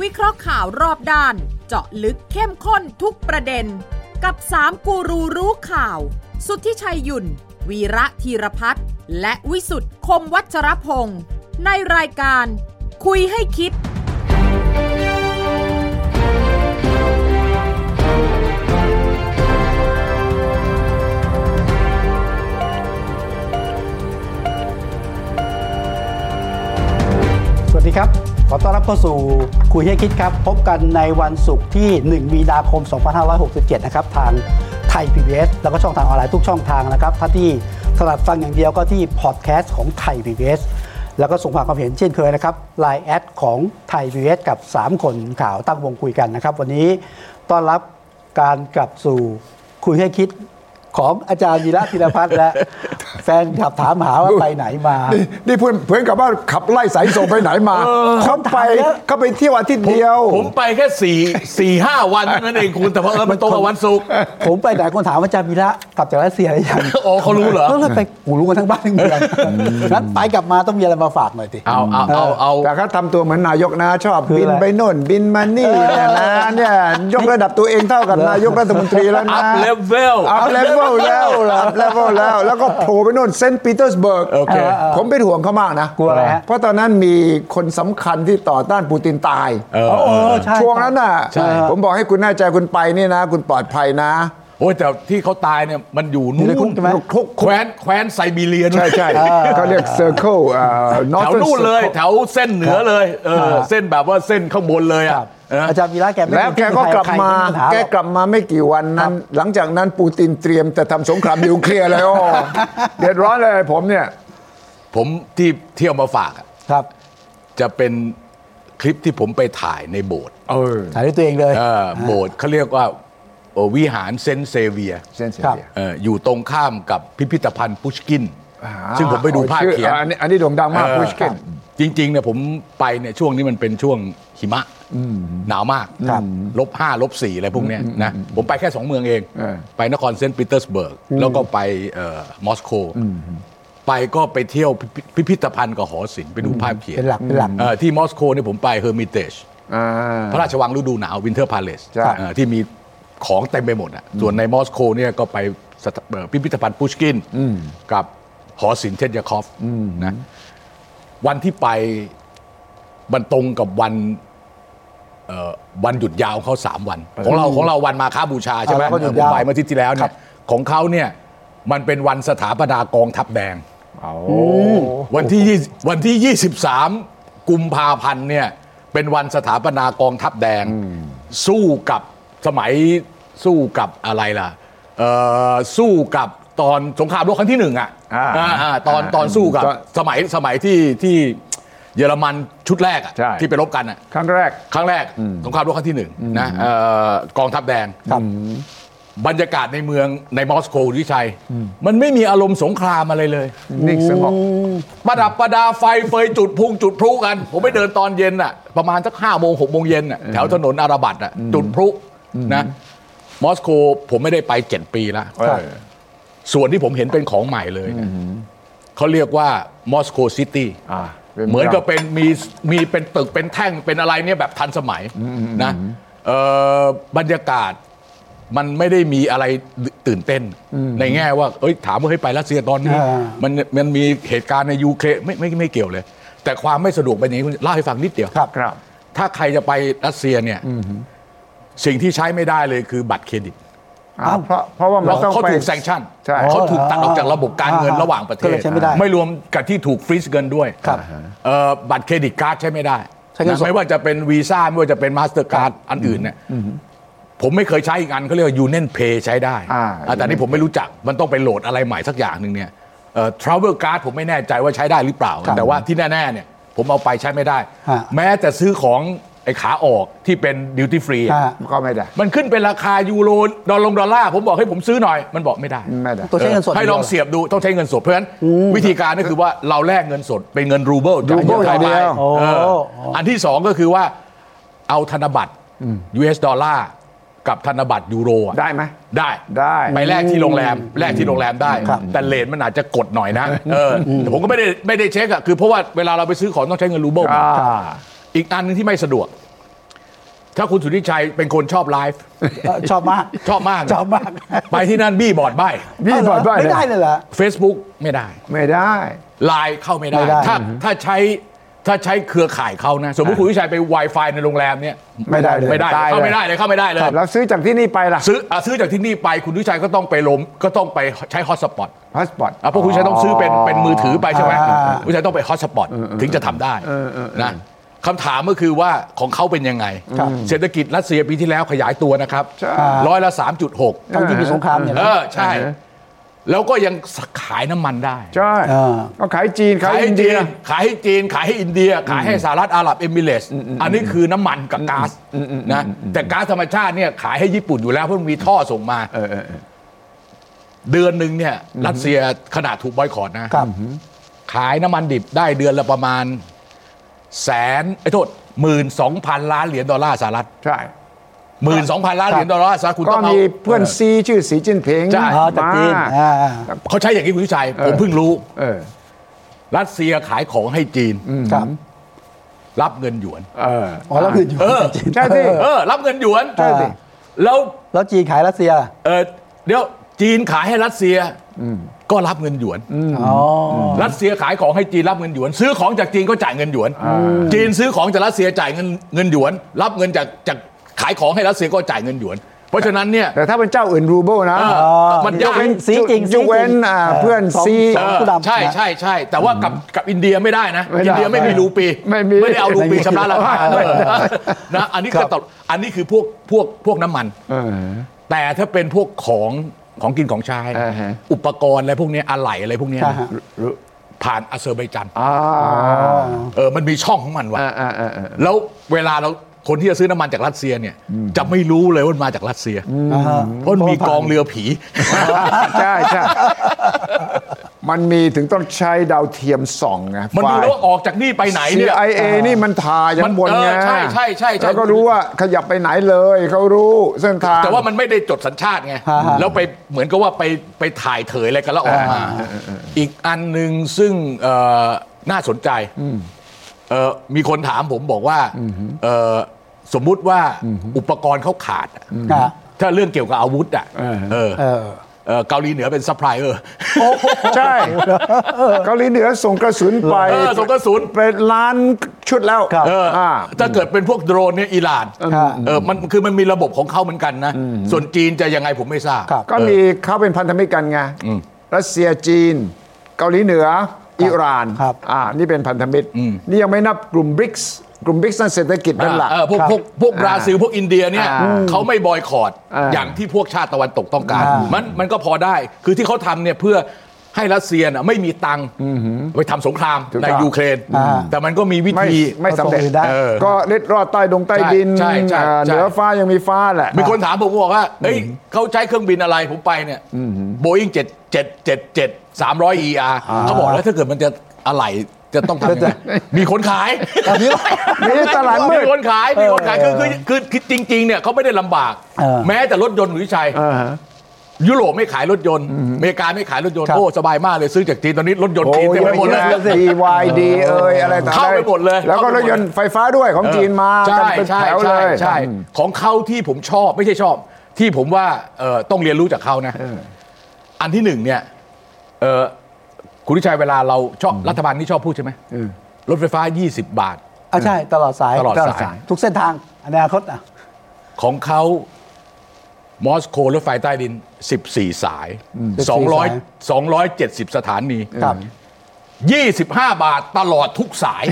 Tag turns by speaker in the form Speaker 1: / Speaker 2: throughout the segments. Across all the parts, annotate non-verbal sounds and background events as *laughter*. Speaker 1: วิเคราะห์ข่าวรอบด้าน เจาะลึกเข้มข้นทุกประเด็น กับสามกูรูรู้ข่าว สุทธิชัยหยุ่น วีระธีรพัฒน์และวิสุทธ์คมวัชรพงศ์ในรายการ คุยให้คิด
Speaker 2: สวัสดีครับ ขอต้อนรับเข้าสู่คุยให้คิดครับ พบกันในวันศุกร์ที่ 1 มีนาคม 2567 นะครับ ทางไทย PBS แล้วก็ช่องทางออนไลน์ทุกช่องทางนะครับ ถ้าที่ถนัดฟังอย่างเดียวก็ที่พอดแคสต์ของไทย PBS แล้วก็ส่งความเห็นเช่นเคยนะครับไลน์แอดของไทย PBS กับ 3 คนข่าวตั้งวงคุยกันนะครับ วันนี้ต้อนรับการกลับสู่คุยให้คิดของอาจารย์วีระธีรพัฒน์และแฟนขับถามหาว่าไปไหนมา
Speaker 3: นี่ *laughs* นี่เพื่อนเพื่อนกลับว่าขับไล่สายส่งไปไหนมาเขาไปเขาไปเที่ยวอาทิตย์เดียว
Speaker 4: ผมไปแค่สี่สี่ห้าวันเท่านั้นเองคุณแต่ว่าเออมันตรงกับวันศุกร์
Speaker 2: ผมไปแต่คนถามว่าอาจารย์วีระกลับจากรัสเซียหรือยัง
Speaker 4: โอ้เขารู้เหรอ
Speaker 2: ก็เลยไปกูรู้กันทั้งบ้านทั้งเมืองนั้นไปกลับมาต้องมีอะไรมาฝากหน่อยสิ
Speaker 4: เอาเอาเอาเอา
Speaker 3: แต่เขาทำตัวเหมือนนายกนะ ชอบ
Speaker 2: คือ
Speaker 3: บิ
Speaker 2: อะ
Speaker 3: น
Speaker 2: ไร
Speaker 3: ไปโน่น บินมานี่เนี่ยนะเนี่ยยกระดับตัวเองเท่ากับนายกรัฐมนตรีแล้ว
Speaker 4: อั
Speaker 3: นะ
Speaker 4: พเลเวล
Speaker 3: อัพเลเวลแล้วอัพเลเวลแล้ว แล้วก็โผล่ไปโน่นเซนต์ปีเตอร์สเบิร์ก
Speaker 4: โอเค
Speaker 3: ผมเป็นห่วงเขามากนะ
Speaker 2: กลัวอะไรฮะ
Speaker 3: เพราะตอนนั้นมีคนสำคัญที่ต่อต้านปูตินตาย
Speaker 4: เออ
Speaker 2: เออเออใช่
Speaker 3: ช่วงนั้นน่ะ
Speaker 2: ใช่
Speaker 3: ผมบอกให้คุณแน่ใจคุณไปนี่นะ คุณปลอดภัยนะ
Speaker 4: โอ้ยแต่ที่เขาตายเนี่ยมันอยู่นู่
Speaker 2: อยู่ในคุก
Speaker 4: น
Speaker 2: ใช่ไหม
Speaker 4: คุกแคว้นแคว้นไซบีเรียนู่น
Speaker 3: ใช่ใช่เขาเรียกเซอร์เคิลนอ
Speaker 4: แถวนู่นเลยแถวเส้นเหนือเลยเออเส้นแบบว่าเส้นข้างบนเลย
Speaker 2: ค
Speaker 4: อ่ะ
Speaker 2: รับ
Speaker 4: นะ
Speaker 2: อาจารย์วีระแกไม่
Speaker 3: แล้วแกก็กลับมา แก
Speaker 2: แก
Speaker 3: กลับมาไม่กี่วันนั้น หลังจากนั้นปูตินเตรียมจะทำสงครามนิวเคลีย
Speaker 4: *laughs*
Speaker 3: ร์แล้ว เดือดร้อนเลยผมเนี่ย
Speaker 4: ผมที่เที่ยวมาฝากอะ
Speaker 2: ครับ
Speaker 4: จะเป็นคลิปที่ผมไปถ่ายในโบสถ์
Speaker 3: เออ
Speaker 2: ถ่ายด้วยตัวเองเลย
Speaker 4: เออโบสถ์เขาเรียกว่าเอ่อวิหารเซนต์เซเวียร์
Speaker 3: เซนเซีย
Speaker 2: ครับ
Speaker 4: เอ่ออยู่ตรงข้ามกับพิพิธภัณฑ์พุชกิน ซึ่งผมไปดูภาพเขียน
Speaker 3: อันนี้อันนี้โด่งดังมาก
Speaker 4: เอ่อ
Speaker 3: พุชกิน
Speaker 4: จริงๆเนี่ยผมไปเนี่ยช่วงนี้มันเป็นช่วงหิมะหนาวมาก
Speaker 2: ครับ
Speaker 4: ลบห้าลบสี่อะไรพวกเนี้ยนะผมไปแค่ 2 เมืองเอง
Speaker 3: เออ
Speaker 4: ไปนครเซนต์ปีเตอร์สเบิร์ก แล้วก็ไปเอ่อมอสโก ไปก็ไปเที่ยวพิพิพิพิธภัณฑ์กับหอศิลป์ไปดูภาพเขียน
Speaker 2: เป็นหลักเป็นหลัก
Speaker 4: เอ่อที่มอสโกเนี่ยผมไปเฮอร์มิเตจ
Speaker 3: อ่า
Speaker 4: พระราชวังฤดูหนาววินเทอร์พาเลส
Speaker 3: ใช่
Speaker 4: ที่มีของเต็มไปหมดอ่ะส่วนในมอสโกเนี่ยก็ไปสถเอ่อพิพิธภัณฑ์ปุชกินกับหอศิลป์เทนยาคอฟนะวันที่ไปมันตรงกับวันเอ่อวันหยุดยาวของเขาสามวัน ของเราของเราวันมาค้าบูชาใช่ไหม
Speaker 2: อ่าเราก็หยุด
Speaker 4: ผม
Speaker 2: ยาว
Speaker 4: ไปเมื่ออาทิตย์ที่แล้วเนี่ยของเขาเนี่ยมันเป็นวันสถาปนากองทัพแดง
Speaker 3: เอา
Speaker 4: วันที่20วันที่ 23 กุมภาพันธ์เนี่ยเป็นวันสถาปนากองทัพแดง สู้กับสมัยสู้กับอะไรล่ะเอ่อสู้กับตอนสงครามโลกครั้งที่หนึ่งอ่ะ
Speaker 3: อ่า
Speaker 4: อ่าอ่าตอนตอนสู้กับ
Speaker 3: ก็
Speaker 4: สมัยสมัยที่ที่เยอรมันชุดแรกอ่ะ
Speaker 3: ใช่
Speaker 4: ที่ไปรบกันอ่ะ
Speaker 3: ครั้งแรก
Speaker 4: ครั้งแรกสงครามโลกครั้งที่หนึ่งนะเอ่อกองทัพแดง
Speaker 2: ครับ
Speaker 4: บรรยากาศในเมืองในมอสโกวิชัย มันไม่มีอารมณ์สงครามอะไรเลย
Speaker 3: นิ่งสงบ
Speaker 4: ประดับประดาไฟเฟยจุดพุงจุดพลุกัน ผมไปเดินตอนเย็นน่ะประมาณสักห้าโมงหกโมงเย็นน่ะแถวถนนอาราบัตน่ะจุดพลุนะมอสโกผมไม่ได้ไปเจ็ดปีละ
Speaker 3: เออ
Speaker 4: ส่วนที่ผมเห็นเป็นของใหม่เลยเนี่ยเขาเรียกว่ามอสโกซิตี้
Speaker 3: อ่าป็
Speaker 4: เหมือนกับเป็นมีมีเป็นตึกเป็นแท่งเป็นอะไรเนี่ยแบบทันสมัยนะเอ่อบรรยากาศมันไม่ได้มีอะไรตื่นเต้น ในแง่ว่า เอ้ยถามว่าเฮ้ยไปรัสเซียตอนนี้
Speaker 2: อ่ามั
Speaker 4: มันมันมีเหตุการณ์ในยูเครนไม่ไม่ไม่เกี่ยวเลย แต่ความไม่สะดวกเป็นอย่างนี้คุณเล่าให้ฟังนิดเดียว
Speaker 2: ครับ
Speaker 3: ครับ
Speaker 4: ถ้าใครจะไปรัสเซียเนี่ยสิ่งที่ใช้ไม่ได้เลยคือบัตรเครดิต
Speaker 3: อ่าเพราะเพราะว่า
Speaker 4: เพ
Speaker 3: มัน
Speaker 4: ราะ
Speaker 3: ต้อง
Speaker 4: เขา
Speaker 3: ไป
Speaker 4: ถูกแซงชั่น
Speaker 3: ใช่
Speaker 4: เขาถูกตัดออกจากระบบการเงิน
Speaker 2: อ่า
Speaker 4: ระหว่างประเท
Speaker 2: ก็
Speaker 4: ศ
Speaker 2: เลยใช้ไม่ได้
Speaker 4: รวมกับที่ถูกฟรีซเงินด้วย
Speaker 2: ครับ
Speaker 4: เอ่อบัตรเครดิตการ์ดใช้ไม่ได้
Speaker 2: ใช้เงินสด
Speaker 4: ไม่ว่าจะเป็นวีซ่าไม่ว่าจะเป็นมาสเตอร์การ์ดอันอื่นเนี่ยผมไม่เคยใช้อีกอันเขาเรียกว่ายูเน n นเพย์ใช้ได้
Speaker 3: อ่า
Speaker 4: อ่าแต่นี่ผมไม่รู้จักมันต้องไปโหลดอะไรใหม่สักอย่างหนึ่งเนี่ยทราเวลการ์ดผมไม่แน่ใจว่าใช้ได้หรือเปล่า
Speaker 2: ครับ
Speaker 4: แต่ว่าที่แน่ๆเนี่ยผมเอาไปใช้ไม่ได้
Speaker 2: ฮะ
Speaker 4: แม้แต่ซื้อของไอ้ขาออกที่เป็นดิวตี้ฟรี
Speaker 2: อ่า
Speaker 3: ก็ไม่ได้
Speaker 4: มันขึ้นเป็นราคายูโรดอลลงดอลลาร์ผมบอกให้ผมซื้อหน่อย มันบอกไม่ได้
Speaker 3: ไม่ได้
Speaker 2: ตัวใช้เงินสด
Speaker 4: ออให้ลองเสียบดูต้องใช้เงินสดเพราะฉะนั้นวิธีการก็คือว่าเราแลกเงินสดเป็นเงินรูเบิลจาก
Speaker 3: รูเบิล
Speaker 4: เยอ
Speaker 3: อย่า
Speaker 4: รมัน
Speaker 3: งเดียว
Speaker 4: เออ
Speaker 2: โอ้
Speaker 4: อันที่สองก็คือว่าเอาธนบัตร US ดอลลาร์กับธนบัตรยูโรอะ
Speaker 3: ได้ไหม
Speaker 4: ได้
Speaker 3: ได้
Speaker 4: ไปแลกที่โรงแรมแลกที่โรงแรมได้ แต่เลทมันอาจจะกดหน่อยนะเอออแต่ผมก็ไม่ได้ไม่ได้เช็คอะคือเพราะว่าเวลาเราไปซื้อของต้องใช้เงินรูเบิล
Speaker 3: อ่า
Speaker 4: อีกอันหนึงที่ไม่สะดวก ถ้าคุณสุทธิชัยเป็นคนชอบไลฟ์
Speaker 2: เอ่อชอบมาก
Speaker 4: ชอบมากนะ
Speaker 2: ชอบมาก
Speaker 4: ไปที่นั่นบี้บอร์ดใบ
Speaker 3: นี่
Speaker 2: เอาเหร
Speaker 3: บอดว่า
Speaker 2: ไม่ได้เลยเหรอ
Speaker 4: Facebook ไม่ได้
Speaker 3: ไม่ได้
Speaker 4: ไลน์เข้าไม่ได้
Speaker 2: ไม่ได้
Speaker 4: ถ้าถ้าใช้ถ้าใช้เครือข่ายเขานะ สมมติคุณวิชัยไป Wi-Fi ในโรงแรมเนี่ย
Speaker 3: ไม่ได้เลย
Speaker 4: ไม่ได้
Speaker 3: ตายเลย
Speaker 4: เข้าไม่ได้เลยเข้าไม่ได้เลย
Speaker 3: ครับแล้วซื้อจากที่นี่ไปล่ะ
Speaker 4: ซื้ออ่ะซื้อจากที่นี่ไปคุณวิชัยก็ต้องไปลมก็ต้องไปใช้ฮอตสปอต
Speaker 3: พาสปอร์ต
Speaker 4: อ่ะเพราะคุณวิชัยต้องซื้อเป็นเป็นมือถือไปใช่ไหม
Speaker 2: อ่า
Speaker 4: คุณวิชัยต้องไปฮอตสปอตถึงจะทำได้นะคำถามก็คือว่าของเขาเป็นยังไง เศรษฐกิจรัสเซียปีที่แล้วขยายตัวนะครับ
Speaker 3: ใช่
Speaker 4: ร้อยละ 3.6
Speaker 2: ตอนที่มีสงครามเนี่ย
Speaker 4: เอ
Speaker 2: นะ
Speaker 4: อ ใช่ แล้วก็ยังขายน้ำมันได้
Speaker 3: ใช่
Speaker 2: อ่า
Speaker 3: ก็ขายจีน ขา
Speaker 4: ขาย ยให้
Speaker 3: อินเดี
Speaker 4: จี
Speaker 3: ย
Speaker 4: นขายให้จีน ขายให้อินเดีย ขายให้สหรัฐอาหรับเอมิเรตส์อันนี้คือน้ำมันกับก๊าซนะแต่ก๊าซธรรมชาติเนี่ยขายให้ญี่ปุ่นอยู่แล้วเพราะมันมีท่อส่งมา
Speaker 3: เออเออเออ
Speaker 4: เดือนหนึ่งเนี่ยรัสเซียขนาดถูกบอยคอรนะครับ ขายน้ำมันดิบได้เดือนละประมาณแสนไอ้ยโทษหมื่นสองพันล้านเหรียญดอลลาร์สหรัฐ
Speaker 3: ใช่
Speaker 4: หมื่นสองพันล้านเหรียญดอลลาร์สหรัฐคุณ
Speaker 3: ก็
Speaker 4: ต้องเอา
Speaker 3: มีเพื่อนซีชื่อสีจิ้นผิง
Speaker 4: ใช่
Speaker 2: อ๋อจากจีน
Speaker 3: มา
Speaker 2: อ่า
Speaker 4: เขาใช้อย่างนี้คุณวิชัยผมเพิ่งรู้
Speaker 3: เออ
Speaker 4: รัสเซียขายของให้จีน
Speaker 2: ครับ
Speaker 4: รับเงินหยวน
Speaker 3: เออ
Speaker 2: อ๋อแล้วคืออยู่
Speaker 4: เออ
Speaker 2: จีน
Speaker 3: ใช่สิ
Speaker 2: เออ
Speaker 4: เออ รับเงินหยวน
Speaker 2: ใช่สิ
Speaker 4: แล้ว
Speaker 2: แล้วจีนขายรัสเซียล่ะ
Speaker 4: เออเดี๋ยวจีนขายให้รัสเซียก็รับเงินหยวน
Speaker 2: อ๋อ
Speaker 4: รัสเซียขายของให้จีนรับเงินหยวน ซื้อของจากจีนก็จ่ายเงินหยวน จีนซื้อของจากรัสเซียจ่ายเงินเงินหยวน รับเงินจากจากขายของให้รัสเซียก็จ่ายเงินหยวน เพราะฉะนั้นเนี่ย
Speaker 3: แต่ถ้าเป็นเจ้าอื่นรูเบิลนะ
Speaker 4: เออ
Speaker 2: อ๋อ
Speaker 4: มันยาก
Speaker 2: เว้นสีจริง
Speaker 3: ยกเว้
Speaker 2: สี
Speaker 3: น
Speaker 2: จริง
Speaker 3: อ่าเพื่อน
Speaker 2: สง
Speaker 3: ซี
Speaker 2: สองผู้ดำ
Speaker 4: ใช่ใช่ใช่แต่ว่ากับกับอินเดียไม่ได้นะ
Speaker 3: ไม่ได้
Speaker 4: อินเดียไม่มีรูปี
Speaker 3: ไม่มี
Speaker 4: ได้เอารูปีชำระราคาเอ
Speaker 3: ไม่ได้
Speaker 4: อนะอันนี้คือตลอันนี้คือพวกพวกพวกน้ำมัน
Speaker 3: เออ
Speaker 4: แต่ถ้าเป็นพวกของของกินของใช้
Speaker 3: อ่าฮะ
Speaker 4: อุปกรณ์อะไรพวกเนี้ยอะไหล่อะไรพวกเนี้ย
Speaker 2: ใช่ฮะ
Speaker 4: ผ่านอาเซอร์ไบจัน
Speaker 3: อ่า
Speaker 4: เออมันมีช่องของมันว่ะ
Speaker 3: อ่าอ่าอ่าอ่า
Speaker 4: แล้วเวลาเราคนที่จะซื้อน้ำมันจากรัสเซียเนี่ย จะไม่รู้เลยว่ามันมาจากรัสเซีย
Speaker 2: อ่าฮะ
Speaker 4: เพราะมันมีกองเรือผี
Speaker 3: ใช่ใช่มันมีถึงต้องใช้ดาวเทียมส่องไง
Speaker 4: มันดูแล้วว่าออกจากนี่ไปไหนเนี่ย
Speaker 3: ไอนี่มันถ่ายอย่า
Speaker 4: มัน
Speaker 3: งบนไง
Speaker 4: เออใช่ใช่ใช่ใช่
Speaker 3: แล้วก็รู้ว่าขยับไปไหนเลยเขารู้เส้นทาง
Speaker 4: แต่ว่ามันไม่ได้จดสัญชาติไง แล้วไปเหมือนกับว่าไปไปถ่ายเถยอะไรกันแล้วออกมา อีกอันหนึ่งซึ่งเอ่อน่าสนใจเอ่อมีคนถามผมบอกว่าเอ่อสมมุติว่าอุปกรณ์เขาขาดอะ
Speaker 2: อ่ะ
Speaker 4: ถ้าเรื่องเกี่ยวกับอาวุธอ่ะเออ
Speaker 2: เออ
Speaker 4: เอ่อเกาหลีเหนือเป็นซัพพลายเออร์
Speaker 3: ใช่เกาหลีเหนือส่งกระสุนไป
Speaker 4: เออส่งกระสุน
Speaker 3: เป็นล้านชุดแล้ว
Speaker 2: ครับ
Speaker 4: เออ
Speaker 3: อ่า
Speaker 4: ถ้าเกิดเป็นพวกโดรนเนี่ยอิหร่าน
Speaker 2: ครับ
Speaker 4: เออมันคือมันมีระบบของเขาเหมือนกันนะ ส่วนจีนจะยังไงผมไม่ทราบ
Speaker 2: ครับ
Speaker 3: ก็มีเขาเป็นพันธมิตรกันไงรัสเซียจีน เกาหลีเหนือ อิหร่าน
Speaker 2: ครับ
Speaker 3: อ่านี่เป็นพันธมิตร นี่ยังไม่นับกลุ่มบริกส์กลุ่มบริกส์นั่นเศรษฐกิจนั่นหลัก
Speaker 4: เออพวกพวกพวกบราซิล พวกอินเดียเนี่ย
Speaker 3: อ่า
Speaker 4: เขาไม่บอยคอรด
Speaker 3: อ่า
Speaker 4: อย่างที่พวกชาติตะวันตกต้องการ
Speaker 2: อ่ามั
Speaker 4: มันมันก็พอได้คือที่เขาทำเนี่ยเพื่อให้รัสเซียน่ะไม่มีตังค์ไปทำสงครามในยูเครน
Speaker 2: อ่า
Speaker 4: แต่มันก็มีวิ
Speaker 3: ไม่
Speaker 4: ธี
Speaker 3: ไม่สำเร็จ
Speaker 2: เอาตรงอื่นได้
Speaker 4: เออ
Speaker 3: ก็เล็ดรอดใต้ดงใต้ดิน
Speaker 4: ใช่ใช่ใช่
Speaker 3: อ่าเหนือฟ้ายังมีฟ้าแหละ
Speaker 4: มีคนถามผมบอกว่าเอ้ยเขาใช้เครื่องบินอะไรผมไปเนี่ยโบอิ้งเจ็ดเจ็ดเจ็ดเจ็ดสามร้อยเออาร์เขาบอกแล้วถ้าเกิดมันจะอะไรจะต้องทำยังไงมีคนขาย
Speaker 3: มีตลาดมื
Speaker 4: มี
Speaker 3: ด
Speaker 4: คนขายมีคนขายคือคือคือคือจริง ๆ เนี่ยเขาไม่ได้ลำบาก
Speaker 2: เออ
Speaker 4: แม้แต่รถยนต์หรือวิชัย
Speaker 3: เออฮะ
Speaker 4: ยุโรปไม่ขายรถยนต์อเมริกาไม่ขายรถยนต์
Speaker 2: ครับ
Speaker 4: โอ้สบายมากเลยซื้อจากจีนตอนนี้รถยนต์
Speaker 3: โอ้
Speaker 4: จีนเต็มไปหมดเลย
Speaker 3: ดีวายดีเอ่ยอะไรต่างๆ
Speaker 4: เข้าไปหมดเลย
Speaker 3: แล้วก็รถยนต์ไฟฟ้าด้วยของจีนมา
Speaker 4: ใช่
Speaker 3: กันเป็น
Speaker 4: ใช่
Speaker 3: แถวเล
Speaker 4: ใช่
Speaker 3: ย
Speaker 4: ใช่ของเขาที่ผมชอบไม่ใช่ชอบ ที่ผมว่าเอ่อต้องเรียนรู้จากเขานะ อันที่หนึ่งเนี่ยเอ่อคุณวิชัยเวลาเราชอบรัฐบาลนี่ชอบพูดใช่ไหม
Speaker 3: อืม
Speaker 4: รถไฟฟ้า 20 บาท
Speaker 2: อ่ะใช่ตลอดสาย
Speaker 4: ตลอดสาย
Speaker 2: ทุกเส้นทางอนาคตอ่ะ
Speaker 4: ของเขามอสโกรถไฟใต้ดิน 14 สาย 200 270 สถานี
Speaker 2: ครับ
Speaker 4: 25 บาทตลอดทุกสาย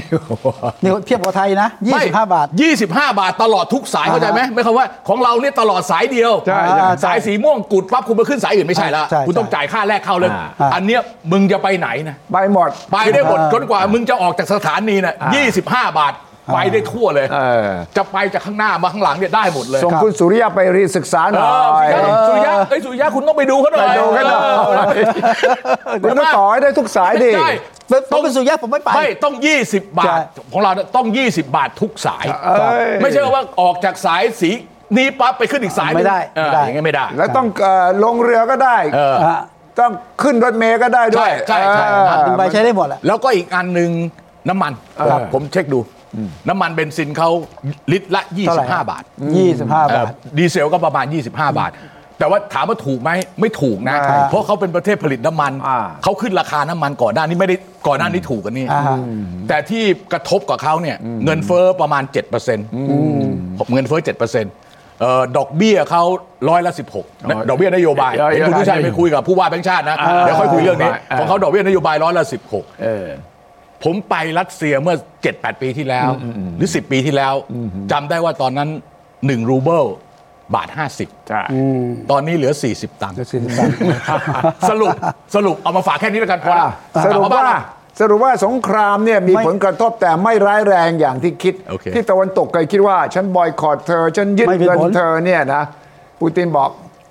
Speaker 2: นี่เทียบกับไทยนะ
Speaker 4: ไม่
Speaker 2: 25 บาท
Speaker 4: 25 บาทตลอดทุกสายเข้าใจไหมไม่คำว่าของเราเนี่ยตลอดสายเดียว
Speaker 3: ใช่ใช่
Speaker 2: อ่าใช่
Speaker 4: สายสีม่วงกูดปั๊บคุณไปขึ้นสายอื่นไม่ใช่แล้ว
Speaker 2: ใช่
Speaker 4: คุณต้อง
Speaker 2: ใช่
Speaker 4: จ่ายค่าแรกเข้าเลย
Speaker 2: อ่า
Speaker 4: อันเนี้ยมึงจะไปไหนนะ
Speaker 3: ไปหมด
Speaker 4: ไปได้หมดจนกว่ามึงจะออกจากสถานีนะ25 บาทไปได้ทั่วเลย
Speaker 3: เออ
Speaker 4: จะไปจากข้างหน้ามาข้างหลังเนี่ยได้หมดเลย
Speaker 3: ส่งคุณสุริยะไปเรียนศึกษาหน่อย
Speaker 4: เออสุริยะเอ้ยสุริยะคุณต้องไปดูเขาหน่อย
Speaker 3: ไปดูเขาหน่อย
Speaker 4: เ
Speaker 3: คุณต้องต่อให้ได้ทุกสายดิ
Speaker 4: ใช่
Speaker 2: ผมเป็นสุริยะผมไม่ไป
Speaker 4: ไม่ต้อง 20 บา
Speaker 2: ใช่
Speaker 4: ท ของเราเนี่ยต้อง 20 บาททุกสาย
Speaker 3: เอ้ย
Speaker 4: ไม่ใช่ว่าออกจากสายสีนี้ปั๊บไปขึ้นอีกสายหนึ่ง
Speaker 2: ไม่ได้
Speaker 4: เออ
Speaker 2: ไม่ได้
Speaker 4: อย่างเงี้ยไม่ได้
Speaker 3: แล้วต้องเอ่อลงเรือก็ได้
Speaker 4: เออ
Speaker 2: ฮะ
Speaker 3: ต้องขึ้นรถเมล์ก็ได้ด้วย
Speaker 4: ใช่ใช่ใช่
Speaker 3: เออ
Speaker 2: ผ่านดูไบใช้ได้หมดแหละ
Speaker 4: แล้วก็อีกอันหนึ่งน้ำมัน ผมเช็คดู น้ำมันเบนซินเขาลิตรละ
Speaker 2: เท่าไหร่
Speaker 4: 25 บาท
Speaker 2: 25 บา
Speaker 4: เอ่อ
Speaker 2: ท
Speaker 4: ดีเซลก็ประมาณ 25 บาท แต่ว่าถามว่าถูกไหมไม่ถูกนะ
Speaker 2: อ่า
Speaker 4: เพราะเขาเป็นประเทศผลิตน้ำมัน
Speaker 3: อ่า
Speaker 4: เขาขึ้นราคาน้ำมันก่อนหน้านี้ไม่ได้ก่อนหน้านี้ถูกกันนี่
Speaker 2: อ่าฮะ
Speaker 4: แต่ที่กระทบกับเขาเนี่ยเงินเฟ้อประมาณ 7%ผมเงินเฟ้อ7%เอ่อดอกเบี้ยเขาร้อยละ 16นะดอกเบี้ยนโยบายเห็นคุณผู้ชัยไปคุยกับผู้ว่าแบงค์ชาตินะเดี๋ยวค่อยคุยเรื่องนี้ของเขาดอกเบี้ยนโยบายร้อยละ 16
Speaker 3: เออ
Speaker 4: ผมไปรัสเซียเมื่อ 7-8 ปีที่แล้ว หรือ 10 ปีที่แล้วจำได้ว่าตอนนั้น 1 รูเบิลบาท 50
Speaker 3: ใช่
Speaker 4: ตอนนี้เหลือ 40 ตังค์
Speaker 2: เดี๋ยวสี่สิบสาม
Speaker 4: สรุปสรุปเอามาฝากแค่นี้แล้วกันพอละ
Speaker 3: สรุป
Speaker 4: กลับมบ้น
Speaker 3: ว่า
Speaker 4: เอ
Speaker 3: สรุปว่าสงครามเนี่ยมีผลกระทบแต่ไม่ร้ายแรงอย่างที่คิด
Speaker 4: โอเค
Speaker 3: ที่ตะวันตกเคยคิดว่า ฉันบอยคอรเธอ ฉันยึด
Speaker 2: ไม่มี
Speaker 3: เงิน
Speaker 2: ผล
Speaker 3: เธอเนี่ยนะปูตินบอก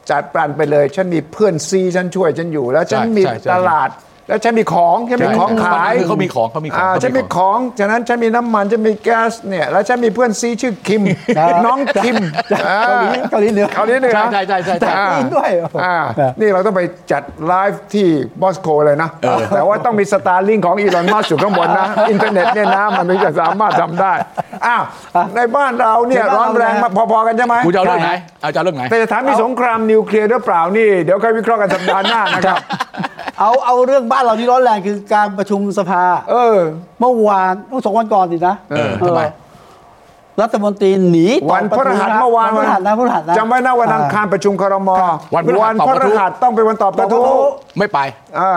Speaker 3: จัดปรันไปเลย ฉันมีเพื่อนซีฉันช่วยฉันอยู่ แล้วฉันมี
Speaker 4: ใช่ใช่ใช่
Speaker 3: ตลาด แล้วฉันมีของฉันมี
Speaker 4: ใช่
Speaker 3: ของขาย
Speaker 4: คือเขามีของเขามีของเขามีของ
Speaker 3: ฉันมีของฉะนั้นฉันมีน้ำมันฉันมีแก๊สเนี่ยแล้วฉันมีเพื่อนซีชื่อคิมน้องคิมอ่า
Speaker 2: เกาหลีเกาหลีเหนือ
Speaker 3: คราวนี้เนี่ยนะ
Speaker 4: ใช่ใช่ใช่ใช่ใช่
Speaker 3: อ่า
Speaker 2: จีนด้วย
Speaker 3: อ่า
Speaker 2: ครับ
Speaker 3: นี่เราต้องไปจัดไลฟ์ที่มอสโกเลยนะ แต่ว่าต้องมีสตาร์ลิงของอีลอนมัสอยู่ข้างบนนะ อินเทอร์เน็ตเนี่ยนะ มันถึงจะสามารถทำได้ อ้าว ในบ้านเราเนี่ยร้อนแรงมาพอๆกันใช่ไหม
Speaker 4: กูจะเอาเรื่องไหนเอาจะเอาเรื่องไหน
Speaker 3: แต่จะถามมีสงครามนิวเคลียร์หรือเปล่านี่ เดี๋ยวค่อยวิเคราะห์กันสัปดาห์หน้านะครับ
Speaker 2: เอาเอาเรื่องบ้านเรานี่ร้อนแรงคือการประชุมสภา
Speaker 3: เออ
Speaker 2: เมื่อวานเมื่อสองวันก่อนสินะ
Speaker 4: เออทำไม
Speaker 2: เออรัฐมนตรีหนีต่อ
Speaker 3: วันพฤหัส
Speaker 2: ปะท้งะ
Speaker 3: เมื่อวาน
Speaker 2: พฤหัสนะพฤหัสนะ
Speaker 3: จำไว้นะวันอังคารประชุมครม
Speaker 4: วันพฤหัส
Speaker 3: วันพ
Speaker 4: ตอบกระ
Speaker 3: ฤ
Speaker 4: ทู้
Speaker 3: หัสต้องเป็นวันตอบกระทู้
Speaker 4: ไม่ไป
Speaker 3: อ่า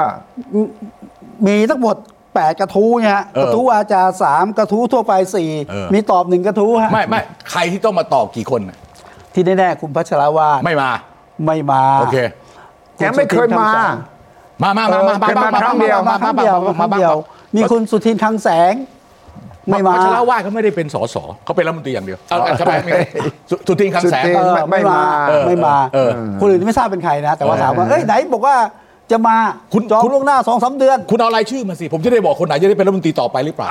Speaker 2: มีทั้งหมด 8 กระทู้เนี่ยฮะ
Speaker 4: เออก
Speaker 2: ระทู้อาจาสามกระทู้ทั่วไปสี่
Speaker 4: เออ
Speaker 2: มีตอบหนึ่งกระทู้ฮะ
Speaker 4: ไม่ไม่ใครที่ต้องมาตอบกี่คนน่ะ
Speaker 2: ที่แน่ๆคุณพัชรวาล
Speaker 4: ไม่มา
Speaker 2: ไม่มา
Speaker 4: โอเค
Speaker 3: แกไม่เคยมา
Speaker 4: มามามามา
Speaker 3: เออเป็นมาครั้งเดียว
Speaker 4: มา
Speaker 2: มาค
Speaker 4: มา
Speaker 2: รั้ง
Speaker 4: มา
Speaker 2: เดียว
Speaker 4: มา
Speaker 2: ค
Speaker 4: มา
Speaker 2: รั้ง
Speaker 4: มา
Speaker 2: เดียว มีคุณสุทินทางแสง ไม่มา
Speaker 4: พัชรว่าเขาไม่ได้เป็นสสเขาเป็นรัฐมนตรีอย่างเดียวเอาทำไมไม่สุสุทินคำแสง
Speaker 3: สุทิน
Speaker 2: เออ
Speaker 3: ไม่
Speaker 2: ไม่มา
Speaker 3: เออ
Speaker 2: ไม่มา
Speaker 4: เออ
Speaker 2: คนอื่นไม่ทราบเป็นใครนะ แต่ว่า
Speaker 4: เออ
Speaker 2: ถามว่าเอ้ยไหนบอกว่าจะมา
Speaker 4: คุณ
Speaker 2: จองล่วงหน้าสองสามเดือน
Speaker 4: คุณเอารายชื่อมาสิ ผมจะได้บอกคนไหนจะได้เป็นรัฐมนตรีต่อไปหรือเปล่า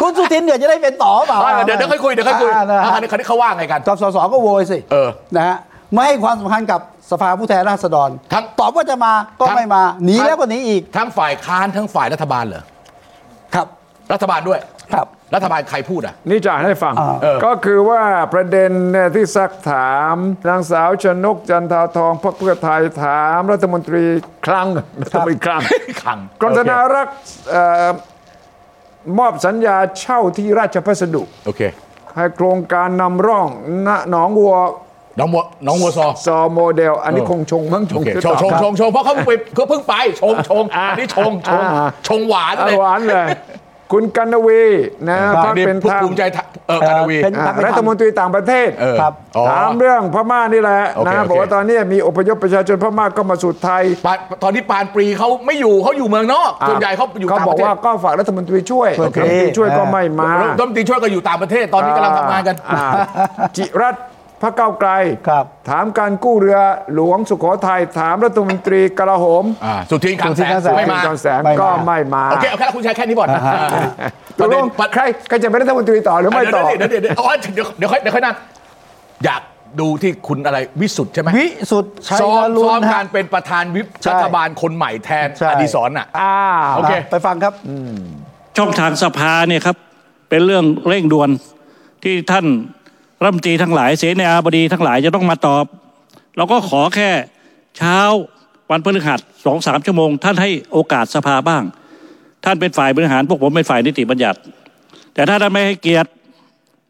Speaker 2: คุณสุทินเดี๋ยวจะได้เป็นต่อเปล่า
Speaker 4: อ่ะเดี๋ยวเดี๋ยวค่อยคุยเดี๋ยวค่อยคุย
Speaker 2: านะฮะ
Speaker 4: อ่ะคันนี้คันนี้เขาว่าไงกัน
Speaker 2: กับสสก็โวยสิ
Speaker 4: เออ
Speaker 2: นะฮะไม่ให้ความสำคัญกับสภาผู้แทนราษฎร
Speaker 4: ทั้ง
Speaker 2: ตอบว่าจะมาก็
Speaker 4: ทั้ง
Speaker 2: ไม่มาหนี
Speaker 4: ทั้ง
Speaker 2: แล้วก็หนีอีก
Speaker 4: ทั้งฝ่ายค้านทั้งฝ่ายรัฐบาลเหรอ
Speaker 2: ครับ
Speaker 4: รัฐบาลด้วย
Speaker 2: ครับ
Speaker 4: รัฐบาลใครพูดอ่ะ
Speaker 3: นี่จะอ่านให้ฟัง
Speaker 2: อ่า
Speaker 3: ก็คือว่าประเด็นเนี่ยที่ซักถามนางสาวชนกจันทาทองพรรคเพื่อไทยถามรัฐมนตรีคลังรัฐมนตรีคลัง
Speaker 4: คลัง
Speaker 3: กรมธนารักษ์เอ่อมอบสัญญาเช่าที่ราชพัสดุ
Speaker 4: โอเค
Speaker 3: ให้โครงการนำร่องณหนองวัว
Speaker 4: น้องวัวน้องวัวซอ
Speaker 3: ซอโมเดล อันนี้คงชงมั้งช
Speaker 4: โองเค
Speaker 3: หรือ
Speaker 4: ช
Speaker 3: เป
Speaker 4: ง
Speaker 3: ล่า
Speaker 4: ชงชงชงเพราะเขาเพิ่งไปเขาเพิ่งไปชงชงอันนี้ชงชงชงหวาน
Speaker 3: อ่ะ
Speaker 4: เลย
Speaker 3: หวานเลย คุณกันนวีนะพรรค
Speaker 4: นี่
Speaker 3: เป็น
Speaker 4: พวก
Speaker 3: ธรรม
Speaker 4: ภูมิใจไทยเออการวี
Speaker 2: เป็น
Speaker 3: อ่ะรัฐมนตรีต่างประเทศ
Speaker 4: เออ
Speaker 2: ครับ
Speaker 4: อ๋อ
Speaker 3: ถามเรื่องพม่านี่แหละ
Speaker 4: โอเค
Speaker 3: นะ
Speaker 4: โอเค
Speaker 3: บอกว่าตอนนี้มีอพยพประชาชนพม่าก็มาสู่ไทย
Speaker 4: ปานตอนนี้ปานปรีเขาไม่อยู่เขาอยู่เมืองนอกส่วนใหญ่เขาอยู่
Speaker 3: เขา
Speaker 4: ต่าง
Speaker 3: บ
Speaker 4: ป
Speaker 3: อก
Speaker 4: ระเทศ
Speaker 3: ว่าก็ฝากรัฐมนตรีช่วย
Speaker 2: โอ
Speaker 3: รัฐ
Speaker 2: เค
Speaker 3: มนตรีช่วยก็ไม่มา
Speaker 4: รัฐมนตรีช่วยก็อยู่ต่างประเทศตอนนี้กำลังทำงานกัน
Speaker 3: อ่จิรัตน์พระเก้าวไกล
Speaker 2: ครับ
Speaker 3: ถามการกู้เรือหลวงสุโขทัยถามรัฐมนตรีกลาโหม
Speaker 4: อ่าสุทินคลังแสง
Speaker 2: สุทิ
Speaker 4: ไม่
Speaker 2: นคลั
Speaker 4: มา
Speaker 2: ง
Speaker 3: จอนแสง
Speaker 2: ไม่มา
Speaker 3: ก็ไม่มา
Speaker 4: โอเคเอาแค่คุณชายแค่นี้ก่อนนะ
Speaker 3: ตกลง
Speaker 4: ประเด็น
Speaker 3: ใครใครจะเป็นรัฐมนตรีต่อหรือไม่
Speaker 4: เดี๋ยว
Speaker 3: ต่อ
Speaker 4: เดี๋ยวเดี๋ยวเดี๋ยวอ๋อเดี๋ยวเดี๋ยวค่อยเดี๋ยวค่อยนั่งอยากดูที่คุณอะไรวิสุทธ์ใช่ไหม
Speaker 2: วิสุทธิ์ชัย
Speaker 4: ซ้อม
Speaker 2: นรุ
Speaker 4: ซ้อม
Speaker 2: ณฮะ
Speaker 4: การเป็นประธานวิป
Speaker 2: ใช่
Speaker 4: รัฐบาลคนใหม่แทน
Speaker 2: ใช่
Speaker 4: อดีศรน่ะ
Speaker 3: อ่า
Speaker 4: โอเค
Speaker 2: นะไปฟังครับ
Speaker 5: ช่องทางสภาเนี่ยครับเป็นเรื่องเร่งด่วนที่ท่านรัฐมนตรีทั้งหลาย เสนาบดีทั้งหลายจะต้องมาตอบ เราก็ขอแค่เช้าวันพฤหัสสองสามชั่วโมง ท่านให้โอกาสสภาบ้าง ท่านเป็นฝ่ายบริหารพวกผมเป็นฝ่ายนิติบัญญัติ แต่ถ้าท่านไม่ให้เกียรติ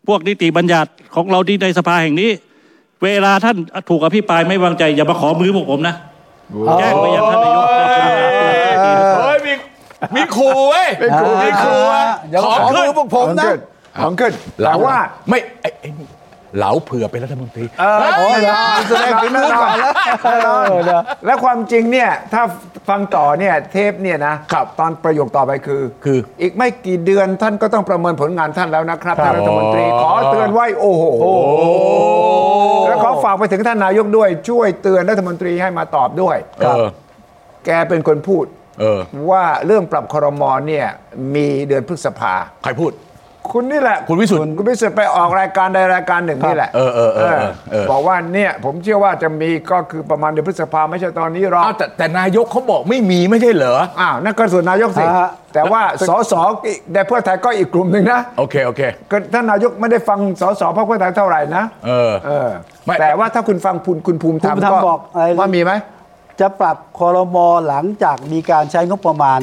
Speaker 5: พวกนิติบัญญัติของเราที่ในสภาแห่งนี้ เวลาท่านถูกอภิปรายไม่วางใจอย่ามาขอมือพวกผมนะแจ้งไปยังท่านนายกได้เลย
Speaker 4: เฮ้ยมีมีขู่เว้ย
Speaker 3: มีขู่
Speaker 4: มีขู่เว้ย
Speaker 2: เดี๋ยว
Speaker 4: ขอ
Speaker 2: ขอ
Speaker 4: ขึ้น
Speaker 2: พวกผมนะ
Speaker 3: ของขึ้น
Speaker 4: แต่
Speaker 3: แต่ว่า
Speaker 4: ว่าไม่ไอ้ไอ้เหลาเผื่อเป็นรัฐมนตรี
Speaker 2: โอ้ยนะแสดงฝีมือก่อนแล้ว เออเนอะ
Speaker 3: และความจริงเนี่ย ถ้าฟังต่อเนี่ยเทปเนี่ยนะครับ ตอนประโยคต่อไปคือ
Speaker 4: คือ
Speaker 3: กไม่กี่เดือนท่านก็ต้องประเมินผลงานท่านแล้วนะครับท่านรัฐมนตรีขอเตือนไว้โอ้โหแล้วขอฝากไปถึงท่านนายกด้วย ช่วยเตือนรัฐมนตรีให้มาตอบด้วย
Speaker 4: เออ
Speaker 3: แกเป็นคนพูด
Speaker 4: เออ
Speaker 3: ว่าเรื่องปรับครมเนี่ยมีเดือนพฤษภา
Speaker 4: ใครพูด
Speaker 3: คุณนี่แหละ
Speaker 4: คุณวิสุทธิ์
Speaker 3: คุณวิสุทธิ์ไปออกรายการใดรายการหนึ่งนี่แหละ
Speaker 4: เออเออเออเออเออ
Speaker 3: บอกว่าเนี่ยผมเชื่อว่าจะมีก็คือประมาณเดือนพฤษภาไม่ใช่ตอนนี้หรอก
Speaker 4: อ้าวแต่แต่นายกเขาบอกไม่มีไม่ใช่เหรอ
Speaker 3: อ้าวนั่นก็ส่วนนายกสิ
Speaker 2: อ่าฮะ
Speaker 3: แต่ว่าสสในเพื่อไทยก็อีกกลุ่มหนึ่งนะ
Speaker 4: โอเคโอเค
Speaker 3: ก็ท่านนายกไม่ได้ฟังสสพรรคเพื่อไทยเท่าไหร่นะ
Speaker 4: เออ
Speaker 3: เออ
Speaker 4: ไม่
Speaker 3: แต่ว่าถ้าคุณฟังคุณคุณภูมิธรรม
Speaker 2: คุณภูมิธรรมบอกอะไร
Speaker 3: ว่ามีไหม
Speaker 2: จะปรับคอรมอหลังจากมีการใช้งบประมาณ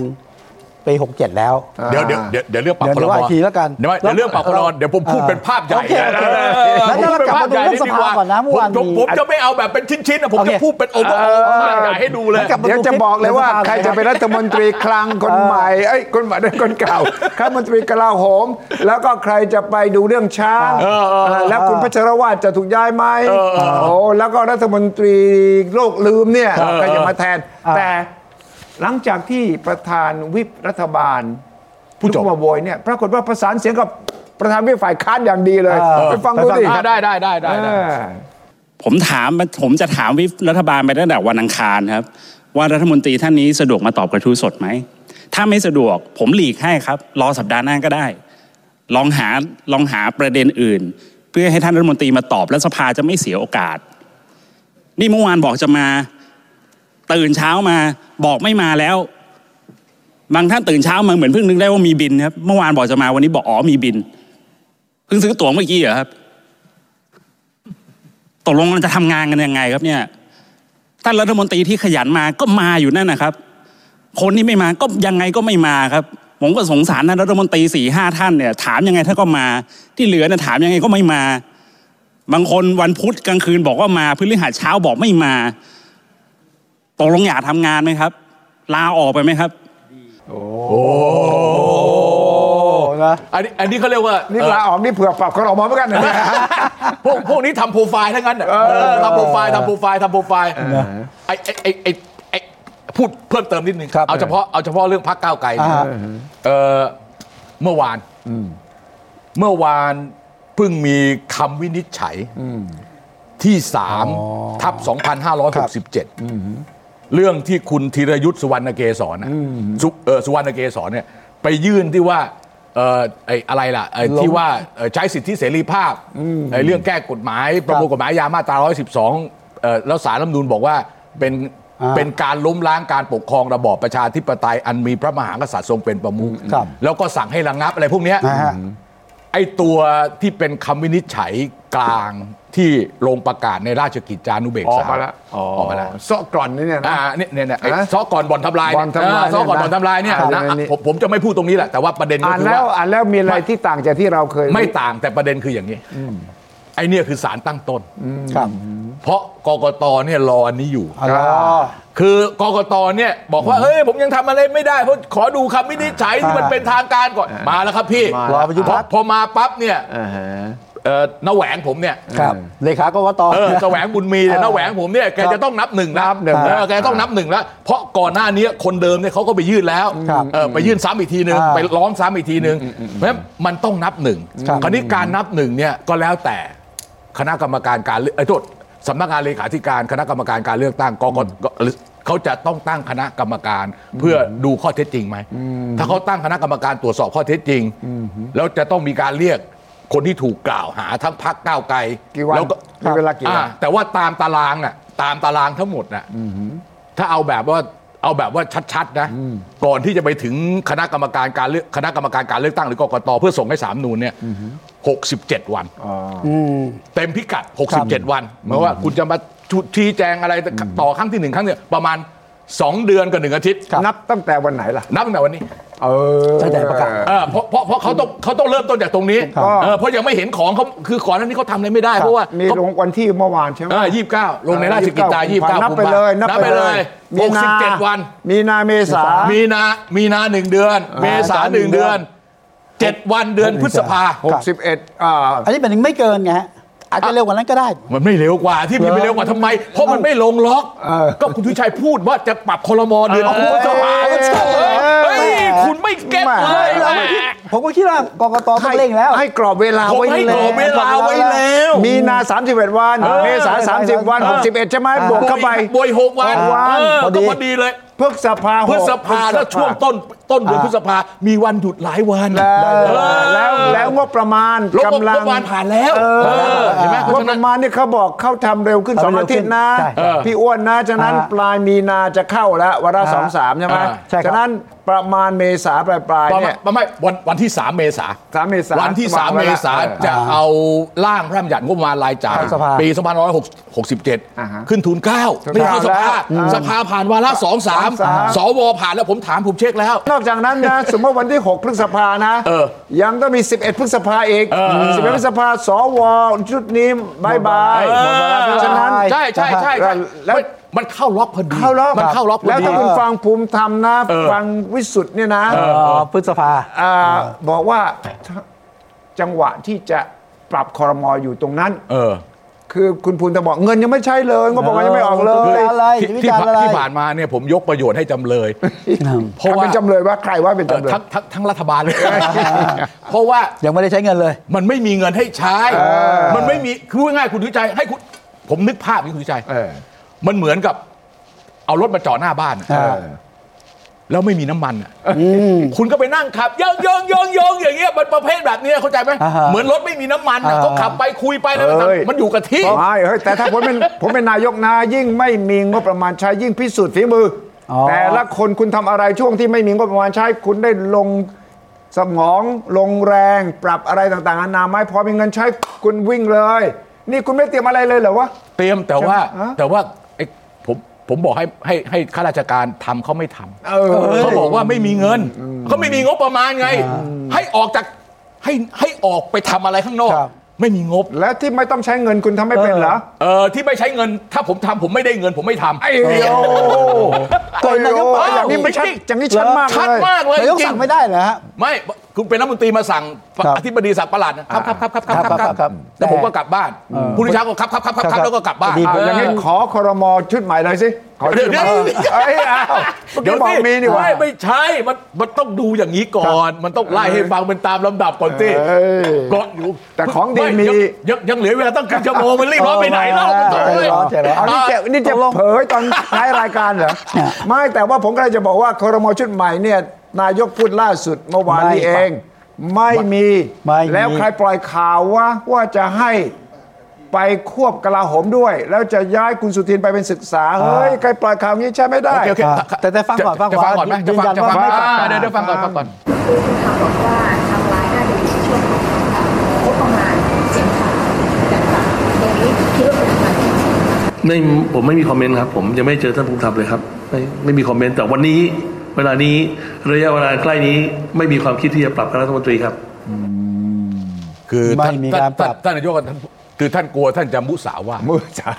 Speaker 2: ปี67 แล้ว
Speaker 4: เดี๋ยวเดี๋ยวเดี๋ยวเดี๋ยวเรื่องปรับ
Speaker 2: เดี๋ยว
Speaker 4: คอรม
Speaker 2: ว่า
Speaker 4: อ
Speaker 2: อีกทีแล้วกัน
Speaker 4: เดี๋ยวเดี๋ยวเรื่องปรับคอรมอเดี๋ยวผมพูด
Speaker 2: เออ
Speaker 4: เป็นภาพใหญ่
Speaker 2: โอเคโอเค
Speaker 4: เออ
Speaker 2: แล้ว
Speaker 4: ผมพู
Speaker 2: เรากลับมาดูเรื่องสภาก่อนนะเมื่อวาน
Speaker 4: ผม
Speaker 2: มี
Speaker 4: ผมจะไม่เอาแบบเป็นชิ้นๆนะผม
Speaker 2: โอเค
Speaker 4: จะพูดเป็นองค์ประกอบภาพใหญ่ให้ดูเลย
Speaker 2: แล้วกลับมา
Speaker 3: เดี๋ยวจะบอกเลยว่า
Speaker 2: เดี๋ยว
Speaker 3: ใครจะเป็นรัฐมนตรีคลังคนใหม่เอ้ยคนใหม่ด้วยคน
Speaker 4: *laughs*
Speaker 3: เก่ารัฐมนตรีกลาโหม แล้วก็ใครจะไปดูเรื่องช้าง
Speaker 4: เออเออเออ
Speaker 3: แล้วคุณพัชรวาทจะถูกย้ายไหม
Speaker 4: เออเออ
Speaker 3: โอ้แล้วก็รัฐมนตรีโลกลืมเนี่ย
Speaker 4: เออเออ
Speaker 3: ใครจะมาแทน
Speaker 2: เออ
Speaker 3: แต่หลังจากที่ประธานวิปรัฐบาล
Speaker 4: ผู้จบ
Speaker 3: ลุกมาโวยเนี่ยปรากฏว่าประสานเสียงกับประธานวิปฝ่ายค้านอย่างดีเลยไปฟังดูดิ
Speaker 4: อ่าได้ได้ได้ได้
Speaker 3: เอ
Speaker 4: ได้
Speaker 3: อ
Speaker 6: ผมถามผมจะถามวิปรัฐบาลไปตั้งแต่วันอังคารครับ ว่ารัฐมนตรีท่านนี้สะดวกมาตอบกระทู้สดไหม ถ้าไม่สะดวกผมหลีกให้ครับ รอสัปดาห์หน้าก็ได้ ลองหาลองหาประเด็นอื่น เพื่อให้ท่านรัฐมนตรีมาตอบและสภาจะไม่เสียโอกาส นี่เมื่อวานบอกจะมาตื่นเช้ามาบอกไม่มาแล้ว บางท่านตื่นเช้ามาเหมือนเพิ่งนึกได้ว่ามีบินครับเมื่อวานบอกจะมาวันนี้บอกอ๋อมีบินเพิ่งซื้อตั๋วเมื่อกี้เหรอครับ ตกลงมันจะทำงานกันยังไงครับเนี่ยท่านรัฐมนตรีที่ขยันมาก็มาอยู่นั่นนะครับ คนที่ไม่มาก็ยังไงก็ไม่มาครับ ผมก็สงสารท่านรัฐมนตรีสี่ห้าท่านเนี่ยถามยังไงท่านก็มา ที่เหลือเนี่ยถามยังไงก็ไม่มา บางคนวันพุธกลางคืนบอกว่ามาพฤหัสเช้าบอกไม่มาตกลงอยากทำงานไหมครับ ลาออกไปไหมครับ
Speaker 2: นะ
Speaker 4: อันนี้อันนี้เขาเรียกว่า
Speaker 3: นี่
Speaker 4: เอ่อ
Speaker 3: ลาออกนี่เผื่อปรับคนออกมาเหมือนกันนะเนี่ย
Speaker 4: *laughs* พวกพวกนี้ทำโปรไฟล์ทั้งนั้นน่ะเออทำโปรไฟล์ทำโปรไฟล์ทำโปรไฟล์ไอ้ไอ้ไอ้ไอ้ไอ้พูดเพิ่มเติมนิดนึง
Speaker 2: ครับ
Speaker 4: เอาเฉพาะเอาเฉพาะเรื่องพักก้าวไกลนะ
Speaker 2: อ่า
Speaker 4: เออเมื่อวานเมื่อวานเพิ่งมีคำวินิจฉัยที่สามทับ2,567 เรื่องที่คุณธีรยุทธ์สุวรรณเกศรน่ะสุเอ่อสุวรรณเกศรเนี่ยไปยื่นที่ว่าเอ่อไอ้อะไรล่ะไอ้ที่ว่าเอ่อใช้สิทธิเสรีภาพไอ้เรื่องแก้กฎหมาย ประมวลกฎหมายยามาตรา 112เอ่อแล้วสารรัฐธรรมนูญบอกว่าเป็น
Speaker 2: อ่า
Speaker 4: เป็นการล้มล้างการปกครองระบอบประชาธิปไตย อันมีพระมหากษัตริย์ทรงเป็นประมุข
Speaker 2: ครับ
Speaker 4: แล้วก็สั่งให้ระงับอะไรพวกเนี้ย
Speaker 2: นะฮะ
Speaker 4: ไอ้ตัวที่เป็นคำวินิจฉัยกลางที่ลงประกาศในราชกิจจานุเบก
Speaker 3: ออก
Speaker 4: ษา
Speaker 3: มาแล้ว
Speaker 4: ออกมาแล้ว
Speaker 3: เซาะกร่อนนี่เนี่ยนะ
Speaker 4: อ่าเนี่ยเนี่ยเนี่ยไอ้
Speaker 3: ฮะ
Speaker 4: ซอก่อนบ่อนทำลาย
Speaker 3: บ่อนทำลาย
Speaker 4: เออซอก่อนบ่อนทำลายเนี่ย
Speaker 3: อ่าน
Speaker 4: นะ
Speaker 3: เรื่องนี้
Speaker 4: ผมผมจะไม่พูดตรงนี้แหละ แต่ว่าประเด็นก็
Speaker 3: อ่าน
Speaker 4: คือ
Speaker 3: แล้ว
Speaker 4: ว่า
Speaker 3: อ่านแล้วมีอะไรที่ต่างจากที่เราเคย
Speaker 4: ไม่ต่างแต่ประเด็นคืออย่างนี้ไอ้เนี่ยคือสารตั้งต้น
Speaker 2: ครับ
Speaker 4: เพราะกกตเนี่ยรออันนี้อยู่
Speaker 2: อ๋อ
Speaker 4: คือกกตเนี่ยบอกว่าเฮ้ยผมยังทำอะไรไม่ได้เพราะขอดูคำวินิจฉัยที่มันเป็นทางการก่อนมาแล้วครับพี่
Speaker 2: รอประยุทธ์
Speaker 4: พอ
Speaker 2: ครับ
Speaker 4: พอมาปั๊บเนี่ย
Speaker 3: อ่าฮะ
Speaker 4: เอ่อณแหวงผมเนี่ย
Speaker 2: ครับเลขากกต
Speaker 4: เออแสวงบุญมีเนี่ยนะแหวงผมเนี่ย
Speaker 2: ค
Speaker 4: แก
Speaker 2: รับ
Speaker 4: จะต้องนับหนึ่งนะ
Speaker 2: นับหนึ่ง
Speaker 4: เออแกต้องนับหนึ่งแล้ว เพราะก่อนหน้านี้คนเดิมเนี่ยเขาก็ไปยื่นแล้ว
Speaker 2: ครับ
Speaker 4: เออไปยื่นซ้ำอีกทีหนึ่ง
Speaker 2: อ่า
Speaker 4: ไปร้องซ้ำอีกทีหนึ่งเพราะฉะนั้นมันต้องนับหนึ่ง
Speaker 2: ครับ
Speaker 4: คราวนี้การนับหนึ่งเนี่ยก็แล้วแต่คณะกรรมการการเลือกเอ้ยโทษสำนักงานเลขาธิการคณะกรรมการการเลือกตั้งกกตเขาจะต้องตั้งคณะกรรมการเพื่อดูข้อเท็จจริงไหมถ้าเขาตั้งคณะกรรมการตรวจสอบข้อเท็จจริงแล้วจะต้องมีการเรียกคนที่ถูกกล่าวหาทั้งพักก้าวไกล
Speaker 3: กี่วัน
Speaker 4: แล้วก็
Speaker 3: มีเวลากี่วัน
Speaker 4: อ่าแต่ว่าตามตารางน่ะตามตารางทั้งหมดน่ะถ้าเอาแบบว่าเอาแบบว่าชัดๆนะก่อนที่จะไปถึงคณะกรรมการการเลือกคณะกรรมการการเลือกตั้งหรือกกตเพื่อส่งให้สามนูนเนี่ยหกสิบเจ็ดวัน เต็มพิกัด 67 วันหมายว่าคุณจะมาชี้แจงอะไรต่อครั้งที่หนึ่งครั้งเนี่ยประมาณ 2 เดือนกับหนึ่งอาทิตย์
Speaker 2: ครับ
Speaker 3: นับตั้งแต่วันไหนล่ะ
Speaker 4: นับตั้งแต่วันนี้
Speaker 3: เออ
Speaker 2: ตั้งแต่ประกาศ
Speaker 4: เออเพราะเพราะเพราะเขาต้องเขาต้องเริ่มต้นจากตรงนี้
Speaker 3: ครับ
Speaker 4: เออเพราะยังไม่เห็นของเขาคือก่อนหน้านี้เขาทำอะไรไม่ได้เพราะว่า
Speaker 3: มี
Speaker 4: เขา
Speaker 3: ลงวันที่เมื่อวานใช่ไหม
Speaker 4: เออยี่สิบเก้าลงในราชกิจจายี่สิบเก้า
Speaker 3: นับไปเลยนับไปเลย
Speaker 4: หกสิบเจ็ด
Speaker 3: มีา
Speaker 4: วัน
Speaker 3: มีนาเมษา
Speaker 4: มีนา มีนาหนึ่งเดือน เมษาหนึ่งเดือนเจ็ดวันเดือนพฤษภา
Speaker 3: หกสิบเอ็ดอ่า
Speaker 2: อันนี้เป็นไม่เกินไงฮะอาจจะเร็วกว่านั้นก็ได้
Speaker 4: มันไม่เร็วกว่าที่มันไม่เร็วกว่าทำไม เพราะมันไม่ลงล็อก ก็คุณทุชัยพูดว่าจะปรับคลมเดือนพฤษภา
Speaker 3: เออ
Speaker 4: เฮ้ยคุณไม่เก็บเลย
Speaker 3: ไม่
Speaker 2: ผมก็คิดว่ากกตต้องเร่งแล้ว
Speaker 3: ให้กรอบเวลา
Speaker 4: ผม
Speaker 3: ไว้
Speaker 4: ให้
Speaker 3: แล้
Speaker 4: กร
Speaker 3: ว
Speaker 4: อบเวลาไว้แล้ว
Speaker 3: มีนา 31 วัน
Speaker 2: เออ
Speaker 3: เมษา 30 วัน
Speaker 2: เออ
Speaker 3: 61 ใช่ไหม
Speaker 2: เออ
Speaker 3: บวกเข้าไป
Speaker 4: บวยหกวัน
Speaker 2: หกวัน
Speaker 4: เออ
Speaker 2: พอดี
Speaker 4: ก็พอดีเลย
Speaker 3: พฤษภาหก
Speaker 4: พฤษภาแล้วช่วงต้นต้นเดือน
Speaker 2: อ่า
Speaker 4: พฤษภามีวันหยุดหลายวัน
Speaker 3: แล้ว
Speaker 4: เออ
Speaker 3: แล้วแล้วงบประมาณ
Speaker 4: แล้วงบ
Speaker 3: กำลัง
Speaker 4: งบประมาณผ่านแล้ว
Speaker 3: เออ
Speaker 4: เออเห็นไหม
Speaker 3: งบประมาณนี่เขาบอกเข้าทำเร็วขึ้นสอง
Speaker 2: ทำเร็ว
Speaker 3: อาทิตย์นะ
Speaker 2: ขึ้นใช่ใช่
Speaker 3: พี่อ้วนนะ ฉะนั้น
Speaker 2: อ่า
Speaker 3: ปลายมีนาจะเข้าแล้ววาระสองสามใช่ไหม
Speaker 4: อ่า
Speaker 2: ใช่ครับ
Speaker 3: ฉะนั้นประมาณเมษาปลายปลายๆ
Speaker 4: ประมา
Speaker 3: เนี่
Speaker 4: ณ
Speaker 3: ย
Speaker 4: ประมาณวันวันที่ 3 เมษา
Speaker 3: 3เมษา
Speaker 4: วันที่
Speaker 3: วาง
Speaker 4: 3
Speaker 3: ไว้
Speaker 4: เม
Speaker 3: ละ
Speaker 4: ษา
Speaker 3: เออ
Speaker 4: จะเอาร่างพระราชบัญญัติงบประมาณรายจ่าย
Speaker 2: เข้าสภา
Speaker 4: ปี
Speaker 3: อ่าฮะ
Speaker 4: 2567 ขึ้นทุน9ไม่เข้าสภา
Speaker 3: อืม
Speaker 4: สภาผ่านวาระ2
Speaker 3: สาม
Speaker 4: 3สวผ่านแล้วผมถามผมเช็คแล้ว
Speaker 3: นอกจากนั้นนะส
Speaker 4: *laughs*
Speaker 3: มมติวันที่ 6 พฤษภานะ
Speaker 4: เออ
Speaker 3: ยังต้องมี 11 พฤษภาอีก
Speaker 4: เออเออ
Speaker 3: 11 พฤษภาสวชุดนี้บายบาย
Speaker 2: เออ
Speaker 3: เพราะฉะนั้น
Speaker 4: ใช่ใช่ใช่ใช่
Speaker 3: แล้ว
Speaker 4: มันมันเข้าล็อกพอดี
Speaker 3: เข้ารอบ
Speaker 4: มันเข้าล็อกพอ
Speaker 3: แล้ว
Speaker 4: ดี
Speaker 3: ถ้าคุณฟังภูมิธรรมนะ
Speaker 4: เออ
Speaker 3: ฟังวิสุทธ์เนี่ยนะ
Speaker 2: อ๋อพฤษภา
Speaker 3: าบอกว่าจังหวะที่จะปรับคอรมออยู่ตรงนั้น
Speaker 4: เออ
Speaker 3: คือคุณภูมิธรรมบอกเงินยังไม่ใช่เลยก็บอกว่ายังไม่ออกเล
Speaker 2: เอ
Speaker 3: ย
Speaker 2: วิจารณ์ะไร
Speaker 4: ที่
Speaker 2: วิ
Speaker 4: ที่
Speaker 2: จารณ์
Speaker 4: ผ่าน
Speaker 2: อะไร
Speaker 4: ที่ผ่านมาเนี่ยผมยกประโยชน์ให้จำเลย เพ
Speaker 3: ใคร
Speaker 4: ราะว่า
Speaker 3: เป็นจำเลยว่าใครว่าเป็น
Speaker 4: เอ่อ
Speaker 3: จำเลย
Speaker 4: ทั้งทั้งทั้งรัฐบาลเลย เพราะว่า
Speaker 2: ยังไม่ได้ใช้เงินเลย
Speaker 4: มันไม่มีเงินให้ใช้ มันไม่มีคือพูดง่ายๆคุณทุชัยให้คุณผมนึกภาพนี้คุณทุชัย
Speaker 3: เออ
Speaker 4: มันเหมือนกับเอารถมาจอดหน้าบ้านอะ
Speaker 2: เออ
Speaker 4: แล้วไม่มีน้ำมันอะคุณก็ไปนั่งขับยองยองยองยองอย่างเงี้ยมันประเภทแบบเนี้ยเข้าใจไหม
Speaker 2: อ่าฮะ
Speaker 4: เหมือนรถไม่มีน้ำมันอะ
Speaker 2: อ่า
Speaker 4: ก็ขับไปคุยไปแล้วมัน
Speaker 3: เอ้ย
Speaker 4: ทำมันอยู่กับที่
Speaker 3: ไม่เฮ้ยแต่ถ้าผมเป็น ผมเป็นนายกนะยิ่งไม่มีงบประมาณใช้ยิ่งพิสูจน์ฝีมืออ
Speaker 2: อ
Speaker 3: แต่ละคนคุณทำอะไรช่วงที่ไม่มีงบประมาณใช้คุณได้ลงสมองลงแรง ปรับอะไรต่างๆนานาไหม่พอมีเงินใช้คุณวิ่งเลย นี่คุณไม่เตรียมอะไรเลยเหรอวะ
Speaker 4: เตรียมแต่ว่า
Speaker 3: ฮะ
Speaker 4: แต่ว่าไอ้ผมผมบอกให้ให้ให้ข้าราชการทำเขาไม่ทำ
Speaker 3: เออ
Speaker 4: เขาบอกว่าไม่มีเงิน เขาไม่มีงบประมาณไง ให้ออกจากให้ให้ออกไปทำอะไรข้างนอก
Speaker 2: ครับ
Speaker 4: ไม่มีงบ
Speaker 3: แล้วที่ไม่ต้องใช้เงินคุณทำไม่เป็นเหรอ
Speaker 4: เออที่ไม่ใช้เงิน ถ้าผมทำผมไม่ได้เงินผมไม่ทำ
Speaker 3: ไอ้โย
Speaker 2: ตัวเองนายกบอก
Speaker 3: อย่างนี้มันชัดอย่างนี้ชัดมาก
Speaker 4: ชัด
Speaker 3: เลย
Speaker 4: มากเลย
Speaker 2: นายก
Speaker 4: จริ
Speaker 2: สั่
Speaker 4: ง
Speaker 2: งไม่ได้เหรอฮะ
Speaker 4: ไม่คุณเป็นรัฐมนตรีมาสั่ง
Speaker 2: ครับ
Speaker 4: อธิบดีสั่งประหลัดนะครับครับครับครับค
Speaker 2: ครั
Speaker 4: รับ
Speaker 2: บครับครับ
Speaker 4: แล้วผมก็
Speaker 2: แต่
Speaker 4: กลับบ้านผู้นิชาก็ครับครับครับ
Speaker 2: ค
Speaker 4: ค
Speaker 2: รั
Speaker 4: รั
Speaker 2: บบ
Speaker 4: แล้วก็กลับบ้าน
Speaker 2: ดี
Speaker 4: เออ
Speaker 3: อย่างนี้ขอคอรมอชุดใหม่เลยสิขอชุดใหม่
Speaker 4: เดี๋ยวเดี๋ยว
Speaker 3: เอ้ยอ้าวเมื่อกี้บอกมีนี่หว่า
Speaker 4: ไม่ไม่ใช่มันมันต้องดูอย่างนี้ก่อน มันต้องไล่ให้ฟังเป็นตามลำดับก่อนสิ
Speaker 3: เอ้ย
Speaker 4: ก่อนอยู่
Speaker 3: แต่ของดี
Speaker 4: ไ
Speaker 3: มี
Speaker 4: ยังยังยังเหลือเวลาตั้งกี่ชั่วโมงมันรีบร้อนไปไหนเล่า
Speaker 2: ใจร้อนใจร้อน
Speaker 3: เอานี่เจ็บนี่เจ็บเผยตอนท้ายรายการเหรอ ไม่แต่ว่าผมก็เลยจะบอกว่าคอรมอชุดใหม่เนี่ยนายกพูดล่าสุดเมื่อวานนี้เอง ไม่มี
Speaker 2: ไม่มี
Speaker 3: แล้วใครปล่อยข่าวว่าว่าจะให้ไปควบกลาโหมด้วย แล้วจะย้ายคุณสุทินไปเป็นศึกษา เฮ้ย ใครปล่อยข่าวนี้ใช่ไม่ได้
Speaker 4: โอเคโอเค
Speaker 2: อ่ะแต่แต่ฟังก่อน
Speaker 4: จะจะ
Speaker 2: ฟัง
Speaker 4: ฟั
Speaker 2: ก่
Speaker 4: งก่
Speaker 2: อ
Speaker 4: อน นไหมจะฟัง
Speaker 2: ยืนยัน
Speaker 4: จะฟัง
Speaker 2: ว่าไม่
Speaker 4: อ่า
Speaker 2: ปรับ
Speaker 4: เดี๋ยวเดี๋ยวฟังก่อนฟังก่อน
Speaker 7: ผู้สื่อข่าวบอกว่าทางร้ายน่าจะอยู่ในช่วงของเอ่องบประมาณเสียงขาดต่างๆอย่างนี้คิดว่าเป็นการที่เหมาะสม
Speaker 8: ไม่ผมไม่มีคอมเมนต์ครับผมยังไม่เจอท่านภูมิธรรมเลยครับไม่ไม่มีคอมเมนต์แต่วันนี้เวลานี้ระยะเวลาใกล้นี้ไม่มีความคิดที่จะปรับคณะรัฐมนตรีครับ
Speaker 4: คือ
Speaker 2: ไม่
Speaker 4: ท่าน
Speaker 2: มี
Speaker 4: ท่าน
Speaker 2: การปรับ
Speaker 4: ท่านท่านนายกท่านคือท่านกลัวท่านจะมุสาวาท
Speaker 3: มือจ๋า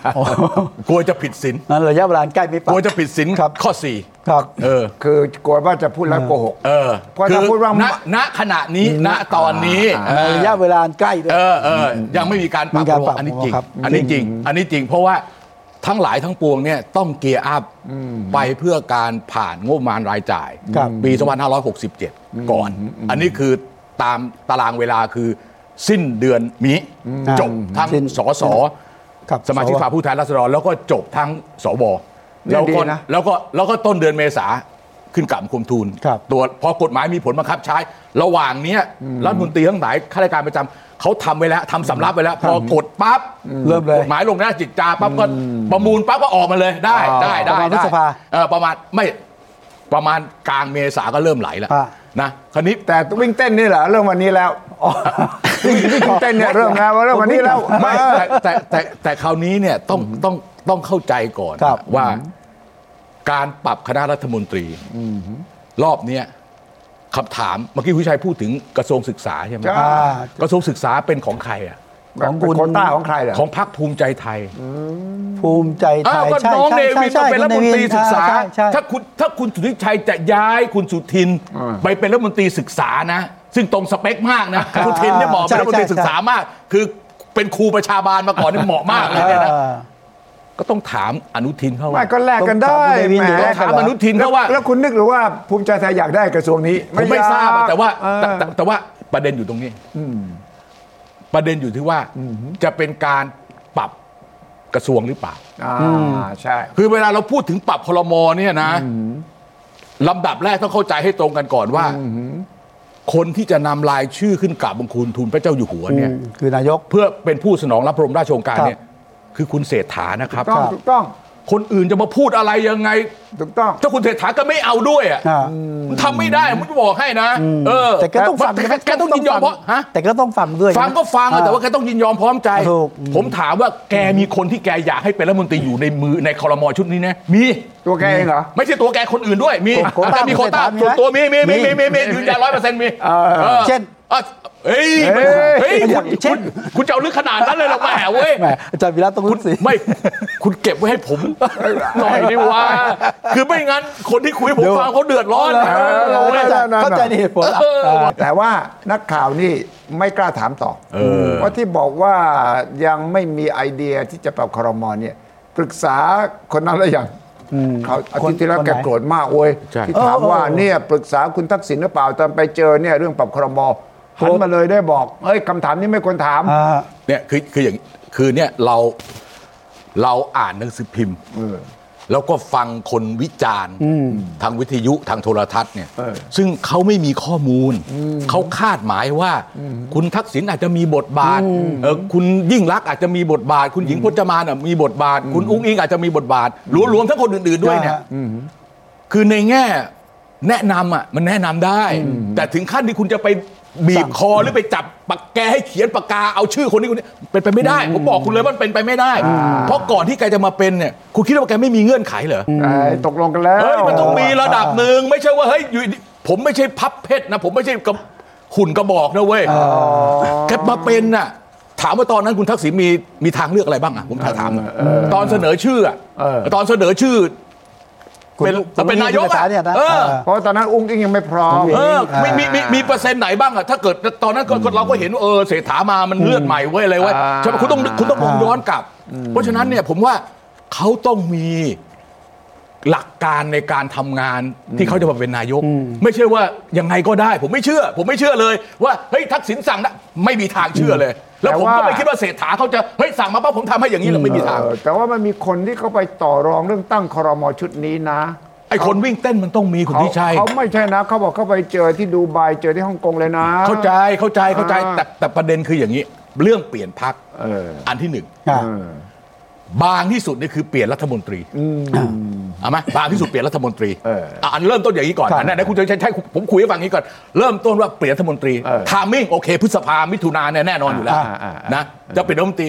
Speaker 4: กลัวจะผิดศีล
Speaker 2: นั้นระยะเวลาใกล้ไม่ปรั
Speaker 4: ก
Speaker 2: บ
Speaker 4: ลัวจะผิดศีล
Speaker 2: ครับ
Speaker 4: ข้อสี่
Speaker 2: ครับ
Speaker 4: เออ
Speaker 3: คือกลัวว่าจะพูดแล้วโกหก
Speaker 4: เออ
Speaker 3: เพราะถ้าพูดว่า
Speaker 4: ณณขณะนี้ณตอนนี้เออ
Speaker 2: ระยะเวลาใกล้ด้วย
Speaker 4: เออเออยังไม่มีการปรับ
Speaker 2: มีการปรับ
Speaker 4: อันนี้จริง
Speaker 2: ครับ
Speaker 4: อันนี้จริง อันนี้จริงเพราะว่าทั้งหลายทั้งปวงเนี่ยต้องเกียร์อัพไปเพื่อการผ่านงบประมาณรายจ่าย
Speaker 2: ครับ
Speaker 4: ปี 2567 ก่อน อันนี้คือตามตารางเวลาคือสิ้นเดือนมิจบทั้ง
Speaker 2: สิ้น
Speaker 4: สส
Speaker 2: ครับ
Speaker 4: สมาชิก
Speaker 2: สว
Speaker 4: สภาผู้แทนราษฎรแล้วก็จบทั้งสว
Speaker 3: เนี่ย
Speaker 4: แล้วก็
Speaker 3: ดีนะ
Speaker 4: แล้วก็แล้วก็ต้นเดือนเมษาขึ้นกลับคุมทูล
Speaker 2: ครับ
Speaker 4: ตัวพอกฎหมายมีผลบังคับใช้ ระหว่างเนี้ยรัฐมนตรีทั้งหลายข้าราชการประจำเขาทำไว้แล้วทำสำรับไว้แล้ว พอกดปั๊บ
Speaker 2: เริ่มเลย
Speaker 4: กฎหมายลงหน้าจิตจาปั๊บก็ประมูลปั๊บก็ออกมาเลยได้
Speaker 2: อ่า
Speaker 4: ได้ได้
Speaker 2: ประมาณพฤ
Speaker 4: ได้
Speaker 2: ษภา
Speaker 4: เออประมาณไม่ประมาณกลางเมษาก็เริ่มไหลแล้ว
Speaker 2: อ่า
Speaker 4: นะคราวนี้
Speaker 3: แต่วิ่งเต้นนี่เหรอเรื่องวันนี้แล้ววิ่งวิ่งเต้นเนี่ยเริ่มแล้วเรื่องวันนี้แล้ว
Speaker 4: ไม่แต่แต่แต่แต่คราวนี้เนี่ยต้องต้องต้องเข้าใจก่อน
Speaker 2: ครับ
Speaker 4: ว่าการปรับคณะรัฐมนตรีรอบเนี้ยคำถามเมื่อกี้คุณชัยพูดถึงกระทรวงศึกษาใช่ไหม
Speaker 3: ใช่
Speaker 4: กระทรวงศึกษาเป็นของใครอ่ะ
Speaker 2: ของคุณ
Speaker 3: โควต้าของใครเหรอ
Speaker 4: ของพรรคภูมิใจไทย
Speaker 2: ภูมิใจไท
Speaker 4: อ้าวยก็
Speaker 2: ใช่
Speaker 4: น้อง
Speaker 2: ใช่
Speaker 4: เนวิ
Speaker 2: ใช่ใช่
Speaker 4: นต้องเป็นรัฐมนตรีศึกษา
Speaker 2: ใช่ใช่
Speaker 4: ถ้าคุณถ้าคุณสุทธิชัยจะย้ายคุณสุทิน ไปเป็นรัฐมนตรีศึกษานะ ซึ่งตรงสเปคมากนะคุณสุทินเนี่ยเหมาะเป็นรัฐมนตรีศึกษามาก คือเป็นครูประชาบาลมาก่อนเนี่ยเหมาะมากเลยเนี่ยนะ ก็ต้องถามอนุทินเขาว่า
Speaker 3: ไม่ก็แลกกันได้
Speaker 2: ต้องถามคุณเนวิน
Speaker 3: แหม
Speaker 2: อยู่แล้ว
Speaker 4: ถามอนุทินเขาว่า
Speaker 3: แล้วคุณนึกหรือว่าภูมิใจไทยอยากได้กระทรวงนี้
Speaker 4: ผมไม่
Speaker 3: อยก
Speaker 4: ทราบอะแต่ว่า
Speaker 3: เออ
Speaker 4: แต่แต่แต่ว่าประเด็นอยู่ตรงนี้ประเด็นอยู่ที่ว่าจะเป็นการปรับ กระทรวงหรือเปล่า
Speaker 3: อ่าใช่
Speaker 4: คือเวลาเราพูดถึงปรับพลมเนี่ยนะลำดับแรกต้องเข้าใจให้ตรงกันก่อนว่า คนที่จะนำรายชื่อขึ้นกราบบังคุณทูลพระเจ้าอยู่หัวเนี่ย
Speaker 2: คือนายก
Speaker 4: เพื่อเป็นผู้สนองรับพระบรมราชโองการ
Speaker 2: ครับ
Speaker 4: เนี่ยคือคุณเศรษฐานะครับ
Speaker 3: ต้องถูกต้อง
Speaker 4: คนอื่นจะมาพูดอะไรยังไง
Speaker 3: ถูกต้อง
Speaker 4: ถ้าคุณเศรษฐาก็ไม่เอาด้วยอ่ะ
Speaker 2: อ่า
Speaker 4: มันทำไม่ได้ผมจะบอกให้นะเออ
Speaker 2: แต่แกต้องฟัง
Speaker 4: แต่แกต้องยินยอมเพราะฮะ
Speaker 2: แต่ก็ต้องฟังด้วย
Speaker 4: ฟังก็ฟัง
Speaker 2: อ่า
Speaker 4: แต่ว่าแกต้องยินยอมพร้อมใจ
Speaker 2: ถูกอืม
Speaker 4: ผมถามว่าแกมีคนที่แกอยากให้เป็นรัฐมนตรีอยู่ในมือในคอรมอชุดนี้นะมี
Speaker 3: ตัวแกเองเหรอ
Speaker 4: ไม่ใช่ตัวแกคนอื่นด้วยมี
Speaker 2: โควต้า
Speaker 4: แกมีโควต้า
Speaker 2: มีไหม
Speaker 4: ส่วนตัวมีมีมีมีมีมี
Speaker 2: มี
Speaker 4: ยืนยันร้อยเปอร์เซ็นต์มีออ
Speaker 2: เช่น
Speaker 4: อ่ะเฮ้ย
Speaker 3: เฮ้ย
Speaker 4: เฮ้ยคุณ
Speaker 2: เช่น
Speaker 4: คุณจะเอาลึกขนาดนั้นเลยเหรอแหมเว้ย
Speaker 2: แหมอาจารย์วีระต้อง
Speaker 4: คุ
Speaker 2: รู้
Speaker 4: ณ
Speaker 2: สิ
Speaker 4: ไม่คุณเก็บไว้ให้ผม หน่อยดีว่า คือไม่งั้นคนที่คุยให้ผม
Speaker 2: เดี๋ยว
Speaker 4: ฟังเขาเดือดร้อน
Speaker 3: เออเออ
Speaker 2: เข้าใจเข้าใจในเหตุผลอ่ะา
Speaker 3: แต่ว่านักข่าวนี่ไม่กล้าถามต่อเพราะที่บอกว่ายังไม่มีไอเดียที่จะปรับครมอเนี่ยปรึกษาคนนั้นหรือยังเขาอาทิตย์ที่แล้ว
Speaker 2: คนไหน
Speaker 3: แกโกรธมากเว้ยที่ถา
Speaker 2: เอ
Speaker 3: ม
Speaker 2: อเออ
Speaker 3: ว่าเนี่ยปรึกษาคุณทักษิณหรือเปล่าตอนไปเจอเนี่ยเรื่องปรับครมอหันมาเลยได้บอกเอ้ยคำถามนี้ไม่ควรถาม
Speaker 2: อ่า
Speaker 4: เนี่ยคือคืออย่างคือเนี่ยเราเราอ่านหนังสือพิมพ์แล้วก็ฟังคนวิจารณ์ทางวิทยุทางโทรทัศน์เนี่ย
Speaker 3: เออ
Speaker 4: ซึ่งเขาไม่มีข้อมูล เขาคาดหมายว่า คุณทักษิณอาจจะมีบทบาทเออคุณยิ่งรักษณ์อาจจะมีบทบาท คุณหญิงพจมานอ่ะมีบทบาท คุณอุ้งอิงอาจจะมีบทบาทรวมๆทั้งคนอื่นๆด้วยเนี่ย
Speaker 2: อ่า
Speaker 4: คือในแง่แนะนำอ่ะมันแนะนำได้ แต่ถึงขั้นที่คุณจะไปบีบคอหรือไปจับปากแกให้เขียนปากกาเอาชื่อคนนี้คนนี้เป็นไปไม่ได้ผมบอกคุณเลยว่ามันเป็นไปไม่ได้ เพราะก่อนที่แกจะมาเป็นเนี่ยคุณคิดว่าแกไม่มีเงื่อนไขเหรอ
Speaker 3: เอ้ยตกลงกันแล้ว
Speaker 4: เฮ้ยมันต้องมีระดับหนึ่งไม่ใช่ว่าเฮ้ยอยู่ดีผมไม่ใช่พับเพชรนะ ผมไม่ใช่กระหุ่นกระบอกนะเว้ยแกมาเป็นน่ะถามว่าตอนนั้นคุณทักษิณมีมีทางเลือกอะไรบ้างอ่ะผมถามถามหน่อยตอนเสนอชื่ออ่ะ
Speaker 3: เออ
Speaker 4: ตอนเสนอชื่อ
Speaker 2: คุณ
Speaker 4: เป็น
Speaker 2: คุณ
Speaker 4: เป็นนายกอะ
Speaker 2: เศรษฐเนี่ยนะ
Speaker 4: เออ
Speaker 2: เออ
Speaker 3: เพราะตอนนั้นอุ้งอิงยังไม่พร้อม
Speaker 4: เออไม่มีมีมีเปอร์เซ็นต์ไหนบ้างอะถ้าเกิดตอนนั้นก็เราก็เห็นว่าเออเศรษฐามามันเลือดใหม่เว้ยอะไรเว้ย
Speaker 3: อ่า
Speaker 4: ใช่ไหมคุณต้องคุณต้องมอง
Speaker 2: อ่า
Speaker 4: ย้อนกลับ เพราะฉะนั้นเนี่ยผมว่าเขาต้องมีหลักการในการทำงานที่เขาจะมาเป็นนายก ไม่ใช่ว่ายังไงก็ได้ ผมไม่เชื่อ ผมไม่เชื่อเลยว่าเฮ้ยทักษิณสั่งนะไม่มีทางเชื่อเลย แล้วผมก็ไม่คิดว่าเศรษฐาเขาจะเฮ้ยสั่งมาป้าผมทำให้อย่างนี้เราไม่มีทาง
Speaker 3: เออแต่ว่ามันมีคนที่เขาไปต่อรองเรื่องตั้งครมชุดนี้นะ
Speaker 4: ไอ้คนวิ่งเต้นมันต้องมีคุณ
Speaker 3: เขา
Speaker 4: พิชัย
Speaker 3: เขาไม่ใช่นะเขาบอกเขาไปเจอที่ดูไบเจอที่ฮ่องกงเลยนะ
Speaker 4: เข้าใจเข้าใจเข้าใจ
Speaker 3: อ่า
Speaker 4: แต่แต่ประเด็นคืออย่างนี้ เรื่องเปลี่ยนพัก
Speaker 3: เออ
Speaker 4: อันที่หนึ่ง
Speaker 2: อ่า
Speaker 3: เออ
Speaker 4: บางที่สุดนี่คือเปลี่ยนรัฐมนตรีเอาไหมบางที่สุดเปลี่ยนรัฐมนตรี
Speaker 3: เออ
Speaker 4: เอาอันเริ่มต้นอย่างนี้ก่อน
Speaker 2: ครับ
Speaker 4: อันนั้นนะคุณจะใช้ใช้ผมคุยให้ฟังอย่างนี้ก่อน เริ่มต้นว่าเปลี่ยนรัฐมนตรี
Speaker 3: เออ
Speaker 4: ทามมิ่งโอเค พฤษภามิถุนาเนี่ยแน่นอนอยู่แล้ว
Speaker 2: อ่า
Speaker 3: อ่าอ่าน
Speaker 4: นะจะเปลี่ยนรัฐมนตรี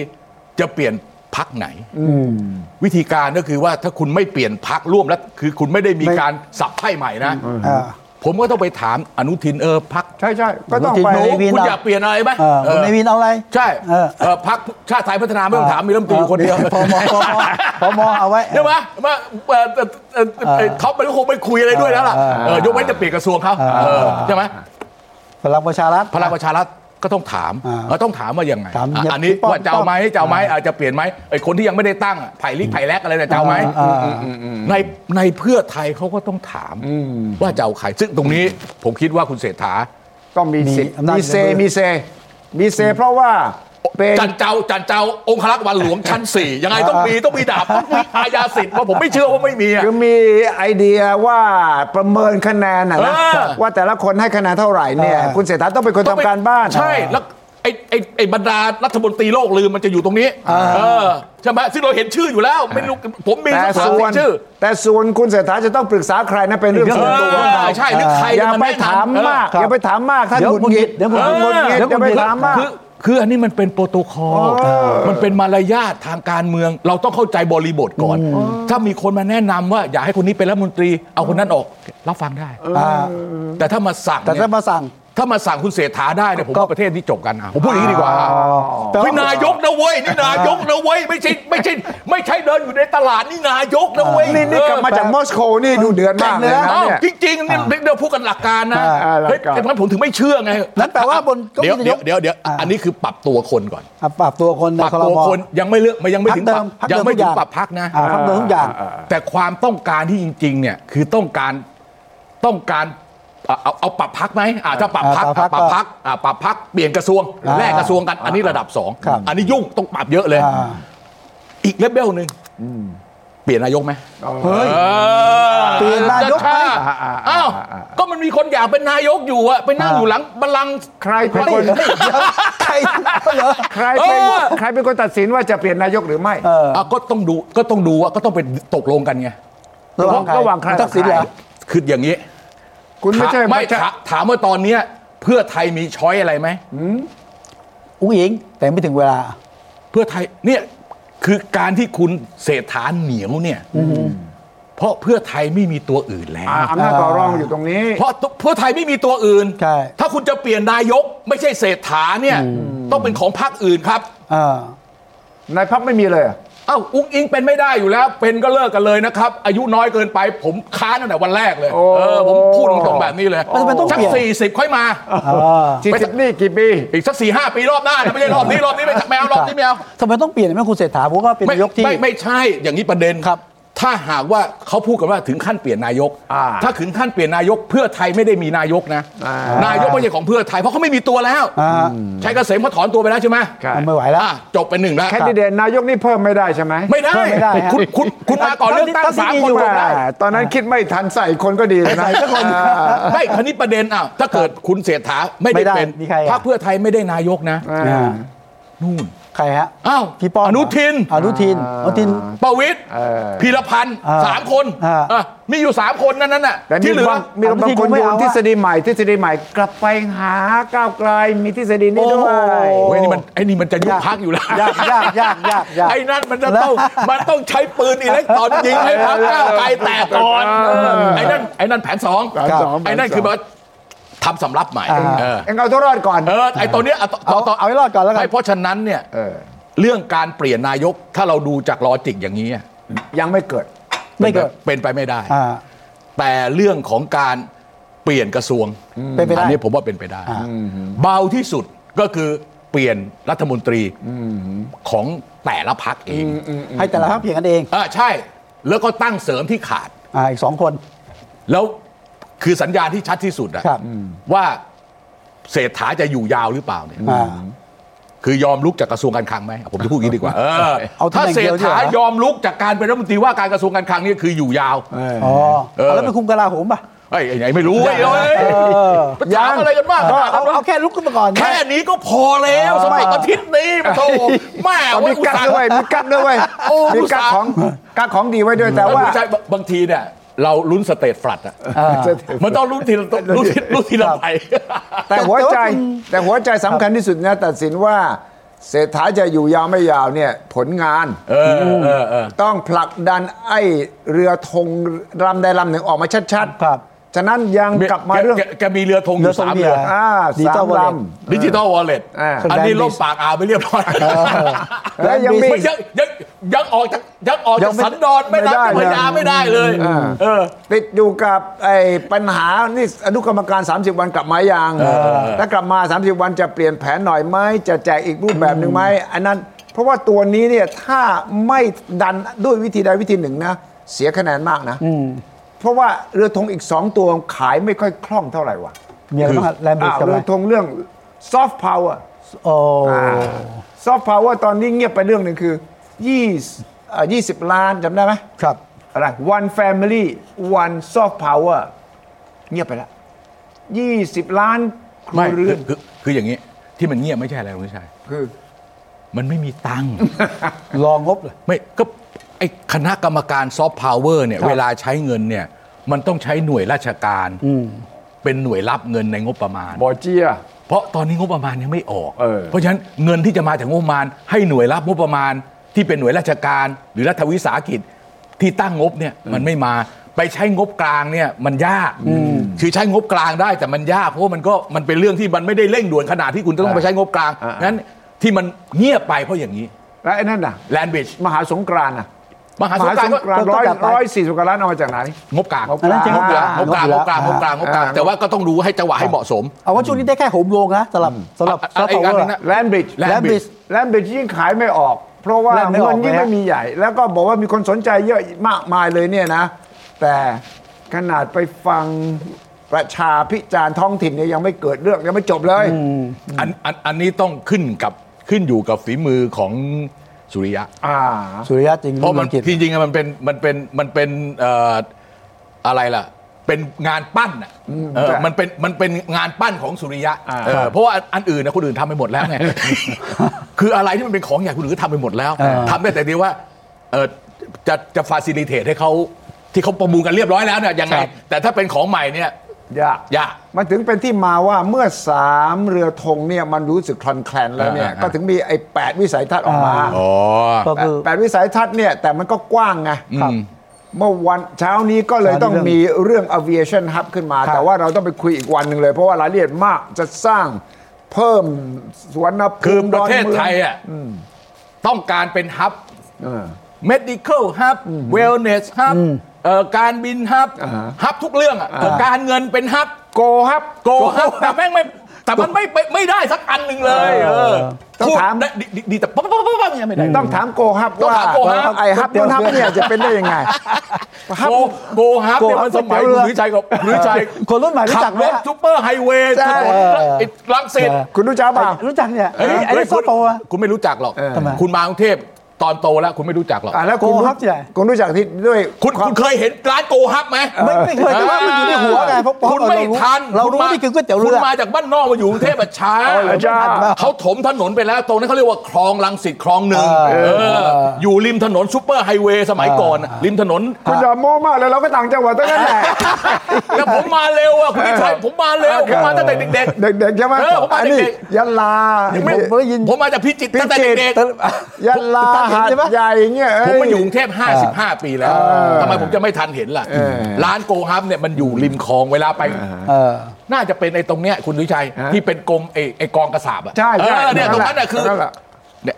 Speaker 4: จะเปลี่ยนพักไหนวิธีการก็คือว่าถ้าคุณไม่เปลี่ยนพักร่วมแล้วคือคุณไม่ได้มี
Speaker 2: ไม่
Speaker 4: การสับไพ่ใหม่นะ
Speaker 2: อ่า
Speaker 4: ผมก็ต้องไปถามอนุทินเออพัก
Speaker 3: ใช่ใช่ก็ต้องไป
Speaker 2: เออ วิน
Speaker 4: คุณ
Speaker 2: เอา
Speaker 4: อยากเปลี่ยนอะไรไหม
Speaker 2: อ่า
Speaker 4: เอ
Speaker 2: คุณ
Speaker 4: อ
Speaker 2: นายวินเอาอะไร
Speaker 4: ใช่
Speaker 2: เออ
Speaker 4: เออพักชาติไทยพัฒนาไม่ต้องถามมีรัฐมนตรีอยู่คนเดียว
Speaker 2: พมพมพมเอาไว้
Speaker 4: ใช่ไหมว่าเอ่อเอ่อเอ่อเอ่อ
Speaker 2: เออ
Speaker 4: ท็อปมันก็คงไม่คุยอะไรด้วยแล้วล่ะ
Speaker 2: เออ
Speaker 4: เออยกเว้นจะเปลี่ยนกระทรวงเขา
Speaker 2: เออ
Speaker 4: เออใช่ไหม
Speaker 2: พลังประชารัฐ
Speaker 4: พลังประชารัฐก็ต้องถาม
Speaker 2: อ่า
Speaker 4: เออต้องถามว่ายังไง
Speaker 2: ถาม
Speaker 4: อ่ะ
Speaker 2: ยัง
Speaker 4: อันนี้
Speaker 2: พี่ป้อม
Speaker 4: ว่าจะเอาไหม
Speaker 2: ป้อม
Speaker 4: จะเอาไหมอาจจะเปลี่ยนไหมไอ้คนที่ยังไม่ได้ตั้งอ่ะไผ่ลิกไผ่แลกอะไรเนี่ยจะเอาไหม
Speaker 2: อ่า
Speaker 4: อืมอืมอืมในในเพื่อไทยเขาก็ต้องถามว่าจะเอาใครซึ่งตรงนี้ผมคิดว่าคุณเศรษฐา
Speaker 3: ต้องมีสิทธิ์
Speaker 2: มีอำนาจ
Speaker 3: มีเซมีเซมีเซเพราะว่าเป็น
Speaker 4: จันเจ้าจันเจ้าองครักษ์วันหลวงชั้นสี่ยังไงต้องมีต้องมีดาบต้องมีอาญาสิทธิ์ว่าะผมไม่เชื่อว่าไม่มีอะ
Speaker 3: คือมีไอเดียว่าประเมินคะแนนนะนะ
Speaker 4: เออ
Speaker 3: ว่าแต่ละคนให้คะแนนเท่าไหร่เนี่ย
Speaker 2: เออ
Speaker 3: คุณเศรษฐาต้องเป็นคนทำการบ้าน
Speaker 4: ใช่แล้วไอ้ไอ้ไอ้บรรดารัฐมนตรีโลกลืมมันจะอยู่ตรงนี้เออใช่ไหมซึ่งเราเห็นชื่ออยู่แล้วไม่รู้ผมมี
Speaker 3: แต่
Speaker 4: สัก
Speaker 3: ส่
Speaker 4: สามสิ
Speaker 3: ว
Speaker 4: บ
Speaker 3: น
Speaker 4: ชื่อ
Speaker 3: แต่ส่วนคุณเศรษฐาจะต้องปรึกษาใครนะเป็นเรื่อง
Speaker 2: เอ
Speaker 3: ส่วน
Speaker 2: อ
Speaker 3: ตัวของเขา
Speaker 4: ใช่หรือใคร
Speaker 3: อย่าไป
Speaker 4: นแนะนำ
Speaker 3: ถามมาก
Speaker 4: เอ
Speaker 2: ค
Speaker 4: อ
Speaker 2: รับ
Speaker 3: อย่าไปถามมากท่าน
Speaker 2: เดี๋ยว
Speaker 3: หงุดหงิด
Speaker 2: เดี๋ยวคุณ
Speaker 3: ออหงุดหงิด
Speaker 2: เดี๋ยว
Speaker 3: อย่าไป
Speaker 2: คุณ
Speaker 3: ถามมาก
Speaker 4: คือคืออันนี้มันเป็นโปรโตคอลมันเป็นมารยาททางการเมือง เราต้องเข้าใจบริบทก่อน ถ้ามีคนมาแนะนำว่าอยากให้คนนี้เป็นรัฐมนตรี เอาคนนั้นออกรับฟังได้
Speaker 2: อ่า
Speaker 4: แต่ถ้ามาสั่ง
Speaker 2: แต่
Speaker 4: เนี่ย
Speaker 2: ถ้ามาสั่ง
Speaker 4: ถ้ามาสั่งคุณเศรษฐาได้เนี่ยผม
Speaker 2: ก็
Speaker 4: ว่าประเทศนี้จบกันอ่ะผมพูดอย่างนี้ดีกว่า
Speaker 2: แปลว่
Speaker 4: พี่นายกนะเว้ยนี่นายกนะเว้ยไม่ใช่ไม่ใช่ไม่ใช่เดินอยู่ในตลาดนี่นายกนะเว้ย
Speaker 3: นี่นี่กลับมาจากมอสโกนี่ดูเดือดมากเลยนะ
Speaker 4: เอ้า
Speaker 3: เนี่ย
Speaker 4: จริงๆนี่เดี๋ยวพูดกันหลักการนะ
Speaker 2: อ่า
Speaker 3: อ่าหลัก
Speaker 4: เฮ้ย
Speaker 3: การ
Speaker 4: แต่งั้นผมถึงไม่เชื่อไง
Speaker 2: นั่นแปลว่าบนเก้าอี้
Speaker 4: เดี๋ยวน
Speaker 2: ายก
Speaker 4: เดี๋ยวเดี๋ยวเดี๋ยว
Speaker 2: อ่า
Speaker 4: อันนี้คือปรับตัวคนก่อน
Speaker 2: อ่ะปรับตัวคนใน
Speaker 4: ปรับ
Speaker 2: คอร
Speaker 4: ตัว
Speaker 2: มอ
Speaker 4: คนยังไม่เลือกมันยังไม่
Speaker 2: พัก
Speaker 4: ถึง
Speaker 2: เดิมพักเดิม
Speaker 4: ปรับยัไม่
Speaker 2: ทุกอ
Speaker 4: ถึง
Speaker 2: ย่าง
Speaker 4: ปรับพักนะ
Speaker 2: อ่าพักเดิมทุกอย่าง
Speaker 4: แต่ความต้องการที่จริงๆเนี่ยคือต้องการต้องการเอาเอาเอาปรับพักไหมอาจจะถ้าปรับพัก
Speaker 2: อ่าปรับพรรค
Speaker 4: ปรับพักปรับพักเปลี่ยนกระทรวง
Speaker 2: อ่า
Speaker 4: แลกกระทรวงกันอันนี้ระดับสอง
Speaker 2: ครับ
Speaker 4: อันนี้ยุ่งต้องปรับเยอะเลย
Speaker 2: อ่า
Speaker 4: อีกเลเวลหนึ่งเปลี่ยนนายกไหม
Speaker 2: เฮ้ย เปลี่ยนนายกไหม
Speaker 4: อ้าวก็มันมีคนอยากเป็นนายกอยู่อะไปนั่งอยู่หลังบัลลังก์
Speaker 3: ใครเป็นคน
Speaker 2: ใครเหร *laughs* อ
Speaker 3: ใครเป็น
Speaker 4: เออ
Speaker 3: ใครเป็นคนตัดสินว่าจะเปลี่ยนนายกหรือไม่
Speaker 4: อ่ะก็ต้องดูก็ต้องดูว่าก็ต้องเป็นตกลงกันไง
Speaker 2: ระหว่างใคร
Speaker 3: ระหว่างใคร
Speaker 2: ทักษิณเหรอ
Speaker 4: คืออย่างนี้
Speaker 3: คุณไม่ใช่
Speaker 4: ถามไม่
Speaker 3: พระเจ้า
Speaker 4: ถามถามว่าตอนเนี้ยเพื่อไทยมีช้อยอะไรไหม
Speaker 2: อุ้งอิง แต่ไม่ถึงเวลา
Speaker 4: เพื่อไทยเนี่ยคือการที่คุณเศรษฐาเหนียวเนี่ยเพราะเพื่อไทยไม่มีตัวอื่นแล้ว
Speaker 3: อ่าอำนาจต่อรองอยู่ตรงนี้
Speaker 4: เพราะเพื่อไทยไม่มีตัวอื่น
Speaker 2: ใช่
Speaker 4: ถ้าคุณจะเปลี่ยนนายกไม่ใช่เศรษฐาเนี่ยต้องเป็นของพรรคอื่นครับ
Speaker 2: เออ
Speaker 3: ในพักไม่มีเลยเหรอ
Speaker 4: เอ้าอุ้งอิงเป็นไม่ได้อยู่แล้ว เป็นก็เลิกกันเลยนะครับ อายุน้อยเกินไป ผมค้านตั้งแต่วันแรกเลยเออผมพูดตรงๆแบบนี้เลย
Speaker 2: แล้วทำไมต้อง
Speaker 4: สัก
Speaker 2: เปลี่ยน
Speaker 4: สี่สิบค่อยมา
Speaker 2: เออ
Speaker 3: สี่สิบนี่กี่ปี
Speaker 4: อีกสักสี่ห้าปีรอบหน้านะไม่ใช่รอบนี้รอบนี้ไม่แมวรอบนี้แมว
Speaker 2: ทำไมต้องเปลี่ยนแม่คุณเศรษฐาผมก็เป็น
Speaker 4: ไม่
Speaker 2: นายกที่
Speaker 4: ไม่ไม่ใช่อย่างนี้ประเด็น
Speaker 2: ครับ
Speaker 4: ถ้าหากว่าเขาพูดกันว่าถึงขั้นเปลี่ยนนายก
Speaker 3: อ่า
Speaker 4: ถ้าถึงขั้นเปลี่ยนนายกเพื่อไทยไม่ได้มีนายกนะ นายกไม่ใช่ของเพื่อไทยเพราะเขาไม่มีตัวแล้ว
Speaker 2: อ่า
Speaker 4: ชัยเกษมเขาถอนตัวไปแล้วใช่ไหม
Speaker 2: มันไม่ไหวแล้ว
Speaker 4: อ่ะจบเป็นหนึ่งแล้ว
Speaker 3: แคนดิเดตนายกนี่เพิ่มไม่ได้ใช่ไหม
Speaker 4: ไม่ได้
Speaker 2: เพิ่มไม่ได้ฮะ
Speaker 4: คุณคุณคุณมาก่อนเลือกตั้ง
Speaker 2: ตั้งที่
Speaker 4: สาม
Speaker 2: มี
Speaker 4: คน
Speaker 2: อยู่
Speaker 4: ก็
Speaker 3: แม่
Speaker 4: ได้
Speaker 3: ตอนนั้นคิดไม่ทันใส่คนก็ดีเลยนะ
Speaker 2: ใส่สักคน
Speaker 4: ไม่คันนี้ประเด็นอ่ะถ้าเกิดคุณเศรษฐาไม่
Speaker 2: ไม่ได้
Speaker 4: ได้เป็น
Speaker 2: มีใครอ่ะ
Speaker 4: พรรคเพื่อไทยไม่ได้นายกนะ
Speaker 2: อ่า
Speaker 4: นู่น
Speaker 2: ใครฮะ
Speaker 4: อ้าว
Speaker 2: พี่ป้อม
Speaker 4: อนุทิน
Speaker 2: อนุทินอนุทิน
Speaker 4: ประวิตย์
Speaker 3: เออ
Speaker 4: พีรพันธ์
Speaker 2: อ่า
Speaker 4: สามคน
Speaker 2: อ่า
Speaker 4: อ่ะมีอยู่สามคนนั่นน่ะ
Speaker 3: แต่มี
Speaker 4: ที่เหลือ
Speaker 3: บางมีบางคน
Speaker 2: ไม่
Speaker 3: โย
Speaker 2: เอา
Speaker 3: น
Speaker 2: อะ
Speaker 3: ทฤษฎีใหม่ทฤษฎีใหม่กลับไปหาก้าวไกลมีทฤษฎีนี้ด้วย
Speaker 4: โอ้ยนี่มันไอ้นี่มันจะยุบพักอยู่แล้ว
Speaker 2: ยากยากยากยากยาก
Speaker 4: *laughs* ไอ้นั่นมันจะต้องมันต้องใช้ปืนอิเล็กตรอนยิงให้พักก้าวไกลแตกก่อนไอ้นั่นไอ้นั่นแผนสอง
Speaker 3: สามสอง
Speaker 4: ไอ้นั่นคือแบบว่าทำสำรับใหม่
Speaker 2: อ่า
Speaker 4: เออ
Speaker 3: เอ็งเอาตัวรอดก่อน
Speaker 4: เออไอ้ตัวเนี้ยเอา
Speaker 2: เอา
Speaker 4: ต่อ
Speaker 2: เอาให้รอดก่อนแล้วกัน
Speaker 4: ไม่เพราะฉะนั้นเนี่ย
Speaker 3: เออ
Speaker 4: เรื่องการเปลี่ยนนายกถ้าเราดูจากลอจิกอย่างนี้อะ
Speaker 3: ยังไม่เกิด
Speaker 2: ไม่เกิด
Speaker 4: เป็นไปไม่ได้
Speaker 2: อ่า
Speaker 4: แต่เรื่องของการเปลี่ยนกระทรวง
Speaker 2: เป็นไปได้
Speaker 4: อันี้ผมว่าเป็นไปได้
Speaker 2: อ่า
Speaker 4: เบาที่สุดก็คือเปลี่ยนรัฐมนตรีของแต่ละพักเอง
Speaker 2: ให้แต่ละพรรคเปลี่ยนกันเอง
Speaker 4: อ่าใช่ แล้วก็ตั้งเสริมที่ขาด
Speaker 2: อ่าอีกสองคน
Speaker 4: แล้วคือสัญญาณที่ชัดที่สุดอะ
Speaker 2: ครับ
Speaker 4: ว่าเศรษฐาจะอยู่ยาวหรือเปล่าเนี่ย
Speaker 2: อ่า
Speaker 4: คือยอมลุกจากกระทรวงการคลังไหมผมจะพูดอย่างนี้ดีกว่าเออ
Speaker 2: เอาตำ
Speaker 4: ถ้า
Speaker 2: แหน่ง
Speaker 4: เศร
Speaker 2: เดี
Speaker 4: ษ
Speaker 2: ยวดีกว่า
Speaker 4: ฐายอมลุกจากการเป็นรัฐมนตรีว่าการกระทรวงการคลังเนี่ยคืออยู่ยาว
Speaker 2: อ๋อ
Speaker 4: เออ
Speaker 2: เอาแล้วไปคุมกลาโหมป่ะ
Speaker 4: ไอ้ยไอ้ไหนไม่รู้ไอ้ยเอ้ย
Speaker 2: เออ
Speaker 4: ไปถามอะไรกันมาก
Speaker 2: ก็เอาเอาแค่ลุกขึ้นมาก่อน
Speaker 4: แค่นี้ก็พอแล้วสำหรับอาทิตย์นี้มาโตแม่
Speaker 3: เอา
Speaker 4: โอ้
Speaker 3: มี
Speaker 4: ยอุต
Speaker 3: กั๊ก
Speaker 4: ส่า
Speaker 3: ด้วย
Speaker 4: ห์
Speaker 3: มีกั๊กด้วย
Speaker 4: โอ้ย
Speaker 3: มี
Speaker 4: อุต
Speaker 3: กั๊ก
Speaker 4: ส่าห์
Speaker 3: ของกั๊กของดีไว้ด้วยแต่ว่า
Speaker 4: ไม่ใช่บางทีเนี่ยเราลุ้นสเตตฟลัดอ่ะมันต้องลุ้นทีละตัวลุ้นทีลุ้นทีละใบ
Speaker 3: แต่หัวใจ
Speaker 2: แต่ว่าคุณ
Speaker 3: แต่หัวใจสำคัญที่สุดนะตัดสินว่า เศรษฐาจะอยู่ยาวไม่ยาวเนี่ยผลงานต้องผลักดันไอ้เรือธงลำใดลำหนึ่งออกมาชัดๆ
Speaker 2: ครับ
Speaker 3: ฉะนั้นยังกลับมาเรื่อง
Speaker 4: แกแกแกมีเรือธงอ
Speaker 2: เดี๋ยว
Speaker 4: ยู่
Speaker 2: ส่ง
Speaker 4: สาม
Speaker 2: เดีย
Speaker 4: เรือ
Speaker 2: ร์
Speaker 3: อ่า
Speaker 2: ดิจิตอล
Speaker 3: สาม
Speaker 2: วอล
Speaker 3: ล
Speaker 2: เล็ต
Speaker 4: ดิจิตอลวอลเล็ต
Speaker 3: อ่า
Speaker 4: อันนี้ล่มปากอ่าวไปเรียบร้อย
Speaker 3: และยังมี
Speaker 4: ไม่ยังยังยังออกจากยังออก
Speaker 3: ยั
Speaker 4: จาก
Speaker 3: งไม่
Speaker 4: สันดอนไม่ได้
Speaker 3: ไม่ได้
Speaker 4: จาก
Speaker 3: เลย
Speaker 4: พญาไม่ได้เลยเออ
Speaker 3: ติดอยู่กับไอ้ปัญหานี่อนุกรรมการ 30 วันกลับมายังถ้ากลับมา 30 วันจะเปลี่ยนแผนหน่อยไหมจะแจกอีกรูปแบบหนึ่งไหมอันนั้น เพราะว่าตัวนี้เนี่ยถ้าไม่ดันด้วยวิธีใดวิธีหนึ่งนะ เสียคะแนนมากนะเพราะว่าเรือธงอีก 2 ตัวขายไม่ค่อยคล่องเท่าไหร่ว่ะ
Speaker 2: มีอะไรบ้างแลนด์บริด
Speaker 3: อ้าว
Speaker 2: กับอะ
Speaker 3: เรื
Speaker 2: ไร
Speaker 3: อธงเรื่องซอฟต์พาวเวอร์
Speaker 2: โอ้
Speaker 3: ซอฟต์พาวเวอร์ตอนนี้เงียบไปเรื่องหนึ่งคือ20เอ่อ20 ล้านจำได้ไหม
Speaker 2: ครับ
Speaker 3: อะไร one family one soft power เงียบไปแล้วยี่สิบล้านครัว
Speaker 4: ไม่
Speaker 3: เรื
Speaker 4: คือ
Speaker 3: อน
Speaker 4: คือคืออย่างนี้ที่มันเงียบไม่ใช่อะไรหรอกไม่ใช่
Speaker 3: คือ
Speaker 4: มันไม่มีตังค์
Speaker 2: ลองงบเลย
Speaker 4: ไม่ก็ไอ้คณะกรรมการซอฟต์พาวเวอร์เนี่ยเวลาใช้เงินเนี่ยมันต้องใช้หน่วยราชการเป็นหน่วยรับเงินในงบประมาณ
Speaker 3: บอเจีย
Speaker 4: เพราะตอนนี้งบประมาณยังไม่ออก
Speaker 3: เออ
Speaker 4: ราะฉะนั้นเงินที่จะมาจากงบประมาณ ให้หน่วยรับงบประมาณที่เป็นหน่วยราชการ หรือรัฐวิสาหกิจที่ตั้งงบเนี่ยมันไม่มาไปใช้งบกลางเนี่ยมันยากคือใช้งบกลางได้แต่มันยากเพราะว่ามันก็มันเป็นเรื่องที่มันไม่ได้เร่งด่วนขนาดที่คุณจะต้องไปใช้งบกลางนั้นที่มันเงียบไปเพราะอย่างนี้
Speaker 3: และไอ้นั่นน่ะ
Speaker 4: แลนบิช
Speaker 3: มหาสงกรานต์น่ะ
Speaker 4: มหาม สง
Speaker 3: หา
Speaker 4: ครา
Speaker 3: ส
Speaker 4: ม
Speaker 3: ง
Speaker 4: ก็
Speaker 3: กรานต์ร้อยร้อยสี่สิบกว่าล้านเอามาจากไหน
Speaker 4: งบกลาง
Speaker 3: งบกลาง
Speaker 4: งบกลางงบกลางงบกลางงบกลางงบกลางแต่ว่าก็ต้องรู้ให้จังหวะให้เหมาะสม
Speaker 2: เอาว่าช่วงนี้ได้แค่โหมโรงนะสำหรับสำหรับ
Speaker 4: อ่ะ
Speaker 2: ซอฟต์
Speaker 4: อีก
Speaker 2: พาว
Speaker 4: อั
Speaker 2: เวนอ
Speaker 4: ห
Speaker 2: ร์
Speaker 4: นึ่งนะ
Speaker 3: แลนบริดจ์
Speaker 2: Land Bridge
Speaker 3: แลนบริดจ์ยิ่งขายไม่ออก เพราะว่า
Speaker 2: แลนไม่อ
Speaker 3: เงิ
Speaker 2: อก
Speaker 3: นยิ่ง
Speaker 2: ไหมฮะ
Speaker 3: ไม่มีใหญ่ แล้วก็บอกว่ามีคนสนใจเยอะมากมายเลยเนี่ยนะ แต่ขนาดไปฟังประชาพิจารณ์ท้องถิ่นเนี่ยยังไม่เกิดเรื่องยังไม่จบเลย
Speaker 4: อันอันอันนี้ต้องขึ้นกับขึ้นอยู่กับฝีมือของ สุริยะ
Speaker 3: อ่า
Speaker 2: สุริยะจริง
Speaker 4: เพราะมัน
Speaker 2: งกิจ
Speaker 4: จริงๆอะมันเป็นมันเป็นมันเป็นเอ่ออะไรล่ะ เป็นงานปั้นอ่ะเออ
Speaker 3: ใช่
Speaker 4: มันเป็นมันเป็นงานปั้นของสุริยะ
Speaker 3: อ่า
Speaker 4: เออเพราะว่าอันอื่นนะคนอื่นทำไปหมด *laughs* แล้วไง คืออะไรที่มันเป็นของใหญ่คนอื่นก็ทำไปหมดแล้ว
Speaker 2: อ่า
Speaker 4: ทำได้แต่เดียวว่าเออจะจะฟาซิลิเทตให้เขาที่เขาประมูลกันเรียบร้อยแล้วเนี่ยยังไง แต่ถ้าเป็นของใหม่เนี่ย
Speaker 3: ยาก
Speaker 4: ยาก
Speaker 3: มันถึงเป็นที่มาว่าเมื่อสามเรือธงเนี่ยมันรู้สึกคลอนแคลนแล้วเนี่ย
Speaker 4: อ่าอ่า
Speaker 3: ก็ถึงมีไอ้แปดวิสัยทัศน์ออกมา
Speaker 4: อ๋อ
Speaker 2: ก็คือ
Speaker 3: แปดวิสัยทัศน์เนี่ยแต่มันก็กว้างไง
Speaker 4: ครับ
Speaker 3: เมื่อวันเช้านี้ก็เลย
Speaker 2: เช้านี้
Speaker 3: ต้องมีเรื่อง aviation hub ขึ้นมา
Speaker 2: ครับ
Speaker 3: แต่ว่าเราต้องไปคุยอีกวันหนึ่งเลย เพราะว่ารายละเอียดมากจะสร้างเพิ่มสวนภู
Speaker 4: คือ
Speaker 3: มิ
Speaker 4: ประเทศ
Speaker 3: ดนมืง
Speaker 4: ไทยอ่ะต้องการเป็นฮับ
Speaker 3: เออ
Speaker 4: medical hub wellness hub เอ่อการบิน hub
Speaker 3: อ่าฮะ
Speaker 4: hub ทุกเรื่องอ่ะการเงินเป็น hub
Speaker 3: Go Hub
Speaker 4: go
Speaker 3: Go
Speaker 4: hub
Speaker 3: Hub
Speaker 4: แต่แม่งไม่แต่มันไม่ไม่ไม่ได้สักอันหนึ่งเลยเออ
Speaker 3: ต้อง
Speaker 4: พูด
Speaker 3: ถาม
Speaker 4: ได้ดีดีดีแต่ปั๊บปั๊บปั๊บปั๊บเนี่ยไม่ได้
Speaker 3: ต้องถามโกฮับ
Speaker 4: ต้อง
Speaker 3: ว่า
Speaker 4: ถาม Go Hub
Speaker 3: ไอ้ฮับ
Speaker 2: เดี๋ยว
Speaker 3: นู่
Speaker 2: น
Speaker 3: ฮับ
Speaker 2: เดี๋ยว
Speaker 3: เนี่ยจะเป็นได้ยังไง Hub
Speaker 4: โกโกฮับ
Speaker 2: Go
Speaker 4: เนี่ยมัน
Speaker 2: Hub
Speaker 4: สมัย
Speaker 2: ก๋วยเตี๋ยว
Speaker 4: คุณ
Speaker 2: เรือ
Speaker 4: หรือชัยกับหรือชัย
Speaker 2: คนรุ่นใหม่รู้จักไหม
Speaker 4: ขับรถ
Speaker 2: ฮะ
Speaker 4: ซูเปอร์ไฮเวย์
Speaker 3: ใช่
Speaker 4: ไอ้รังสิต
Speaker 2: เออ
Speaker 3: คุณรู้จักเปล่า
Speaker 2: รู้จักเนี่ยไอ้
Speaker 4: เฮ้ย
Speaker 2: ไอ้
Speaker 4: เฮ้ย
Speaker 2: โซโตอะ
Speaker 4: คุณไม่รู้จักหรอก
Speaker 2: ทำไม
Speaker 4: คุณมากรุงเทพตอนโตแล้วคุณไม่รู้จักหรอก
Speaker 3: อ่ะแล้วคุณ
Speaker 2: โกฮั
Speaker 3: รู้
Speaker 2: บที่ไหน
Speaker 3: คุณรู้จักที่ด้วย
Speaker 4: คุณ
Speaker 3: วาม
Speaker 4: คุณเคยเห็นร้านโกฮับไหม
Speaker 2: ไม่ไม่เคยแต่ว่ามันอยู่ในหัวไงเพราะเพราะ
Speaker 4: คุณไม่
Speaker 2: เรารู้
Speaker 4: ทัน
Speaker 2: เรารู้
Speaker 4: ณม
Speaker 2: ว่านี่คือก๋วยเตี๋ยวเรือ
Speaker 4: คุณมาจากบ้านนอกมาอยู่กรุงเทพอะช้า
Speaker 3: เอาเหรอจ้า
Speaker 4: เขาถมถนนไปแล้วตรงนั้นเขาเรียกว่าคลองลังสิตคลองหนึ่ง
Speaker 2: เออ
Speaker 4: เอออยู่ริมถนนซูเปอร์ไฮเวย์สมัยก่อนอะริมถนน
Speaker 3: คุณอย่าโม้มากเลยเราก็ต่างจังหวัดตั้งนั้นแหละ
Speaker 4: แต่ผมมาเร็วอ่ะคุณวิชัยผมมาเร็ว ผมมาตั้งแต่เด็ก
Speaker 3: เด็กๆใช่ไหม
Speaker 4: เออผมมา
Speaker 3: อันนี้
Speaker 4: เด็ก
Speaker 3: ยะลา
Speaker 2: ยังไม่ผมได้ยิน
Speaker 4: ๆ ผมมาจากพิจิตรตั้งแต่เด็กๆ
Speaker 3: ยะลา
Speaker 2: ผมผม
Speaker 3: หาด
Speaker 2: ใช่ปะ
Speaker 3: ใหญ่เงี้ยเ
Speaker 4: ผมมาอยู่กรุงเทพ 55 ปีแล้ว ทำไมผมจะไม่ทันเห็นล่ะ ร้านโกฮับเนี่ยมันอยู่ริมคลองเวลาไป
Speaker 2: เออ
Speaker 4: น่าจะเป็นไอ้ตรงเนี้ยคุณดุชัย
Speaker 3: ฮะ
Speaker 4: ที่เป็นกรมไอ้ไอ้กองกระสาบอ่ะ
Speaker 3: ใช่
Speaker 4: เอ
Speaker 3: ใช่
Speaker 4: อเนี่ยตรงนั้นน่ะคือ
Speaker 3: แหละ
Speaker 4: เนี่ย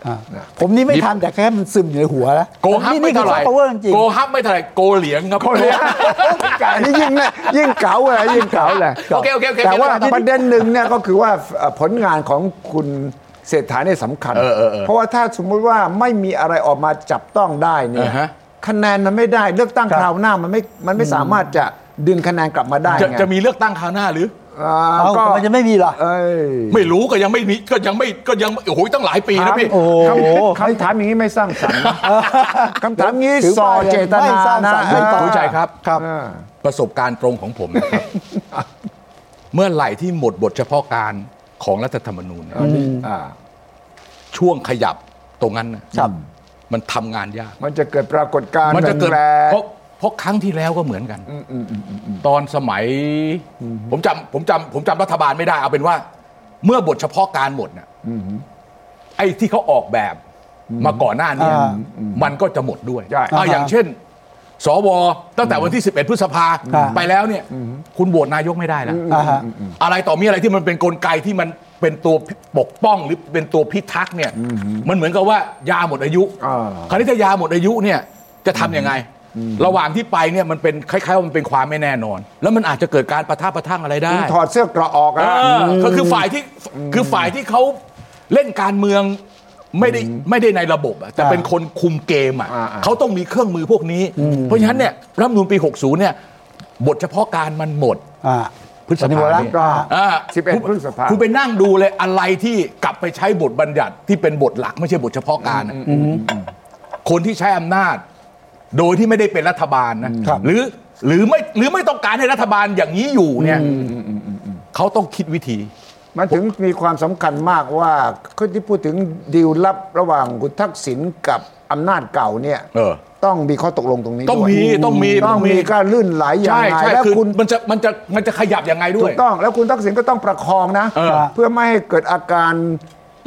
Speaker 2: ผมนี่ไม่ทันแต่แค่มันซึมอยู่ในหัวแล้ว
Speaker 4: โกฮับ
Speaker 2: นี่
Speaker 4: ไม่
Speaker 2: นี่คือซ
Speaker 4: เท่าไห
Speaker 2: อฟ
Speaker 4: ร่
Speaker 2: ต์พาวเวอร์จริง
Speaker 4: โกฮับไม่เท่าไหร่โกเหลียงครับ
Speaker 3: โกเหลียง อันนี้ยิ่งนะยิ่งเก๋าเลยยิ่งเก๋าเลย
Speaker 4: โอเคโอเคโอเค
Speaker 3: แต่ว่า
Speaker 4: โอเค
Speaker 3: ประเด็นหนึ่งเนี่ยก็คือว่าเอ่อผลงานของคุณเศรษฐาเนี่ยสำคัญ
Speaker 4: เออเออเออ
Speaker 3: เพราะว่าถ้าสมมุติว่าไม่มีอะไรออกมาจับต้องได้เนี่ย
Speaker 4: อ่าฮะ
Speaker 3: คะแนนมันไม่ได้เลือกตั้งคราวหน้ามันไม่มันไม่สามารถจะดึงคะแนนกลับมาได้
Speaker 4: จะ
Speaker 3: ไง
Speaker 4: จะมีเลือกตั้งคราวหน้าหรือ
Speaker 3: อ่า
Speaker 2: เอ้า
Speaker 3: ก็
Speaker 2: ทำไมันจะไม่มีเหรอ
Speaker 3: เอ้ย
Speaker 4: ไม่รู้ก็ยังไม่มีก็ยังไม่ก็ยังโอ้โหตั้งหลายปีนะพี่
Speaker 2: โอ้โห
Speaker 3: คำคำถามอย่างนี้ไม่สร้างสรรค์นะคำถามอย่างนี้
Speaker 2: ถือ
Speaker 3: ส่อ
Speaker 2: ป้ายเลย
Speaker 3: เจต
Speaker 2: ไม่
Speaker 3: นา
Speaker 2: สร้าง
Speaker 3: นะ
Speaker 2: สรรค์ไม่ต่อ
Speaker 4: คุณชัยครับ
Speaker 2: ครับ
Speaker 3: เออ
Speaker 4: ประสบการณ์ตรงของผมนะครับ เมื่อไหร่ที่หมดบทเฉพาะการของรัฐธรรมนูญเนี่ย
Speaker 3: อ่า
Speaker 4: ช่วงขยับตรงนั้นนะครับ มันทำงานยาก
Speaker 3: มันจะเกิดปรากฏการณ์
Speaker 4: มันจะเกิด
Speaker 3: แปลก
Speaker 4: เพราะเพราะครั้งที่แล้วก็เหมือนกันตอนสมัย ผมจำผมจำผมจำรัฐบาลไม่ได้ เอาเป็นว่า เมื่อบทเฉพาะการหมดน่ะไอ้ที่เขาออกแบบมาก่อนหน้านี้
Speaker 2: อ่า
Speaker 4: มันก็จะหมดด้วย
Speaker 3: ใช่
Speaker 4: เอาอย่างเช่น สวตั้งแต่วันที่ 11 พฤษภา
Speaker 2: ครับ
Speaker 4: ไปแล้วเนี่ย คุณโหวตนายกไม่ได้แล้ว
Speaker 2: อ่าฮะ
Speaker 4: อะไรต่อมีอะไรที่มันเป็นกลไกที่มันเป็นตัวปกป้องหรือเป็นตัวพิทักษ์เนี่ย มันเหมือนกับว่ายาหมดอายุ
Speaker 3: อ่า
Speaker 4: คราวนี้ถ้ายาหมดอายุเนี่ยจะทำยังไง ระหว่างที่ไปเนี่ยมันเป็นคล้ายๆว่ามันเป็นความไม่แน่นอน แล้วมันอาจจะเกิดการประท่าประทั่งอะไรได้
Speaker 3: ถอดเสื้อเกราะออก
Speaker 4: เอ
Speaker 3: นะ
Speaker 4: อก็คือฝ่ายที่คือฝ่ายที่เขาเล่นการเมืองไม่ได้ไม่ได้ในระบบอะแต่เป็นคนคุมเกมอ่ะเขาต้องมีเครื่องมือพวกนี้ เพราะฉะนั้นเนี่ยรัฐธรรมนูลปี 60 เนี่ยบทเฉพาะการมันหมด
Speaker 2: อ่า
Speaker 4: พฤษภา
Speaker 2: ปฏิวัติ
Speaker 4: เนี่ย
Speaker 2: อ่า
Speaker 4: อ่า
Speaker 3: 11พฤษภา
Speaker 4: คุณไปนั่งดูเลยอะไรที่กลับไปใช้บทบัญญัติที่เป็นบทหลักไม่ใช่บทเฉพาะการอะคนที่ใช้อำนาจ โดยที่ไม่ได้เป็นรัฐบาลนะหรือหรือไม่หรือไม่ต้องการให้รัฐบาลอย่างนี้อยู่เนี่ยเขาต้องคิดวิธี
Speaker 3: มันถึงมีความสำคัญมากว่าคนที่พูดถึงดีลลับระหว่างคุณทักษิณกับอำนาจเก่าเนี่ย
Speaker 4: เออ
Speaker 3: ต้องมีข้อตกลงตรงนี้
Speaker 4: ต้อง
Speaker 3: ด้วย
Speaker 4: มีต้องมี
Speaker 3: ต้องมีก็ลื่นไหลอย่าง
Speaker 4: ใช่
Speaker 3: ไร
Speaker 4: ใช่
Speaker 3: แล้ว
Speaker 4: คือ
Speaker 3: คุณ
Speaker 4: มันจะมันจะมันจะขยับยังไงด้
Speaker 3: ถู
Speaker 4: วย
Speaker 3: กต้องแล้วคุณทักษิณก็ต้องประคองนะ
Speaker 4: เออ
Speaker 3: เพื่อไม่ให้เกิดอาการ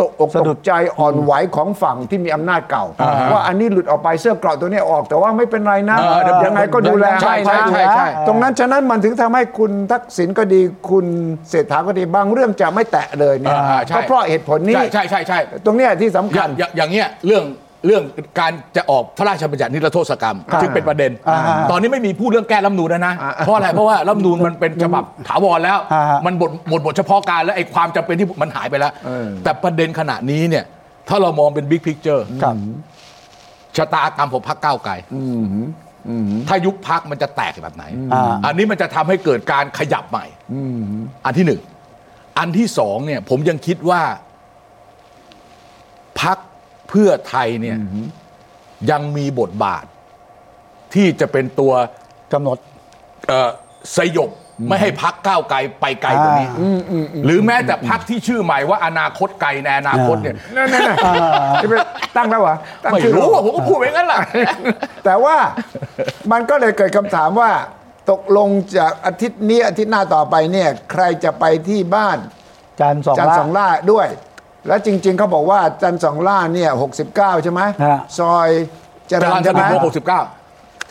Speaker 3: ตกอก
Speaker 2: สะดุ
Speaker 3: ต
Speaker 2: ด
Speaker 3: กใจอ่อนไหวของฝั่งที่มีอำนาจเก่า ว่าอันนี้หลุดออกไปเสื้อเกราะตัวเนี้ยออกแต่ว่าไม่เป็นไรนะ
Speaker 4: เออเดี๋ยว
Speaker 3: ยังไงก็ดูแล
Speaker 4: ใช่ใช่
Speaker 3: ห้นะ
Speaker 4: ใช่ใช่
Speaker 3: ตรงนั้นฉะนั้นมันถึงทำให้คุณทักษิณก็ดีคุณเศรษฐาก็ดีบางเรื่องจะไม่แตะเลยเนี่ย
Speaker 4: อ่าอ่าใช่
Speaker 3: ก็เพราะเหตุผลนี้
Speaker 4: ใช่ใช่ใช่ใช่
Speaker 3: ตรงเนี้ยที่สำ
Speaker 4: อ
Speaker 3: คั
Speaker 4: ย่า
Speaker 3: ญ
Speaker 4: งอย่างอย่างเงี้ยเรื่องเรื่องการจะออกพระราชบัญญัตินิรโทษกรรม
Speaker 3: อ่า
Speaker 4: ซึ่งเป็นประเด็น
Speaker 2: อ่า
Speaker 4: ตอนนี้ไม่มีพูดเรื่องแก้รัฐธรรมนูญแล้วนะ
Speaker 3: อ่า
Speaker 4: เพราะอะไร เพราะว่ารัฐธรรมนูญมันเป็นฉบับถาวรแล้ว
Speaker 2: อ่าฮะ
Speaker 4: มันบทหมดบทเฉพาะการแล้วไอ้ความจำเป็นที่มันหายไปแล้ว แต่ประเด็นขณะนี้เนี่ย ถ้าเรามองเป็นบิ๊กพิกเจอร์
Speaker 2: ครับ
Speaker 4: ชะตากรรมของพรรคก้าวไกลถ้ายุบพักมันจะแตกแบบไหน
Speaker 2: อ่า
Speaker 4: อันนี้มันจะทำให้เกิดการขยับใหม่ อันที่หนึ่ง อันที่สองเนี่ย ผมยังคิดว่าพัก เพื่อไทยเนี่ยยังมีบทบาท ที่จะเป็นตัว
Speaker 2: กำหนด
Speaker 4: เอ่อสยบไม่ให้พักก้าวไกลไปไกลกว่านี้
Speaker 2: อ่า
Speaker 4: หรือแม้แต่พักที่ชื่อใหม่ว่าอนาคตไกลในอนาคตเนี่ย
Speaker 3: นั่นๆๆจะไปตั้งแล้วเหรอตั้ง
Speaker 4: ไม่
Speaker 3: ชื่อ
Speaker 4: รู้
Speaker 3: แล้วเห
Speaker 4: ว่าผมก็พูดไปงั้นแหละ
Speaker 3: แต่ว่า *laughs* มันก็เลยเกิดคำถามว่า ตกลงจากอาทิตย์นี้อาทิตย์หน้าต่อไปเนี่ย ใครจะไปที่บ้าน
Speaker 2: จานสอง
Speaker 3: จันทร์
Speaker 2: ล่า
Speaker 3: สองล่าด้วย และจริง ๆเขาบอกว่าจันทร์สองล่าเนี่ย69 ใช่ไหม
Speaker 2: ฮะ
Speaker 3: ซอยจ
Speaker 4: จ
Speaker 3: รั
Speaker 4: รั
Speaker 3: ญ
Speaker 4: ญ
Speaker 3: ใช่ไหม
Speaker 4: จรัญหกสิบเก้า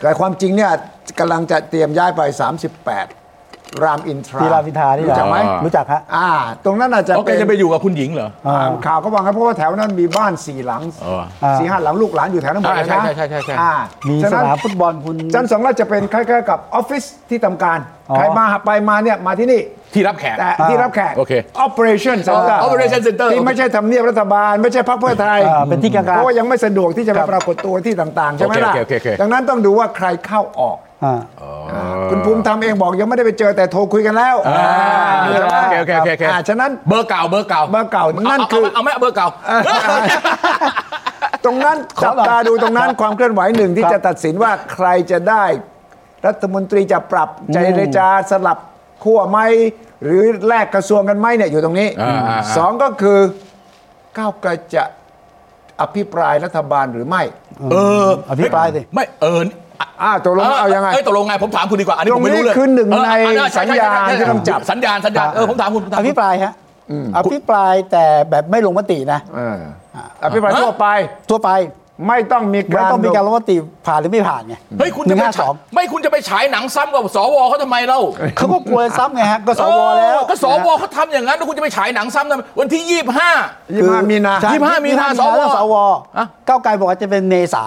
Speaker 3: แต่ความจริงเนี่ยกำลังจะเตรียมย้ายไป 38 รามอินทรา
Speaker 2: ที่รามอินทรานี่เห
Speaker 3: รู้จักไหม
Speaker 2: รู้จักฮะ
Speaker 3: อ่า ตรงนั้นอาจจะ
Speaker 4: โอเค
Speaker 3: เป็น
Speaker 4: จะไปอยู่กับคุณหญิงเหรอ
Speaker 3: อ่าข่าวก็ว่างั้นเพราะว่าแถวนั้นมีบ้านสี่หลัง
Speaker 4: เออ
Speaker 3: สี่ห้าหลังลูกหลานอยู่แถวนั้นหมดเลยนะ
Speaker 4: ใช่ใช่ใช่ใช่
Speaker 3: อ่า
Speaker 2: มี
Speaker 3: ฉะ
Speaker 2: ส
Speaker 3: นั้น
Speaker 2: นามฟุตบอลคุณ
Speaker 3: จันทร์สองล่าจะเป็นคล้ายๆกับออฟฟิศที่ทำการ
Speaker 2: อ๋อ
Speaker 3: ใครมาหาไปมาเนี่ยมาที่นี่
Speaker 4: ที่รับแขก
Speaker 3: แต่ที่รับแขก
Speaker 4: โอเค
Speaker 3: Operation Center
Speaker 4: อ๋อ Operation Center
Speaker 3: ที่ไม่ใช่ทำเนียบรัฐบาล ไม่ใช่พรรคเพื่อไทย
Speaker 2: อ่าเป็นที่กลางๆ
Speaker 3: เพราะว่ายังไม่สะดวกที่จะไป
Speaker 2: ครับ
Speaker 3: ปรากฏตัวที่ต่างๆ ใช่ไหมล่ะ
Speaker 4: โอเคโอเคโอเค
Speaker 3: ดังนั้นต้องดูว่าใครเข้าออก
Speaker 2: อ่า
Speaker 3: คุณภูมิธรรมเองบอกยังไม่ได้ไปเจอแต่โทรคุยกันแล้ว
Speaker 4: อ่า
Speaker 3: ใช่ไหม
Speaker 4: โอเคโอเคโอเคโอเค
Speaker 3: อ่าฉะนั้น
Speaker 4: เบอร์เก่าเบอร์เก่า
Speaker 3: เบอร์เก่านั่นคือ
Speaker 4: เาเอาไหมเอาไหมเบอร์เก่า
Speaker 3: ตรงนั้น
Speaker 2: ขอ
Speaker 3: จับ
Speaker 2: หน่อย
Speaker 3: ตาดูตรงนั้นความเคลื่อนไหวหนึ่งที่
Speaker 2: ครับ
Speaker 3: จะตัดสินว่าใครจะได้ รัฐมนตรีจะปรับใจเรจาสลับขั้วไหมหรือแลกกระทรวงกันไหมเนี่ยอยู่ตรงนี้
Speaker 4: อ่าอ่า
Speaker 3: สองก็คือก้าวไกลจะอภิปรายรัฐบาลหรือไม่
Speaker 4: เออ
Speaker 2: อภิปรายสิ
Speaker 4: ไม่เออ
Speaker 3: อ่าตกลงว่าเอายังไง
Speaker 4: เอ้ยตกลงไงผมถามคุณดีกว่าอันนี้ผมไม่รู้เล
Speaker 3: ตรง
Speaker 4: ย
Speaker 3: นี้คือหนึ่ง
Speaker 4: เออ
Speaker 3: ใน
Speaker 4: อัเออ
Speaker 3: สัญ
Speaker 4: ใช่ใช่
Speaker 3: ญาณ
Speaker 4: ใช่ใช่
Speaker 3: ที่ต้องจับ
Speaker 4: สัญญาณสัญญาณเออผมถามคุณผมถาม
Speaker 2: อ
Speaker 4: คุณ
Speaker 2: ภิปรายฮะอภิปรายแต่แบบไม่ลงมตินะ
Speaker 3: เอออภิปรายทั่วไป
Speaker 2: ทั่วไป
Speaker 3: ไม่ต้องมี
Speaker 2: ไม่
Speaker 3: การ
Speaker 2: ต้องมีการลงมติผ่านหรือไม่ผ่านไง
Speaker 4: เฮ้ยคุณ
Speaker 2: ห
Speaker 4: จะ
Speaker 2: นึ่ง
Speaker 4: ไป
Speaker 2: ห้าสอ
Speaker 4: ฉา
Speaker 2: ย ง
Speaker 4: ไม่คุณจะไปฉายหนังซ้ำกับสวเขาทำไมเล่า
Speaker 2: เขาก็กลัวซ้ำไงฮะก็ส
Speaker 4: เอ
Speaker 2: ว
Speaker 4: อ
Speaker 2: แล้ว
Speaker 4: ก็สวเขาทำอย่างนั้นแล้วคุณจะไปฉายหนังซ้ำทำไมวันที่ยี่สิบห้า
Speaker 3: ยี่สิบห้ามีนา
Speaker 2: ใช่
Speaker 4: ยี่สิบห้ามีนา
Speaker 2: ยี่สิบห้
Speaker 4: สว
Speaker 2: สว
Speaker 4: อะ
Speaker 2: ก้าวไกลบอกว่าจะเป็นเมษา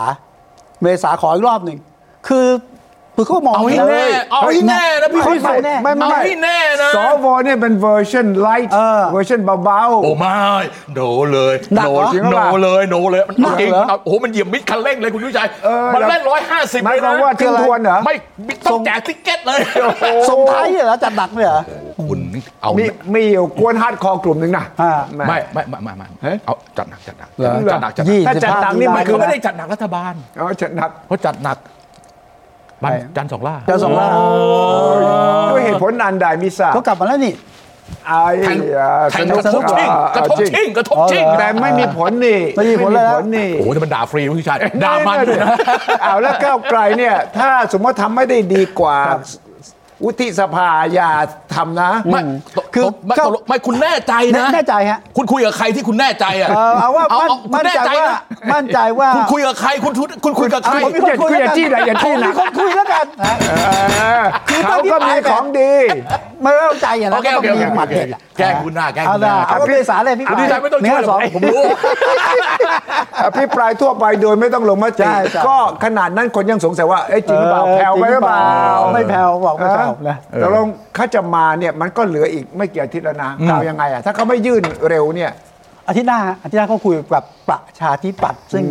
Speaker 2: เมษาขออีกรอบหนึ่งคือคือเขามอง
Speaker 4: เอาให้แน่เอาให้แน่นะพี่
Speaker 2: เขา
Speaker 4: ไม่
Speaker 2: ให้แน่
Speaker 4: ไม่ไม่เอาให้แน่นะ
Speaker 3: สวเนี่ยเป็นเวอร์ชันไลท์
Speaker 2: เออ
Speaker 3: เวอร์ชันเบาๆ
Speaker 4: โอ้ไม่โนเลย
Speaker 2: หนั
Speaker 4: โน
Speaker 2: กเหรอ
Speaker 4: จริงโนเลยโนเลย
Speaker 2: ห
Speaker 4: มัน
Speaker 2: นัก
Speaker 4: จริง
Speaker 2: เหรอ
Speaker 4: มันเอาโอ้โหมันเหยียบมิดคันเร่งเลยคุณวิชัย
Speaker 3: เออ
Speaker 4: มัน
Speaker 3: แล้ว
Speaker 4: เล่นร้อยห้าสิบ
Speaker 3: หมา
Speaker 4: เลยย
Speaker 3: ความ
Speaker 4: นะ
Speaker 3: ว่าทิ้งทวนเหรอ
Speaker 4: ไม่ต้องแจกติ๊กเก็ตเลย
Speaker 2: ส่งท้ายเลยเหรอจัดหนักเลยเหรอ
Speaker 4: คุณเอา
Speaker 3: มีมีอยู่กวนฮาร์ดคอร์กลุ่มหนึ่งนะ
Speaker 2: อ่า
Speaker 3: แ
Speaker 4: ไม่ไม่ไม่ไม่ไม่
Speaker 3: เฮ้ย
Speaker 4: เอาจัดหนักจัดหนักจัดหนักจัดหนัก
Speaker 2: ยี่
Speaker 3: ถ้า
Speaker 2: สิบ
Speaker 3: จัด
Speaker 2: ห้า
Speaker 3: หนังนี่มันคื
Speaker 4: เขา
Speaker 3: อ
Speaker 4: ไม่ได้จัดหนักรัฐบาล
Speaker 3: เอาชนะ
Speaker 4: เขาจัดหนักบ้านจันทร์สองล่า
Speaker 2: จะสองล่าง
Speaker 3: ด้วยเหตุผลอันใดมิทราบ
Speaker 2: เขากลับมาแล้วนี่
Speaker 3: ไอ้
Speaker 4: แทง
Speaker 3: เอ่อ
Speaker 4: แทง
Speaker 3: สนุ
Speaker 4: กระทบชิงกระทบชิงกระทบชิง
Speaker 3: แต่ไม่มีผลนี่
Speaker 2: ไม่มีผลเลยนะ
Speaker 3: นี่
Speaker 4: โอ้โหจะมันด่าฟรีพี่ชายด่ามัน
Speaker 3: เย
Speaker 4: ด้วยนะ
Speaker 3: เอาแล้วก้าวไกลเนี่ย ถ้าสมมติทำไม่ได้ดีกว่าวุฒิสภาอย่าทำนะ
Speaker 4: ไม่
Speaker 2: คื
Speaker 4: คือ
Speaker 2: อ
Speaker 4: ไม่
Speaker 2: ก็
Speaker 4: ตกลงไม่คุณแน่ใจ
Speaker 2: แน่
Speaker 4: นะ
Speaker 2: แน่ใจฮะ
Speaker 4: คุณคุยกับใครที่คุณแน่ใจอ่ะ
Speaker 2: เออเอาว่า
Speaker 4: เอา
Speaker 2: มั่น
Speaker 4: คุณ
Speaker 2: มั่น
Speaker 4: แน่
Speaker 2: ใจ
Speaker 4: ใจ
Speaker 2: ว่า
Speaker 4: นะ
Speaker 2: มั่นใจว่า
Speaker 4: คุณคุยกับใครคุณทุคุณคุยกับใคร
Speaker 2: ผมมีคนคุย
Speaker 3: อ
Speaker 2: แล้วกั
Speaker 3: ย่า
Speaker 2: น
Speaker 3: จี้นะอย่าจี้
Speaker 2: ผ
Speaker 3: นะ
Speaker 2: มมีคนคุยแล้วกันนะ คือ
Speaker 3: เขา
Speaker 2: ถ้าที่
Speaker 3: ก็มี
Speaker 2: ไปแบบ
Speaker 3: ของดี
Speaker 2: ไม่เข้าใจอย่าง
Speaker 4: โอ
Speaker 2: นั้น
Speaker 4: เค
Speaker 2: ก็
Speaker 4: โอ
Speaker 2: ต้อง
Speaker 4: เค
Speaker 2: มี
Speaker 4: โอเค
Speaker 2: หมัดเด็ดอะ
Speaker 4: แกล้งคุณหน้าแกล้ง
Speaker 2: เอา
Speaker 4: คุณห
Speaker 2: ละ
Speaker 4: น้า
Speaker 2: เอาว่าเมษาเลยพี่
Speaker 4: อันนี้
Speaker 2: ปา
Speaker 4: ชายไม่ต้องช่วยหรอก
Speaker 2: หนึ่ห้าส
Speaker 4: ผมรู้
Speaker 3: อภิปรายทั่วไปโดยไม่ต้องลงมติก็ขนาดนั้นคนยังสงสัยว่าเอ้ยจริงหรือเปล่าแผ่วไปหรือเปล่า
Speaker 2: ไม่แผ่วบอกไม่แผ่วนะ
Speaker 3: ตกลงเขาจะมาเนี่ยมันก็เหลืออีกไม่กี่อาทิตย์แล้วนะเอายังไงอ่ะ ถ้าเขาไม่ยื่นเร็วเนี่ย
Speaker 2: อาทิตย์หน้าอาทิตย์หน้าก็คุยกับประชาธิปัตย์ซึ่ง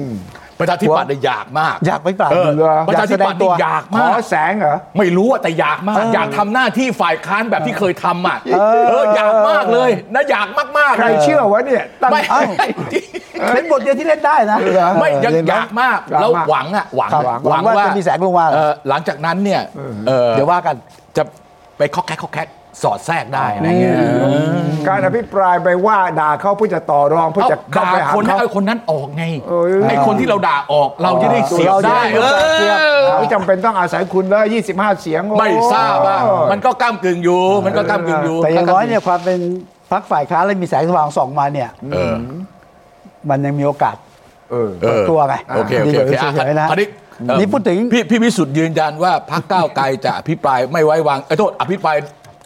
Speaker 4: ประชาธิปัตย์เนี่ยอยากมาก
Speaker 2: อยากไปปราบ
Speaker 4: เออ
Speaker 2: เหรอ
Speaker 4: ประชาธิปัตย์
Speaker 2: อยากแสดงตัว
Speaker 4: นี่อยาก
Speaker 3: ข
Speaker 4: มา
Speaker 3: อก แสงเหรอ
Speaker 4: ไม่รู้อะแต่อยากมาก อยากทำหน้าที่ฝ่ายค้านแบบที่เคยทำอ่ะเอออยากมากเลยนะอยากมากๆ
Speaker 3: ใคร
Speaker 4: เลย
Speaker 3: เชื่อวะเนี่ยตั้ง
Speaker 4: ไม่
Speaker 2: เอ้า เป็นบทเรียนที่เล่นได้นะ
Speaker 3: เหรอ
Speaker 4: ไม่ยัง
Speaker 2: เห็นไหม
Speaker 4: อยากมาก
Speaker 3: อยากมาก
Speaker 4: แล้วหวังอ่ะหวัง
Speaker 2: ครับ
Speaker 4: อะ
Speaker 2: หวังว่าจะมีแสงลงมาเหรอ
Speaker 4: เอ่อหลังจากนั้นเนี่ยเอ่อ
Speaker 2: เดี๋ยวว่ากัน
Speaker 4: จะไปเคอกแคกเคอกแคกสอดแทรกได้อะไรเงี้ย
Speaker 3: การอภิปรายไปว่าด่าเขาเพื่อจะต่อรองเพื่อ
Speaker 4: เอา
Speaker 3: จะเข้า
Speaker 4: ด่า
Speaker 3: ไปหา
Speaker 4: คนนั้น
Speaker 3: เขา
Speaker 4: เอาคนนั้นออกไง
Speaker 3: เออ
Speaker 4: ไอ้คนที่เราด่าออกเราจะได้เสียง
Speaker 2: เราจะ
Speaker 4: ได้
Speaker 2: ได้
Speaker 4: เออ
Speaker 3: เขาจำเป็นต้องอาศัยคุณแล้ว25 เสียงโอ้
Speaker 4: ไม่ทราบอ่ะมันก็ก้ามกึ่งอยู่ มันก็ก้ามกึ่งอยู่
Speaker 2: แต่อย่างน้อยเนี่ยความเป็นพรรคฝ่ายค้านและมีแสงสว่างส่องมาเนี่ย
Speaker 4: เออ
Speaker 2: มันยังมีโอกาส
Speaker 3: เออ
Speaker 4: เออ
Speaker 2: ตัวไง
Speaker 4: โอเคโอเค
Speaker 2: ดีกว่า
Speaker 4: โอเค
Speaker 2: เฉยๆนะ
Speaker 4: อันนี้เอ่อ
Speaker 2: นี่พูดถึง
Speaker 4: พี่พี่วิสุทธิ์ยืนยันว่าพรรคก้าวไกลจะอภิปรายไม่ไว้วางไอ้ยโทษอภิปราย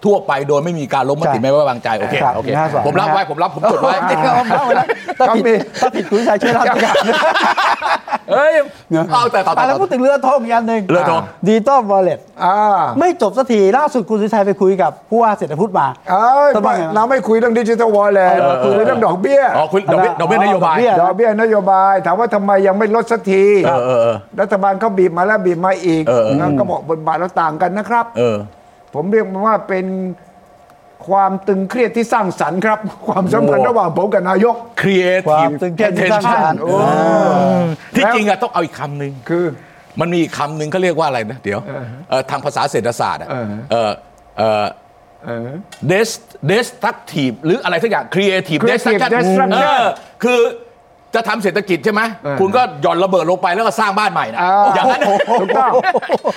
Speaker 4: ทั่วไปโดยไม่มีการล้มมติไม่ไว้วางใจโอเค
Speaker 2: ครับ
Speaker 4: โอเค
Speaker 2: หนึ่งห้าสอง
Speaker 4: ผมรับไว้
Speaker 2: นะฮะ
Speaker 4: ผมรับผมจดไว้
Speaker 2: เดี๋ยวเอาเอาไว้นะถ้า
Speaker 3: ต้องมี
Speaker 2: ผิดถ้าผิดคุณชายช่วยรับด้วยกัน
Speaker 4: เอ้ยเอาแต่ต่อต่อ
Speaker 2: อ่ะแล้ว
Speaker 4: ต่อ
Speaker 2: พูดถึงเรือธงอีกอันหนึ่ง
Speaker 4: เรือธง
Speaker 2: ดิจิตอลวอลเล็ต
Speaker 3: อ่า
Speaker 2: ไม่จบสักทีล่าสุดคุณสุชัยไปคุยกับผู้ว่าเศรษฐพุทธมา
Speaker 3: เอ้ย
Speaker 2: ต้องว่าไง
Speaker 3: เราไม่คุยเรื่องดิจิทัลวอลเล็ตคุยเรื่องดอกเบี้ย
Speaker 4: อ๋อคุณดอกเบี้ยดอกเบี้ยนโยบาย
Speaker 3: ดอกเบี้ยนโยบายถามว่าทำไมยังไม่ลดสักที
Speaker 4: เออเออเออ
Speaker 3: รัฐบาลเขาบีบมาแล้วบีบมาอีก
Speaker 4: เออเออ
Speaker 3: แล้วก็บอกบทบาทเราต่างกันนะครับ
Speaker 4: เออ
Speaker 3: ผมเรียกมันว่าเป็น ความตึงเครียดที่สร้างสรรค์ครับ *laughs* ความสัมพันธ์ระหว่างผมกับนายก
Speaker 2: ความ
Speaker 4: creative
Speaker 2: ตึงเครียดที่สร้างสรรค์
Speaker 4: tension ที่
Speaker 3: แล้ว
Speaker 4: จริงอะต้องเอาอีกคำหนึ่ง
Speaker 3: คือ
Speaker 4: มันมีอีกคำหนึ่งเขาเรียกว่าอะไรนะ เดี๋ยวเอ่อทางภาษาเศรษฐศาสตร์อะ
Speaker 3: เออ
Speaker 4: เออเออ Des- destructive หรืออะไรสักอย่าง creative
Speaker 3: Creative
Speaker 4: destruction
Speaker 3: destruction
Speaker 4: เออคือจะทำเศรษฐกิจใช่ไหม
Speaker 3: เออ
Speaker 4: คุณก็หย่อนระเบิดลงไปแล้วก็สร้างบ้านใหม่นะ
Speaker 3: อ่า
Speaker 4: อย่างนั้น
Speaker 3: ถูกต้อง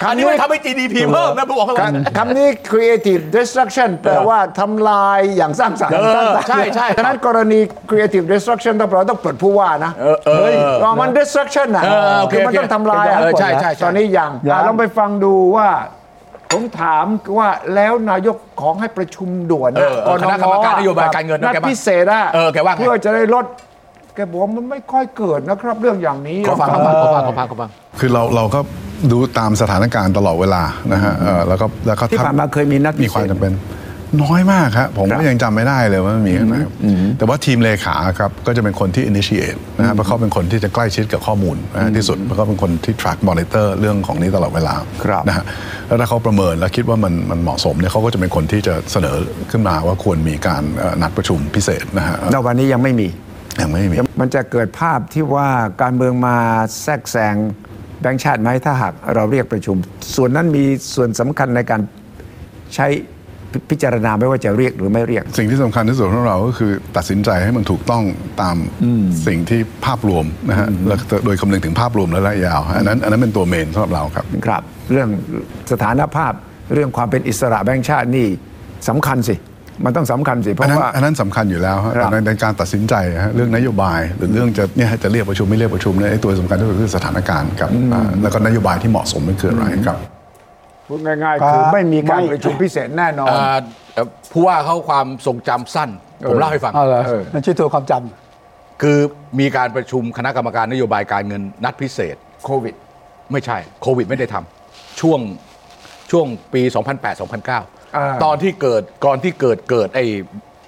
Speaker 4: อันนี้มันทำให้ GDP เพิ่มนะผมบอกให้ว่า
Speaker 3: คำนี้ creative destruction แปลว่าทำลายอย่างสร้างสรรค์
Speaker 4: เออ
Speaker 3: สร้างสรรค์
Speaker 4: ใช่ใช่
Speaker 3: ฉะนั้นกรณี creative destruction ต้องเราต้องเปิดผู้ว่านะ
Speaker 4: เออเออ
Speaker 3: รามัน destruction นะ
Speaker 4: เออโอเค
Speaker 3: คือมันต้องทำลายะ
Speaker 4: เออใช่ใช่ใช่
Speaker 3: ตอนนี้ยัง
Speaker 2: ยัง
Speaker 3: อ่ะลองไปฟังดูว่า ผมถามว่าแล้วนายกของให้ประชุมด่วน
Speaker 4: เอ
Speaker 3: นะ
Speaker 4: อเออคณะกรรมการนโยบายการเงินนะ
Speaker 3: นัด
Speaker 4: แกว่า
Speaker 3: พิเศษอะ
Speaker 4: เออแกว่าไง
Speaker 3: เพื่อจะได้ลดแกบอกว่ามันไม่ค่อยเกิดนะครับ เรื่องอย่างนี้
Speaker 4: ขอฟังขอฟังขอฟังขอฟังขอฟัง
Speaker 9: คือเราเราก็ดูตามสถานการณ์ตลอดเวลานะฮะเอ่อแล้วก็แล้วก็
Speaker 3: ที่ผ่านมาเคยมีนัดพิเศษ
Speaker 9: มีความจำเป็น น้อยมากครับผมก็ยังจำไม่ได้เลยว่ามันมีขนาดไหนแต่ว่าทีมเลขาครับก็จะเป็นคนที่ initiate นะฮะเพราะเขาเป็นคนที่จะใกล้ชิดกับข้อมูลนะฮะที่สุดเพราะเขาเป็นคนที่ track monitor เรื่องของนี้ตลอดเวลา
Speaker 3: ครับ
Speaker 9: นะฮะแล้วถ้าเขาประเมินแล้วคิดว่ามันมันเหมาะสมเนี่ยเขาก็จะเป็นคนที่จะเสนอขึ้นมาว่าควรมีการเอ่อนัดประชุมพิเศษนะฮะ
Speaker 3: ้วันนี้ยังไม่มี
Speaker 9: ยังไม่มี
Speaker 3: มันจะเกิดภาพที่ว่าการเมืองมาแทรกแซงแบงค์ชาติไหมถ้าหากเราเรียกประชุม ส่วนนั้นมีส่วนสำคัญในการใช้พิพิจารณาไม่ว่าจะเรียกหรือไม่เรียก
Speaker 9: สิ่งที่สำคัญที่สุดของเราก็คือตัดสินใจให้มันถูกต้องตามสิ่งที่ภาพรวมนะฮะแล้วก็โดยคำนึงถึงภาพรวมและระยะยาวฮะอันนั้นอันนั้นเป็นตัวเมนสำหรับเราครับ
Speaker 3: ครับ เรื่องสถานภาพเรื่องความเป็นอิสระแบงค์ชาตินี่สำคัญสิ มันต้องสำคัญสิ เพ
Speaker 9: อัน
Speaker 3: ราะ
Speaker 9: นั้น
Speaker 3: ว่า
Speaker 9: อันนั้นสำคัญอยู่แล้วฮะ
Speaker 3: ครับ
Speaker 9: ในในการตัดสินใจฮะเรื่องนโยบายหรือเรื่องจะเนี่ยจะเรียกประชุมไม่เรียกประชุมเนี่ยไอ้ตัวสำคัญที่สุดคือสถานการณ์กับอ่าแล้วก็นโยบายที่เหมาะสมมันคืออะไรครับ
Speaker 3: พูดง่าย
Speaker 2: ๆคือไม่มีการ
Speaker 3: ประชุมพิเศษแน่นอน
Speaker 4: เอ่อเอ่อผู้ว่าเขาความทรงจำสั้น ผมเล่าให้ฟัง
Speaker 2: เอาเหรอมันชื่อตัวความจำ
Speaker 4: คือมีการประชุมคณะกรรมการนโยบายการเงินนัดพิเศษ
Speaker 3: โควิด
Speaker 4: ไม่ใช่โควิดไม่ได้ทำช่วงช่วงปี 2008
Speaker 3: อ่า
Speaker 4: 2009 ตอนที่เกิดก่อนที่เกิดเกิดไอ้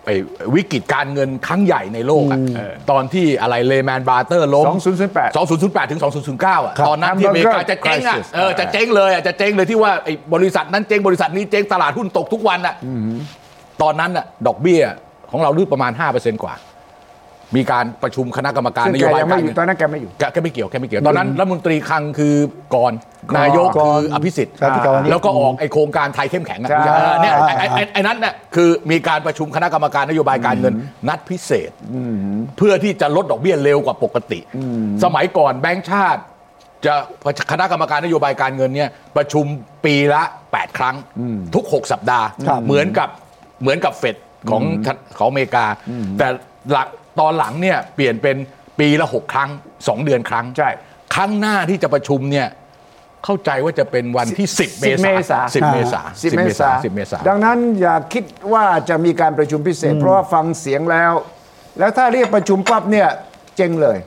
Speaker 4: ไอ้วิกฤตการเงินครั้งใหญ่ในโลกอะเออตอนที่อะไรเลแมนบาร์เตอร์ล้ม
Speaker 3: 2008
Speaker 4: 2008 ถึง 2009อ่ะ
Speaker 3: ครับ
Speaker 4: ตอนนั้นที่อเมริกา
Speaker 3: Hamburger
Speaker 4: จะเจ๊งอ่ะ
Speaker 3: Crisis
Speaker 4: เออจะเจ๊งเลยอ่ะจะเจ๊งเลยที่ว่าไอ้บริษัทนั้นเจ๊งบริษัทนี้เจ๊งตลาดหุ้นตกทุกวันอ่ะตอนนั้นอ่ะดอกเบี้ยของเรารืดประมาณ 5%กว่า มีการประชุมคณะกรรมการ
Speaker 3: ซึ่ง
Speaker 4: น
Speaker 3: แก
Speaker 4: โยบาย
Speaker 3: ยัง
Speaker 4: กา
Speaker 3: ไม่
Speaker 4: ร
Speaker 3: อยู่
Speaker 4: เงิน
Speaker 3: ตอนนั้นแกไม่อยู่
Speaker 4: แกแกไม่เกี่ยวแกไม่เกี่ยว ตอนนั้นรัฐมนตรีคลังคือก่อน
Speaker 2: ก่อน
Speaker 4: นายก
Speaker 2: ก่อ
Speaker 4: คื
Speaker 2: น
Speaker 4: ออภิสิทธิ์
Speaker 2: ครับที่ก่อนนี้
Speaker 4: แล้วก็ออกไอโครงการไทยเข้มแข็งอะ
Speaker 3: ใช่
Speaker 4: เออเนี่ยไอ้ไอ้ไอ้ไอ้นั้นน่ะคือมีการประชุมคณะกรรมการนโยบายการเงินนัดพิเศษ เพื่อที่จะลดดอกเบี้ยเร็วกว่าปกติ สมัยก่อนแบงก์ชาติ จะคณะกรรมการนโยบายการเงินเนี่ยประชุมปีละ 8 ครั้งทุก 6 สัปดาห์
Speaker 2: ครับ
Speaker 4: เหมือนกับเหมือนกับเฟดของของอเมริกา แต่หลังตอนหลังเนี่ยเปลี่ยนเป็นปีละ 6 ครั้ง 2 เดือนครั้ง
Speaker 3: ใช่
Speaker 4: ครั้งหน้าที่จะประชุมเนี่ยเข้าใจว่าจะเป็นวันที่ 10 เม
Speaker 3: 10เม
Speaker 4: ษา
Speaker 3: ษา
Speaker 4: สิบเมษา
Speaker 3: สิบเมษา
Speaker 4: สิบเมษา
Speaker 3: ดังนั้นอย่าคิดว่าจะมีการประชุมพิเศษ เพราะว่าฟังเสียงแล้ว แล้วถ้าเรียกประชุมปั๊บเนี่ยเจ๊งเลย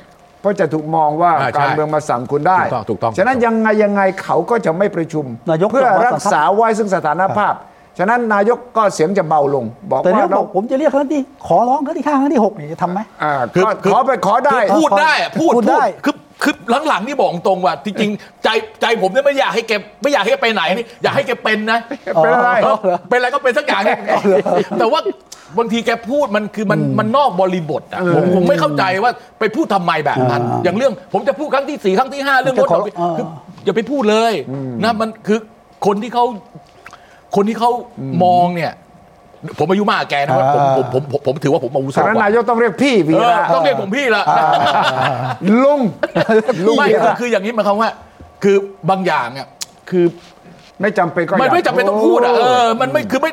Speaker 3: เพราะจะถูกมองว่า
Speaker 4: อ่าใช่
Speaker 3: การเมืองมาสั่งคุณได้
Speaker 4: ถูกต้องถูกต้อง
Speaker 3: ฉะนั้นยังไงยังไงเขาก็จะไม่ประชุม
Speaker 2: นายก
Speaker 3: เพื่อรักษาไว้ซึ่งสถานภาพ ฉะนั้นนายกก็เสียงจะเบาลง บอก
Speaker 2: แต่
Speaker 3: ว่า
Speaker 2: เนี่ยบ
Speaker 3: เรา
Speaker 2: อกผมจะเรียกครั้งที่ขอร้องครั้งที่ห้าครั้งที่หกเนี่ยจะทำไหม
Speaker 3: อ่า
Speaker 4: คือ
Speaker 3: ก็
Speaker 4: คือ
Speaker 3: ขอไปขอได้
Speaker 4: คืพูดได้อะพูด
Speaker 2: พูดได้
Speaker 4: คือคือหลังๆนี่บอกตรงว่าจริงๆใจใจผมเนี่ยไม่อยากให้แกไม่อยากให้แกไปไหนนี่อยากให้แกเป็นนะ
Speaker 3: เป็นอะไร
Speaker 4: เออเป็นอะไรก็เป็นสักอย่างแต่ว่าบางทีแกพูดมันคือมันมันนอกบริบทอะผมผมไม่เข้าใจว่าไปพูดทำไมแบบนั้น อย่างเรื่องผมจะพูดครั้งที่สี่ครั้งที่ห้าเรื่องรถ
Speaker 2: จะขอ
Speaker 4: ดกเบี้ย
Speaker 2: เออ
Speaker 4: คืออย่าไปพูดเลยนะมันคือคนที่เขาคนที่เขามองเนี่ย ผมอายุมากกว่าแกนะครับผมผมผมผมผมถือว่าผมอาวุโส
Speaker 3: ฉะนั้น
Speaker 4: กว่า
Speaker 3: นายกต้องเรียกพี่วี
Speaker 4: เออ
Speaker 3: ระ
Speaker 4: ต้องเรียกผมพี่ละ
Speaker 3: ลุงลุง
Speaker 4: ไม่
Speaker 3: วี
Speaker 4: ก็
Speaker 3: ระ
Speaker 4: คืออย่างนี้หมายความว่า คือบางอย่างอ่ะคือ
Speaker 3: ไม่จำเป็นก็
Speaker 4: มัน
Speaker 3: ย่า
Speaker 4: ไม่จำเป็นต้องพูดอ่ะเออมันไม่คือไม่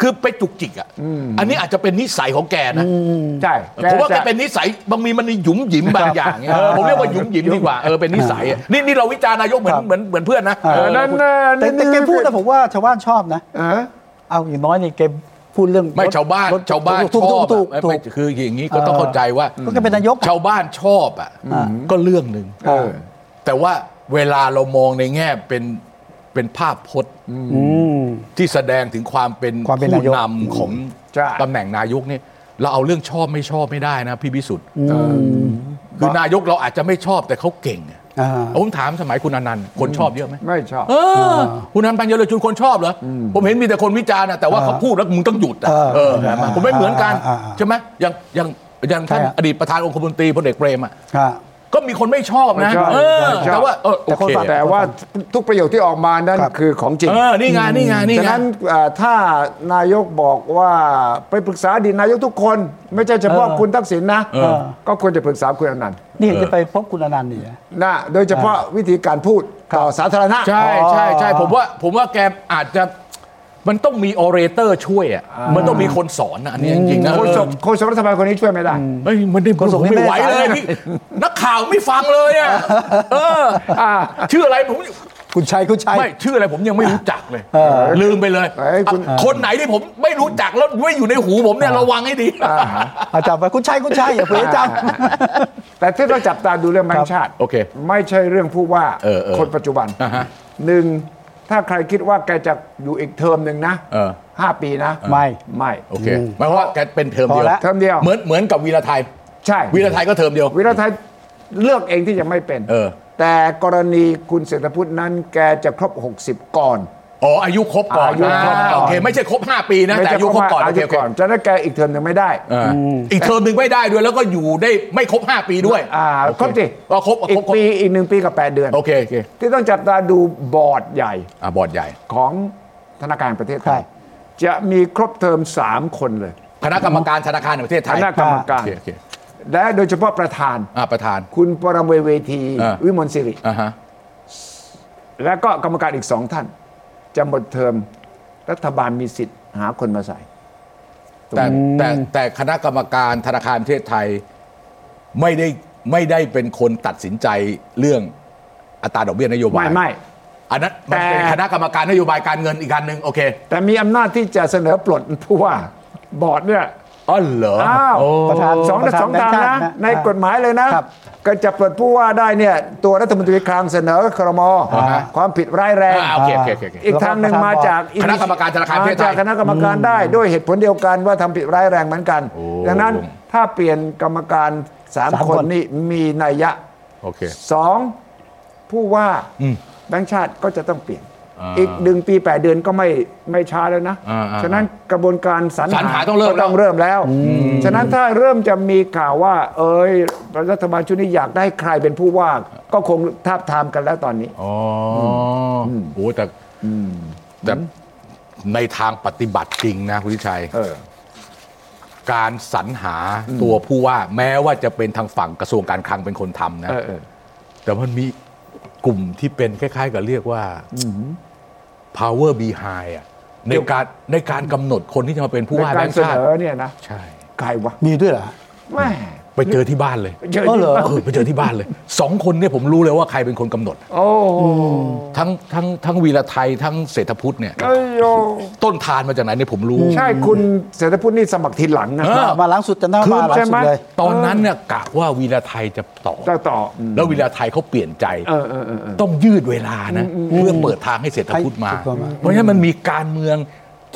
Speaker 4: คือไปจุกจิกอ่ะอันนี้อาจจะเป็นนิสัยของแกนะ
Speaker 3: ใช่
Speaker 4: ผมว่าแก
Speaker 3: จะ
Speaker 4: เป็นนิสัยบางมีมันหยุมหยิมบางอย่างเนี่ยเออผมเรียกว่าหยุมหยิมดีกว่าเออเป็นนิสัยอะนี่นี่เราวิจารณ์นายกเหมือนเหมือนเหมือนเพื่อนนะ
Speaker 2: เออ
Speaker 4: เออ
Speaker 3: นั่นน่ะ
Speaker 2: แต่แต่แกพูดนะผมว่าชาวบ้านชอบนะ
Speaker 3: เออ
Speaker 2: เอาอย่างน้อยนี่แกพูดเรื่อง
Speaker 4: ไม่
Speaker 2: รถ
Speaker 4: ชาวบ้าน
Speaker 2: รถ
Speaker 4: ชาวบ้าน
Speaker 2: ถูก
Speaker 4: ช
Speaker 2: ถู
Speaker 4: อก บ
Speaker 2: ถูก
Speaker 4: อะ
Speaker 2: ถู
Speaker 4: ไม่
Speaker 2: ก
Speaker 4: คืออย่างนี้ก็ต้องเข้าใจว่า
Speaker 2: ก็แกเป็นนายกอะ
Speaker 4: ชาวบ้านชอบอ่ะก็เรื่องหนึ่ง
Speaker 3: เออ
Speaker 4: แต่ว่าเวลาเรามองในแง่เป็นเป็นภาพพจน์ที่แสดงถึงความเป็น
Speaker 2: ความเป็นนายก
Speaker 4: นำของ
Speaker 3: ใช่
Speaker 4: ตำแหน่งนายกเนี่ยเราเอาเรื่องชอบไม่ชอบไม่ได้นะพี่พิสุทธิ์คือนายกเราอาจจะไม่ชอบแต่เขาเก่งอะ
Speaker 2: อ่า
Speaker 4: เอาผมถามสมัยคุณอนันต์คนชอบเยอะไหม
Speaker 3: ไม่ชอบ
Speaker 4: เออ คุณอนันต์ปัญญาเลยชุนคนชอบเหรออผมเห็นมีแต่คนวิจารณ์อะแต่ว่าเขาพูดแล้วมึงต้องหยุดอะ
Speaker 2: เออ
Speaker 4: เออนะผมไม่เหมือนกัน
Speaker 2: อ่าอ่า
Speaker 4: ใช่ไหมอย่างอย่างอย่างท่าน
Speaker 2: ใช่ครับ
Speaker 4: อดีตประธานองคมนตรีพลเอกเปรมอะ
Speaker 2: ฮะ
Speaker 4: ก็มีคนไม่ชอบ
Speaker 3: ไม่
Speaker 4: นะ
Speaker 3: ชอบ
Speaker 4: เออ
Speaker 3: ไม่ชอบ
Speaker 4: แต่ว่าเออโอ
Speaker 2: แต่คน
Speaker 4: เค
Speaker 2: ฝั่ง
Speaker 3: แต่ว่าทุกประโยคที่ออกมานั้น
Speaker 2: ครับ
Speaker 3: คือของจริง
Speaker 4: เออนี่ไงนี่ไงนี่
Speaker 3: ฉะ
Speaker 4: ไง
Speaker 3: นั้นเอ่อถ้านายกบอกว่าไปปรึกษาอดีตนายกทุกคน ไม่ใช่เฉพาะคุณทักษิณนะ ก็ควรจะปรึกษาคุณอนันต์
Speaker 2: นี่จะไปพบคุณอนันต์นี่นะ
Speaker 3: นะโดยเฉพาะวิธีการพูดต่อสาธารณะ
Speaker 4: ใช่ใช่ใช่
Speaker 2: อ๋อ
Speaker 4: ผมว่าผมว่าแกอาจจะมันต้องมีออเรเตอร์ช่วยอ่ะมันต้องมีคนสอนนะอันนี้จริงๆนะ
Speaker 3: โฆษกโฆษกรัฐบาลคนนี้ช่วยไม่ได้
Speaker 4: เอ้ยมันได้
Speaker 2: คนส่งนี่
Speaker 4: ไม่ไหว
Speaker 2: ไม่ได้สอน
Speaker 4: เลยพี่นักข่าวไม่ฟังเลยอ่ะเออ
Speaker 3: อ่า
Speaker 4: ชื่ออะไรผม
Speaker 2: คุณชัยคุณชัย
Speaker 4: ไม่ชื่ออะไรผมยังไม่รู้จักเลยลืมไปเลย
Speaker 3: เอ้ยคุณ
Speaker 4: อ่ะคนไหนที่ผมไม่รู้จักแล้วไม่อยู่ในหูผมเนี่ยระวังให้ดี
Speaker 2: อาจารย์ไปคุณชัยคุณชัยอย่าเพิ่งจำ
Speaker 3: แต่ที่เราจับตาดูเรื่องแบง
Speaker 2: ครั
Speaker 3: ค์
Speaker 2: บ
Speaker 3: ชาติ
Speaker 4: โอเค
Speaker 3: ไม่ใช่เรื่องผู้ว่า
Speaker 4: เออเออ
Speaker 3: คนปัจจุบัน
Speaker 4: อ่าฮะ
Speaker 3: หนึ่งถ้าใครคิดว่าแกจะอยู่อีกเทอมหนึ่งนะ
Speaker 4: เออ
Speaker 3: ห้าปีนะ
Speaker 2: ไม่
Speaker 3: ไม่
Speaker 4: โอเคหมายความว่าแกเป็นเทอมเดียว
Speaker 2: พอละ
Speaker 3: เทอมเดียว
Speaker 4: เหมือนเหมือนกับวีระไทย
Speaker 3: ใช่
Speaker 4: วีระไทยก็เทอมเดียว
Speaker 3: วิรัไทยเลือกเองที่จะไม่เป็น
Speaker 4: เออ
Speaker 3: แต่กรณีคุณเศรษฐพุทธนั้นแกจะครบ 60 ก่อน
Speaker 4: อ๋ออายุครบก่อน
Speaker 3: อายุครบก่อน
Speaker 4: าโอเคไม่ใช่ครบ 5 ปีนะแต่อายุครบก่อน
Speaker 3: อา
Speaker 4: โอเค
Speaker 3: ยุ
Speaker 4: โอเค
Speaker 3: ก่อนจะนั้นแกอีกเทอมหนึ่งไม่ได้
Speaker 4: เออออีกเทอมหนึ่งไม่ได้ด้วยแล้วก็อยู่ได้ไม่ครบ 5 ปีด้วย
Speaker 3: อ่า
Speaker 4: โอเ
Speaker 3: ครบสิ
Speaker 4: อ๋อครบครบ
Speaker 3: อีก
Speaker 4: ครบ
Speaker 3: ปีอีกหนึ่งปีกับ 8 เดือน
Speaker 4: โอเคโอเค
Speaker 3: ที่ต้องจับตาดูบอร์ดใหญ่
Speaker 4: อ่าบอร์ดใหญ่
Speaker 3: ของธนาคารแห่งประเทศไท
Speaker 2: ครั
Speaker 3: ย
Speaker 2: บ
Speaker 3: จะมีครบเทอม 3 คนเลย
Speaker 4: คณะกรรมการธนาคารแห่งประเทศไท
Speaker 3: ค
Speaker 4: ย
Speaker 3: ณะกรรมการ
Speaker 4: โอเคโอเค
Speaker 3: และโดยเฉพาะประธาน
Speaker 4: อ่าประธาน
Speaker 3: คุณปรเมเวที
Speaker 4: อ่า
Speaker 3: วิมลสิริ
Speaker 4: อ่าฮะ
Speaker 3: และก็กรรมการอีกสองท่าน จะหมดเทอมรัฐบาลมีสิทธิ์หาคนมาใส่
Speaker 4: แต่แต่แต่คณะกรรมการธนาคารแห่งประเทศไทยไม่ได้ไม่ได้เป็นคนตัดสินใจเรื่องอัตราดอกเบี้ยนโยบา
Speaker 3: ไม่
Speaker 4: ย
Speaker 3: ไม่
Speaker 4: อันนั้นมัน
Speaker 3: แต่
Speaker 4: เป็นคณะกรรมการนโยบายการเงินอีกการหนึ่งโอเค
Speaker 3: แต่มีอำนาจที่จะเสนอปลดผู้ว่าบอร์ดเนี่ย
Speaker 4: อ๋อเหรอ
Speaker 3: อ้าว
Speaker 4: โอ้
Speaker 2: ประธาน
Speaker 3: สอง
Speaker 2: ประธาน
Speaker 3: สองตา
Speaker 2: แบง
Speaker 3: ม
Speaker 2: ค์ชา
Speaker 3: นะ
Speaker 2: ตินะ
Speaker 3: ในกฎหมายเลยนะครับ ก็จะปลดผู้ว่าได้เนี่ยตัวรัฐมนตรีคลังเสนอครม
Speaker 4: อ่าฮะ
Speaker 3: ความผิดร้ายแรง
Speaker 4: อ่าโอเคโอเคโอเคโอเค
Speaker 3: อีกทางหนึ่งมาจาก
Speaker 4: คณะกรรมการธนาคารแห่งประเทศ
Speaker 3: ม
Speaker 4: ไทย
Speaker 3: จากคณะกรรมการได้ด้วยเหตุผลเดียวกันว่าทำผิดร้ายแรงเหมือนกัน
Speaker 4: โอ้
Speaker 3: ดังนั้นถ้าเปลี่ยนกรรมการสาม
Speaker 2: สาม
Speaker 3: คน
Speaker 2: คน
Speaker 3: นี่มีนัยยะ
Speaker 4: โอเค
Speaker 3: สองผู้ว่า
Speaker 4: อืม
Speaker 3: แบงค์ชาติก็จะต้องเปลี่ยน
Speaker 4: อ่า
Speaker 3: อีกหนึ่งปีแปดเดือนก็ไม่ไม่ช้าแล้วนะ
Speaker 4: อ่าอ่า
Speaker 3: ฉะนั้นกระบวนการสรร
Speaker 4: สรรหา
Speaker 3: หา
Speaker 4: ต้องเริ่มแล้ว
Speaker 3: ก็ต้องเริ่มแล้ว ฉะนั้นถ้าเริ่มจะมีข่าวว่า เอ้ยรัฐบาลชุดนี้อยากได้ใครเป็นผู้ว่า ก็คงทาบทามกันแล้วตอนนี้
Speaker 4: อ๋ออโอ้แต่แต่ในทางปฏิบัติจริงนะคุณทิชัย
Speaker 3: เออ
Speaker 4: การสรรหาตัวผู้ว่า แม้ว่าจะเป็นทางฝั่งกระทรวงการคลังเป็นคนทำนะ
Speaker 3: เออเออ
Speaker 4: แต่มันมีกลุ่มที่เป็นคล้าย ๆ กับเรียกว่า power behind อะในการในการกำหนดคนที่จะมาเป็นผู้
Speaker 3: ใน
Speaker 4: ว่า
Speaker 3: การ
Speaker 4: แบงค์
Speaker 3: เส
Speaker 4: ชาน ติ
Speaker 3: อเนี่ยนะ
Speaker 4: ใช่
Speaker 3: ใครวะ
Speaker 2: มีด้วยเหรอ
Speaker 3: แม่
Speaker 4: ไปเจอที่บ้านเลย
Speaker 3: เยอะ
Speaker 2: อ๋อเหรอ
Speaker 4: เออไปเจอที่บ้านเลยสองคนเนี่ยผมรู้เลยว่าใครเป็นคนกำหนด
Speaker 3: โอ้โห
Speaker 4: ทั้งทั้งทั้งวีระไทยทั้งเศรษฐพุทธเนี่ย
Speaker 3: เอ้ยโย
Speaker 4: ต้นทานมาจากไหนเนี่ยผมรู้
Speaker 3: ใช่คุณเศรษฐพุทธนี่สมัครทีหลังนะ
Speaker 4: เออ
Speaker 2: มาหล้างสุดจะหน้า
Speaker 3: คือ
Speaker 2: มาหล้าง
Speaker 3: ใช่
Speaker 2: สุ
Speaker 3: ไหม
Speaker 2: ดเลย
Speaker 4: ตอนนั้นเนี่ยกะว่าวีระไทยจะต่อ
Speaker 3: ต่อต่อ
Speaker 4: แล้ววีระไทยเขาเปลี่ยนใจ
Speaker 3: เออเออเออเออ
Speaker 4: ต้องยืดเวลานะ เพื่อเปิดทางให้เศรษฐพุทธมา
Speaker 2: ให้เศรษฐพุทธมา
Speaker 4: เพราะฉะนั้นมันมีการเมือง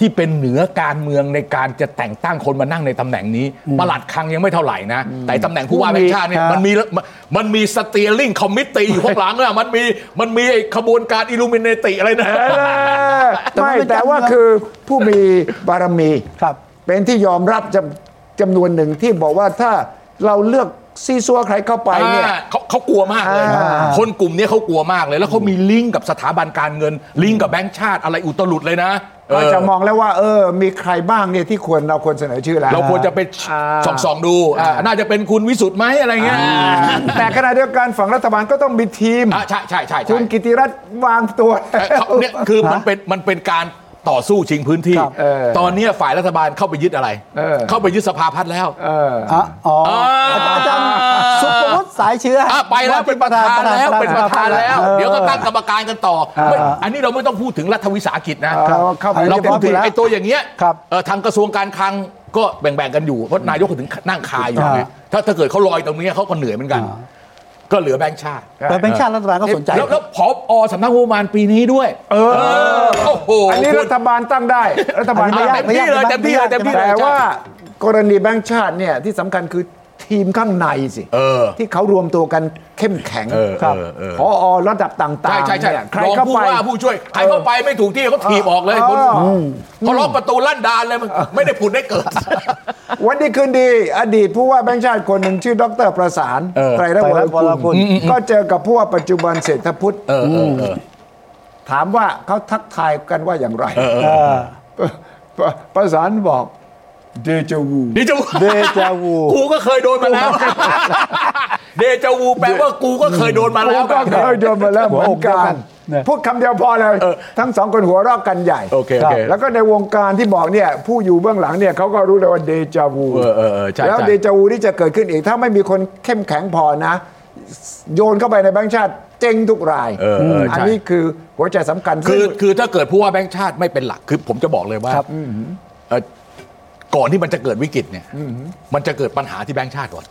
Speaker 4: ที่เป็นเหนือการเมืองในการจะแต่งตั้งคนมานั่งในตำแหน่งนี้ประหลัดคลังยังไม่เท่าไหร่นะ แต่ตำแหน่งผู้ว่าแบงค์ชาติเนี่ย
Speaker 2: ครับ
Speaker 4: มันมีมันมีสเตียริงคอมมิตี้อยู่ข้างหลังอะมัน *laughs* มีมันมีไอ้ขบวนการอิลูมินเนติอะไรนะ
Speaker 3: เออ
Speaker 2: แต่มัน
Speaker 3: ไม่
Speaker 2: เป็น
Speaker 3: แต่ว่า
Speaker 2: จำนวน
Speaker 3: คือผู้มีบารมี
Speaker 2: ครับ
Speaker 3: เป็นที่ยอมรับจำจำนวนหนึ่งที่บอกว่าถ้าเราเลือกซีซัวใครเข้าไปเนี่ย
Speaker 4: อ่าเขาเขากลัวมากเลย
Speaker 3: อ่า
Speaker 4: คนกลุ่มเนี้ยเขากลัวมากเลย แล้วเขามีลิงก์กับสถาบันการเงิน ลิงก์กับแบงก์ชาติอะไรอุตลุดเลยนะเอ
Speaker 3: ก็
Speaker 4: อ
Speaker 3: จะมองแล้วว่า เออ มีใครบ้างเนี่ยที่ควรเราควรเสนอชื่อแล้ว
Speaker 4: เราควรจะไป
Speaker 3: อ่า
Speaker 4: ส่องส่องๆดูอ่าน่าจะเป็นคุณวิสุทธ์ไหมอะไรเงี้ย
Speaker 3: แต่ขณะเดียวกันฝั่งรัฐบาลก็ต้องมีทีม
Speaker 4: อ่าใช่ใช่ใช่
Speaker 3: คุ
Speaker 4: ใช่
Speaker 3: ณกิติรัตน์วางตัว
Speaker 4: เอ่อเขาเนี่ยคือมันเป็นมันเป็นการต่อสู้ชิงพื้นที่
Speaker 3: ครับเออ
Speaker 4: ตอนเนี้ยฝ่ายรัฐบาลเข้าไปยึดอะไร
Speaker 3: เออ
Speaker 4: เข้าไปยึดสภาพัฒน์แล้ว
Speaker 2: อ่ะอ๋ออา อาจารย์อาจารย์สุภวุฒิสายเชื้อ
Speaker 4: อ่ะ
Speaker 2: อ่ะ
Speaker 4: ไปแล้วเป็นประธานแล้วเป็นประธานแล้ว
Speaker 2: ออ
Speaker 4: เดี๋ยวก็ตั้งกรรมการกันต่อไม่
Speaker 2: อ่า
Speaker 4: อันนี้เราไม่ต้องพูดถึงรัฐวิสาหกิจนะ
Speaker 3: เออเข้าไป
Speaker 4: เราพูดถึง
Speaker 3: เรียบร้อยไปแล้ว
Speaker 4: ไอ้ตัวอย่างเงี้ย
Speaker 2: ครับ
Speaker 4: เอ่อทางกระทรวงการคลังก็แบ่งๆกันอยู่เพราะนายกก็ถึงนั่งคาอยู่
Speaker 2: อ่า
Speaker 4: ไงถ้าถ้าเกิดเขาลอยตรงเนี้ยเขาก็เหนื่อยเหมือนกัน ก็เหลือแบงค์ชาติ
Speaker 2: แต่เป็นชาติรัฐบาลก็สนใจ
Speaker 4: แล้วแล้วผอสำนักงบประมาณปีนี้ด้วย เออโอ้โห
Speaker 3: อันนี้รัฐบาลตั้งได้รัฐบาล
Speaker 2: อันนี้
Speaker 3: ตั้ง
Speaker 2: ไม่ยาก
Speaker 3: ได้
Speaker 4: เต็มที่เลยเต็มที่เลยเต็มที่เลย
Speaker 3: แต่ว่า
Speaker 4: ใช่
Speaker 3: กรณีแบงค์ชาติเนี่ยที่สำคัญคือท ทีมข้างในสิ
Speaker 4: เออ
Speaker 3: ที่เขารวมตัวกันเข้มแข็ง
Speaker 4: เออ
Speaker 3: ครับ
Speaker 4: เออเออ
Speaker 3: พอระดับต่างๆ
Speaker 4: ใช่ใช่ใช่
Speaker 3: เนี่ยใคร
Speaker 4: รอง
Speaker 3: เข้า
Speaker 4: ผู้
Speaker 3: ไป
Speaker 4: ว่าผู้ช่วยใครเข้าไปไม่ถูกที่เขาถีบออกเลย
Speaker 3: เออ
Speaker 4: คุณเขาล็อกประตูลั่นดานเลยมันไม่ได้ผุดได้เกิด
Speaker 3: วันดีคืนดี อดีตผู้ว่าแบงค์ชาติคนหนึ่งชื่อดรประสาน
Speaker 4: เออ
Speaker 3: ไตรรัตน์วร
Speaker 2: ไตรรัตน์วรกุ
Speaker 3: กุ
Speaker 2: ล
Speaker 3: ลก็เจอกับผู้ว่าปัจจุบันเศรษฐพุทธ
Speaker 4: เออเออเออ
Speaker 3: ถามว่าเขาทักทายกันว่าอย่างไร
Speaker 2: เออ
Speaker 3: ปปประสานบอกเดจวู
Speaker 4: เดจาวู
Speaker 2: เดจาวู
Speaker 4: กูก็เคยโดนมาแล้ว เดจาวูแปลว่ากูก็เคยโดนมาแล้ว
Speaker 3: ก็เคยโดนมาแล้วเหมือนกันพูดคำเดียวพอเลย
Speaker 4: เออ
Speaker 3: ทั้งสองคนหัวเราะกันใหญ่
Speaker 4: โอเคโอเค
Speaker 3: แล้วก็ในวงการที่บอกเนี่ย ผู้อยู่เบื้องหลังเนี่ยเขาก็รู้เลยว่าเดจาวู
Speaker 4: เออเออเออใช่ใช่
Speaker 3: แล้วเดจาวูที่จะเกิดขึ้นอีก ถ้าไม่มีคนเข้มแข็งพอนะ โยนเข้าไปในแบงค์ชาติเจ๊งทุกราย
Speaker 4: เออเออ
Speaker 3: อัน
Speaker 4: ใช่
Speaker 3: นี้คือหัวใจสำคัญ
Speaker 4: คือ
Speaker 3: ซึ่ง
Speaker 4: คือถ้าเกิดผู้ว่าแบงค์ชาติไม่เป็นหลักคือผมจะบอกเลยว่าเอ่อก่อนที่มันจะเกิดวิกฤตเนี่ยมันจะเกิดปัญหาที่แบงค์ชาติก่อน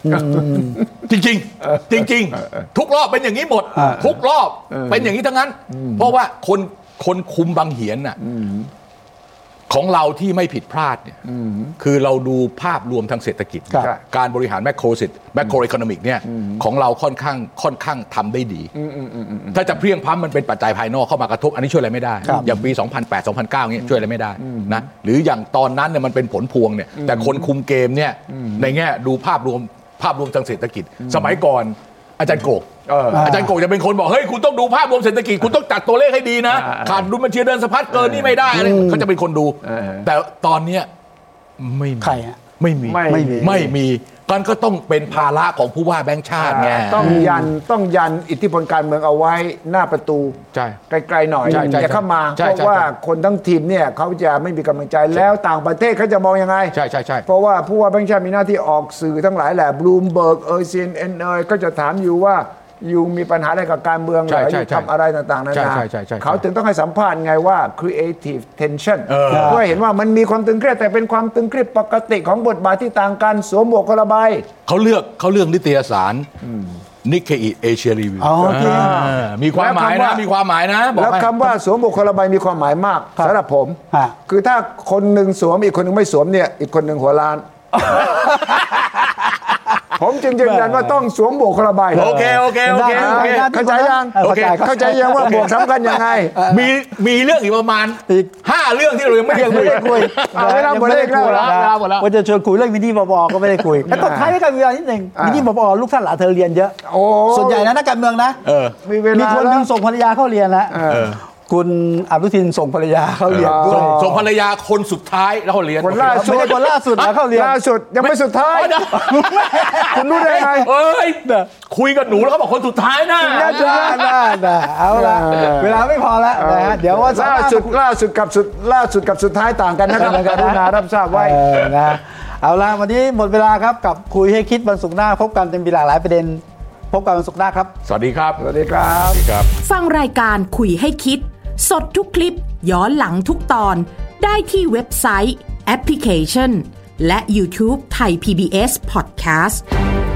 Speaker 4: จริงจริงๆจริง ๆ ทุกรอบเป็นอย่างนี้หมด ทุกรอบเป็นอย่างนี้ทั้งนั้น เพราะว่าคนคนคุมบางเหียนน่ะของเราที่ไม่ผิดพลาดเนี่ยคือเราดูภาพรวมทางเศรษฐกิจ
Speaker 3: ครับ
Speaker 4: การบริหารแม c โ o รเศรษฐแมโครอีโคโนมิกเนี่ยของเราค่อนข้างค่อนข้างทำได้ดี ถ้าจะเพรียงพร้ำมันเป็นปัจจัยภายนอกเข้ามากระทบ อันนี้ช่วยอะไรไม่ได้ อย่างปี 2008 2009เงี้ยช่วยอะไรไม่ได้นะหรืออย่างตอนนั้นเนี่ยมันเป็นผลพวงเนี่ยแต่คนคุมเกมเนี่ยในแง่ดูภาพรวมภาพรวมทางเศรษฐกิจ สมัยก่อนอาจารย์โกกอาจารย์โกกจะเป็นคนบอกเฮ้ยคุณต้องดูภาพรวมเศรษฐกิจคุณต้องจัดตัวเลขให้ดีนะขาดดุลบัญชีเดินสะพัดเกินนี่ไม่ได้อะไรเขาจะเป็นคนดู แต่ตอนเนี้ยไม่มี
Speaker 2: ใครฮะ
Speaker 4: ไม่มี
Speaker 3: ไม่
Speaker 4: ไม่มีไม่มีกันก็ต้องเป็นภาระของผู้ว่าแบงค์ชาติไง
Speaker 3: ต้องยันต้องยันอิทธิพลการเมืองเอาไว้หน้าประตู
Speaker 4: ใช่
Speaker 3: ไกลๆหน่อย
Speaker 4: ใช่ใช่
Speaker 3: อย่าเข้ามา
Speaker 4: ใช่
Speaker 3: เพราะ
Speaker 4: ใช่
Speaker 3: ว่า
Speaker 4: ใช่
Speaker 3: คนทั้งทีมเนี่ยเขาจะไม่มีกำลังใจแล้วต่างประเทศเขาจะมองยังไง
Speaker 4: ใช่ใช่ใช่
Speaker 3: เพราะว่าผู้ว่าแบงค์ชาติมีหน้าที่ออกสื่อทั้งหลายแหละบลูมเบิร์กเออซีเอ็นเอยก็จะถามอยู่ว่าอยู่มีปัญหาอะไรกับการเมืองเหร
Speaker 4: ใช่
Speaker 3: อ
Speaker 4: ใช่
Speaker 3: อยู่ทำอะไรต่างๆนา
Speaker 4: ใช่
Speaker 3: นา
Speaker 4: ใช่ใช่ใช่
Speaker 3: เขาถึงต้องให้สัมภาษณ์ไงว่า creative tension
Speaker 4: เออ
Speaker 3: เพื่อเห็นว่ามันมีความตึงเครียดแต่เป็นความตึงเครียดปกติของบทบาทที่ต่างกันสวมหมวกคนละใบ
Speaker 4: เขาเลือกเขาเลือกนิตยสารนิเคอิเอเชียรีวิว
Speaker 2: อ๋อโอเค
Speaker 4: มีความหมาย
Speaker 3: แล้วคำ
Speaker 4: นะ
Speaker 3: ว่า
Speaker 4: มีความหมายนะบอก
Speaker 3: แล้ว
Speaker 4: ให้
Speaker 3: คำว่าสวมหมวกคนละใบมีความหมายมากสำหรับผม
Speaker 2: ฮะ
Speaker 3: คือถ้าคนหนึ่งสวมอีกคนหนึ่งไม่สวมเนี่ยอีกคนหนึ่งหัวล้าน
Speaker 4: *laughs*
Speaker 3: ผมจึงยืนยันว่าต้องสวมหมวกคนละใบ
Speaker 4: โอเคโอเคโอเคโอเค
Speaker 2: ได้
Speaker 3: เข้าใจยัง
Speaker 2: เออเข้าใจ
Speaker 3: เข้าใจยังว่า
Speaker 2: เข้าใจ
Speaker 3: บวกสำคัญยังไง
Speaker 4: มีมีเรื่องอีกประมาณ
Speaker 2: อีก
Speaker 4: ห้าเรื่องที่เรายังไม่
Speaker 2: ยังไม่ได้คุย
Speaker 3: เอาเวลาหมดเลขแล้วเหรอ
Speaker 4: เวลาหมดแล้ว
Speaker 2: ว่าจะชวนคุยเรื่องมินิบอบอก็ไม่ได้คุยแล้วตอนท้ายด้วยกันเวลานิดหนึ่ง
Speaker 3: อ่ามิ
Speaker 2: มินิบอบอลูกท่านหลานเธอเรียนเยอะ
Speaker 3: โอ้
Speaker 2: ส่วนใหญ่นะนักการเมืองนะ
Speaker 4: เออ
Speaker 3: มีเวลามี
Speaker 2: คนหนึง
Speaker 3: แล้ว
Speaker 2: ส่งภรรยาเข้าเรียนแล้วคุณอนุทินส่งภรรยาเข้าเรียน
Speaker 3: เออ
Speaker 2: ด้วย
Speaker 4: ส่งภรรยาคนสุดท้ายแล้วเขาเรียน
Speaker 3: คนล่า
Speaker 2: ไม่ใช่คนล่าสุดนะเข้าเรียน
Speaker 3: ล่าสุดยังไม่สุดท้าย *laughs* คุณรู้ได้ไง
Speaker 4: เอ้ยคุยกับหนูแล้วเขาบอกคนสุดท้ายนะ
Speaker 2: น่าจะน่าจะเอาละ
Speaker 3: เออ
Speaker 2: เวลาไม่พอแล้วนะฮะเดี๋ยวว่า
Speaker 3: ล่าสุดล่าสุดกับสุดล่าสุดกับสุดท้ายต่างกันนะครับกรุณารับทราบไว้
Speaker 2: เออนะเอาละวันนี้หมดเวลาครับกับคุยให้คิดวันศุกร์หน้า พบกันเป็นเวลาหลายประเด็น พบกันวันศุกร์หน้าครับ
Speaker 4: สวัสดีครับ
Speaker 3: สวัสดีครับ
Speaker 1: ฟังรายการคุยให้คิด สดทุกคลิป ย้อนหลังทุกตอน ได้ที่เว็บไซต์ แอปพลิเคชัน และ YouTube ไทย PBS Podcast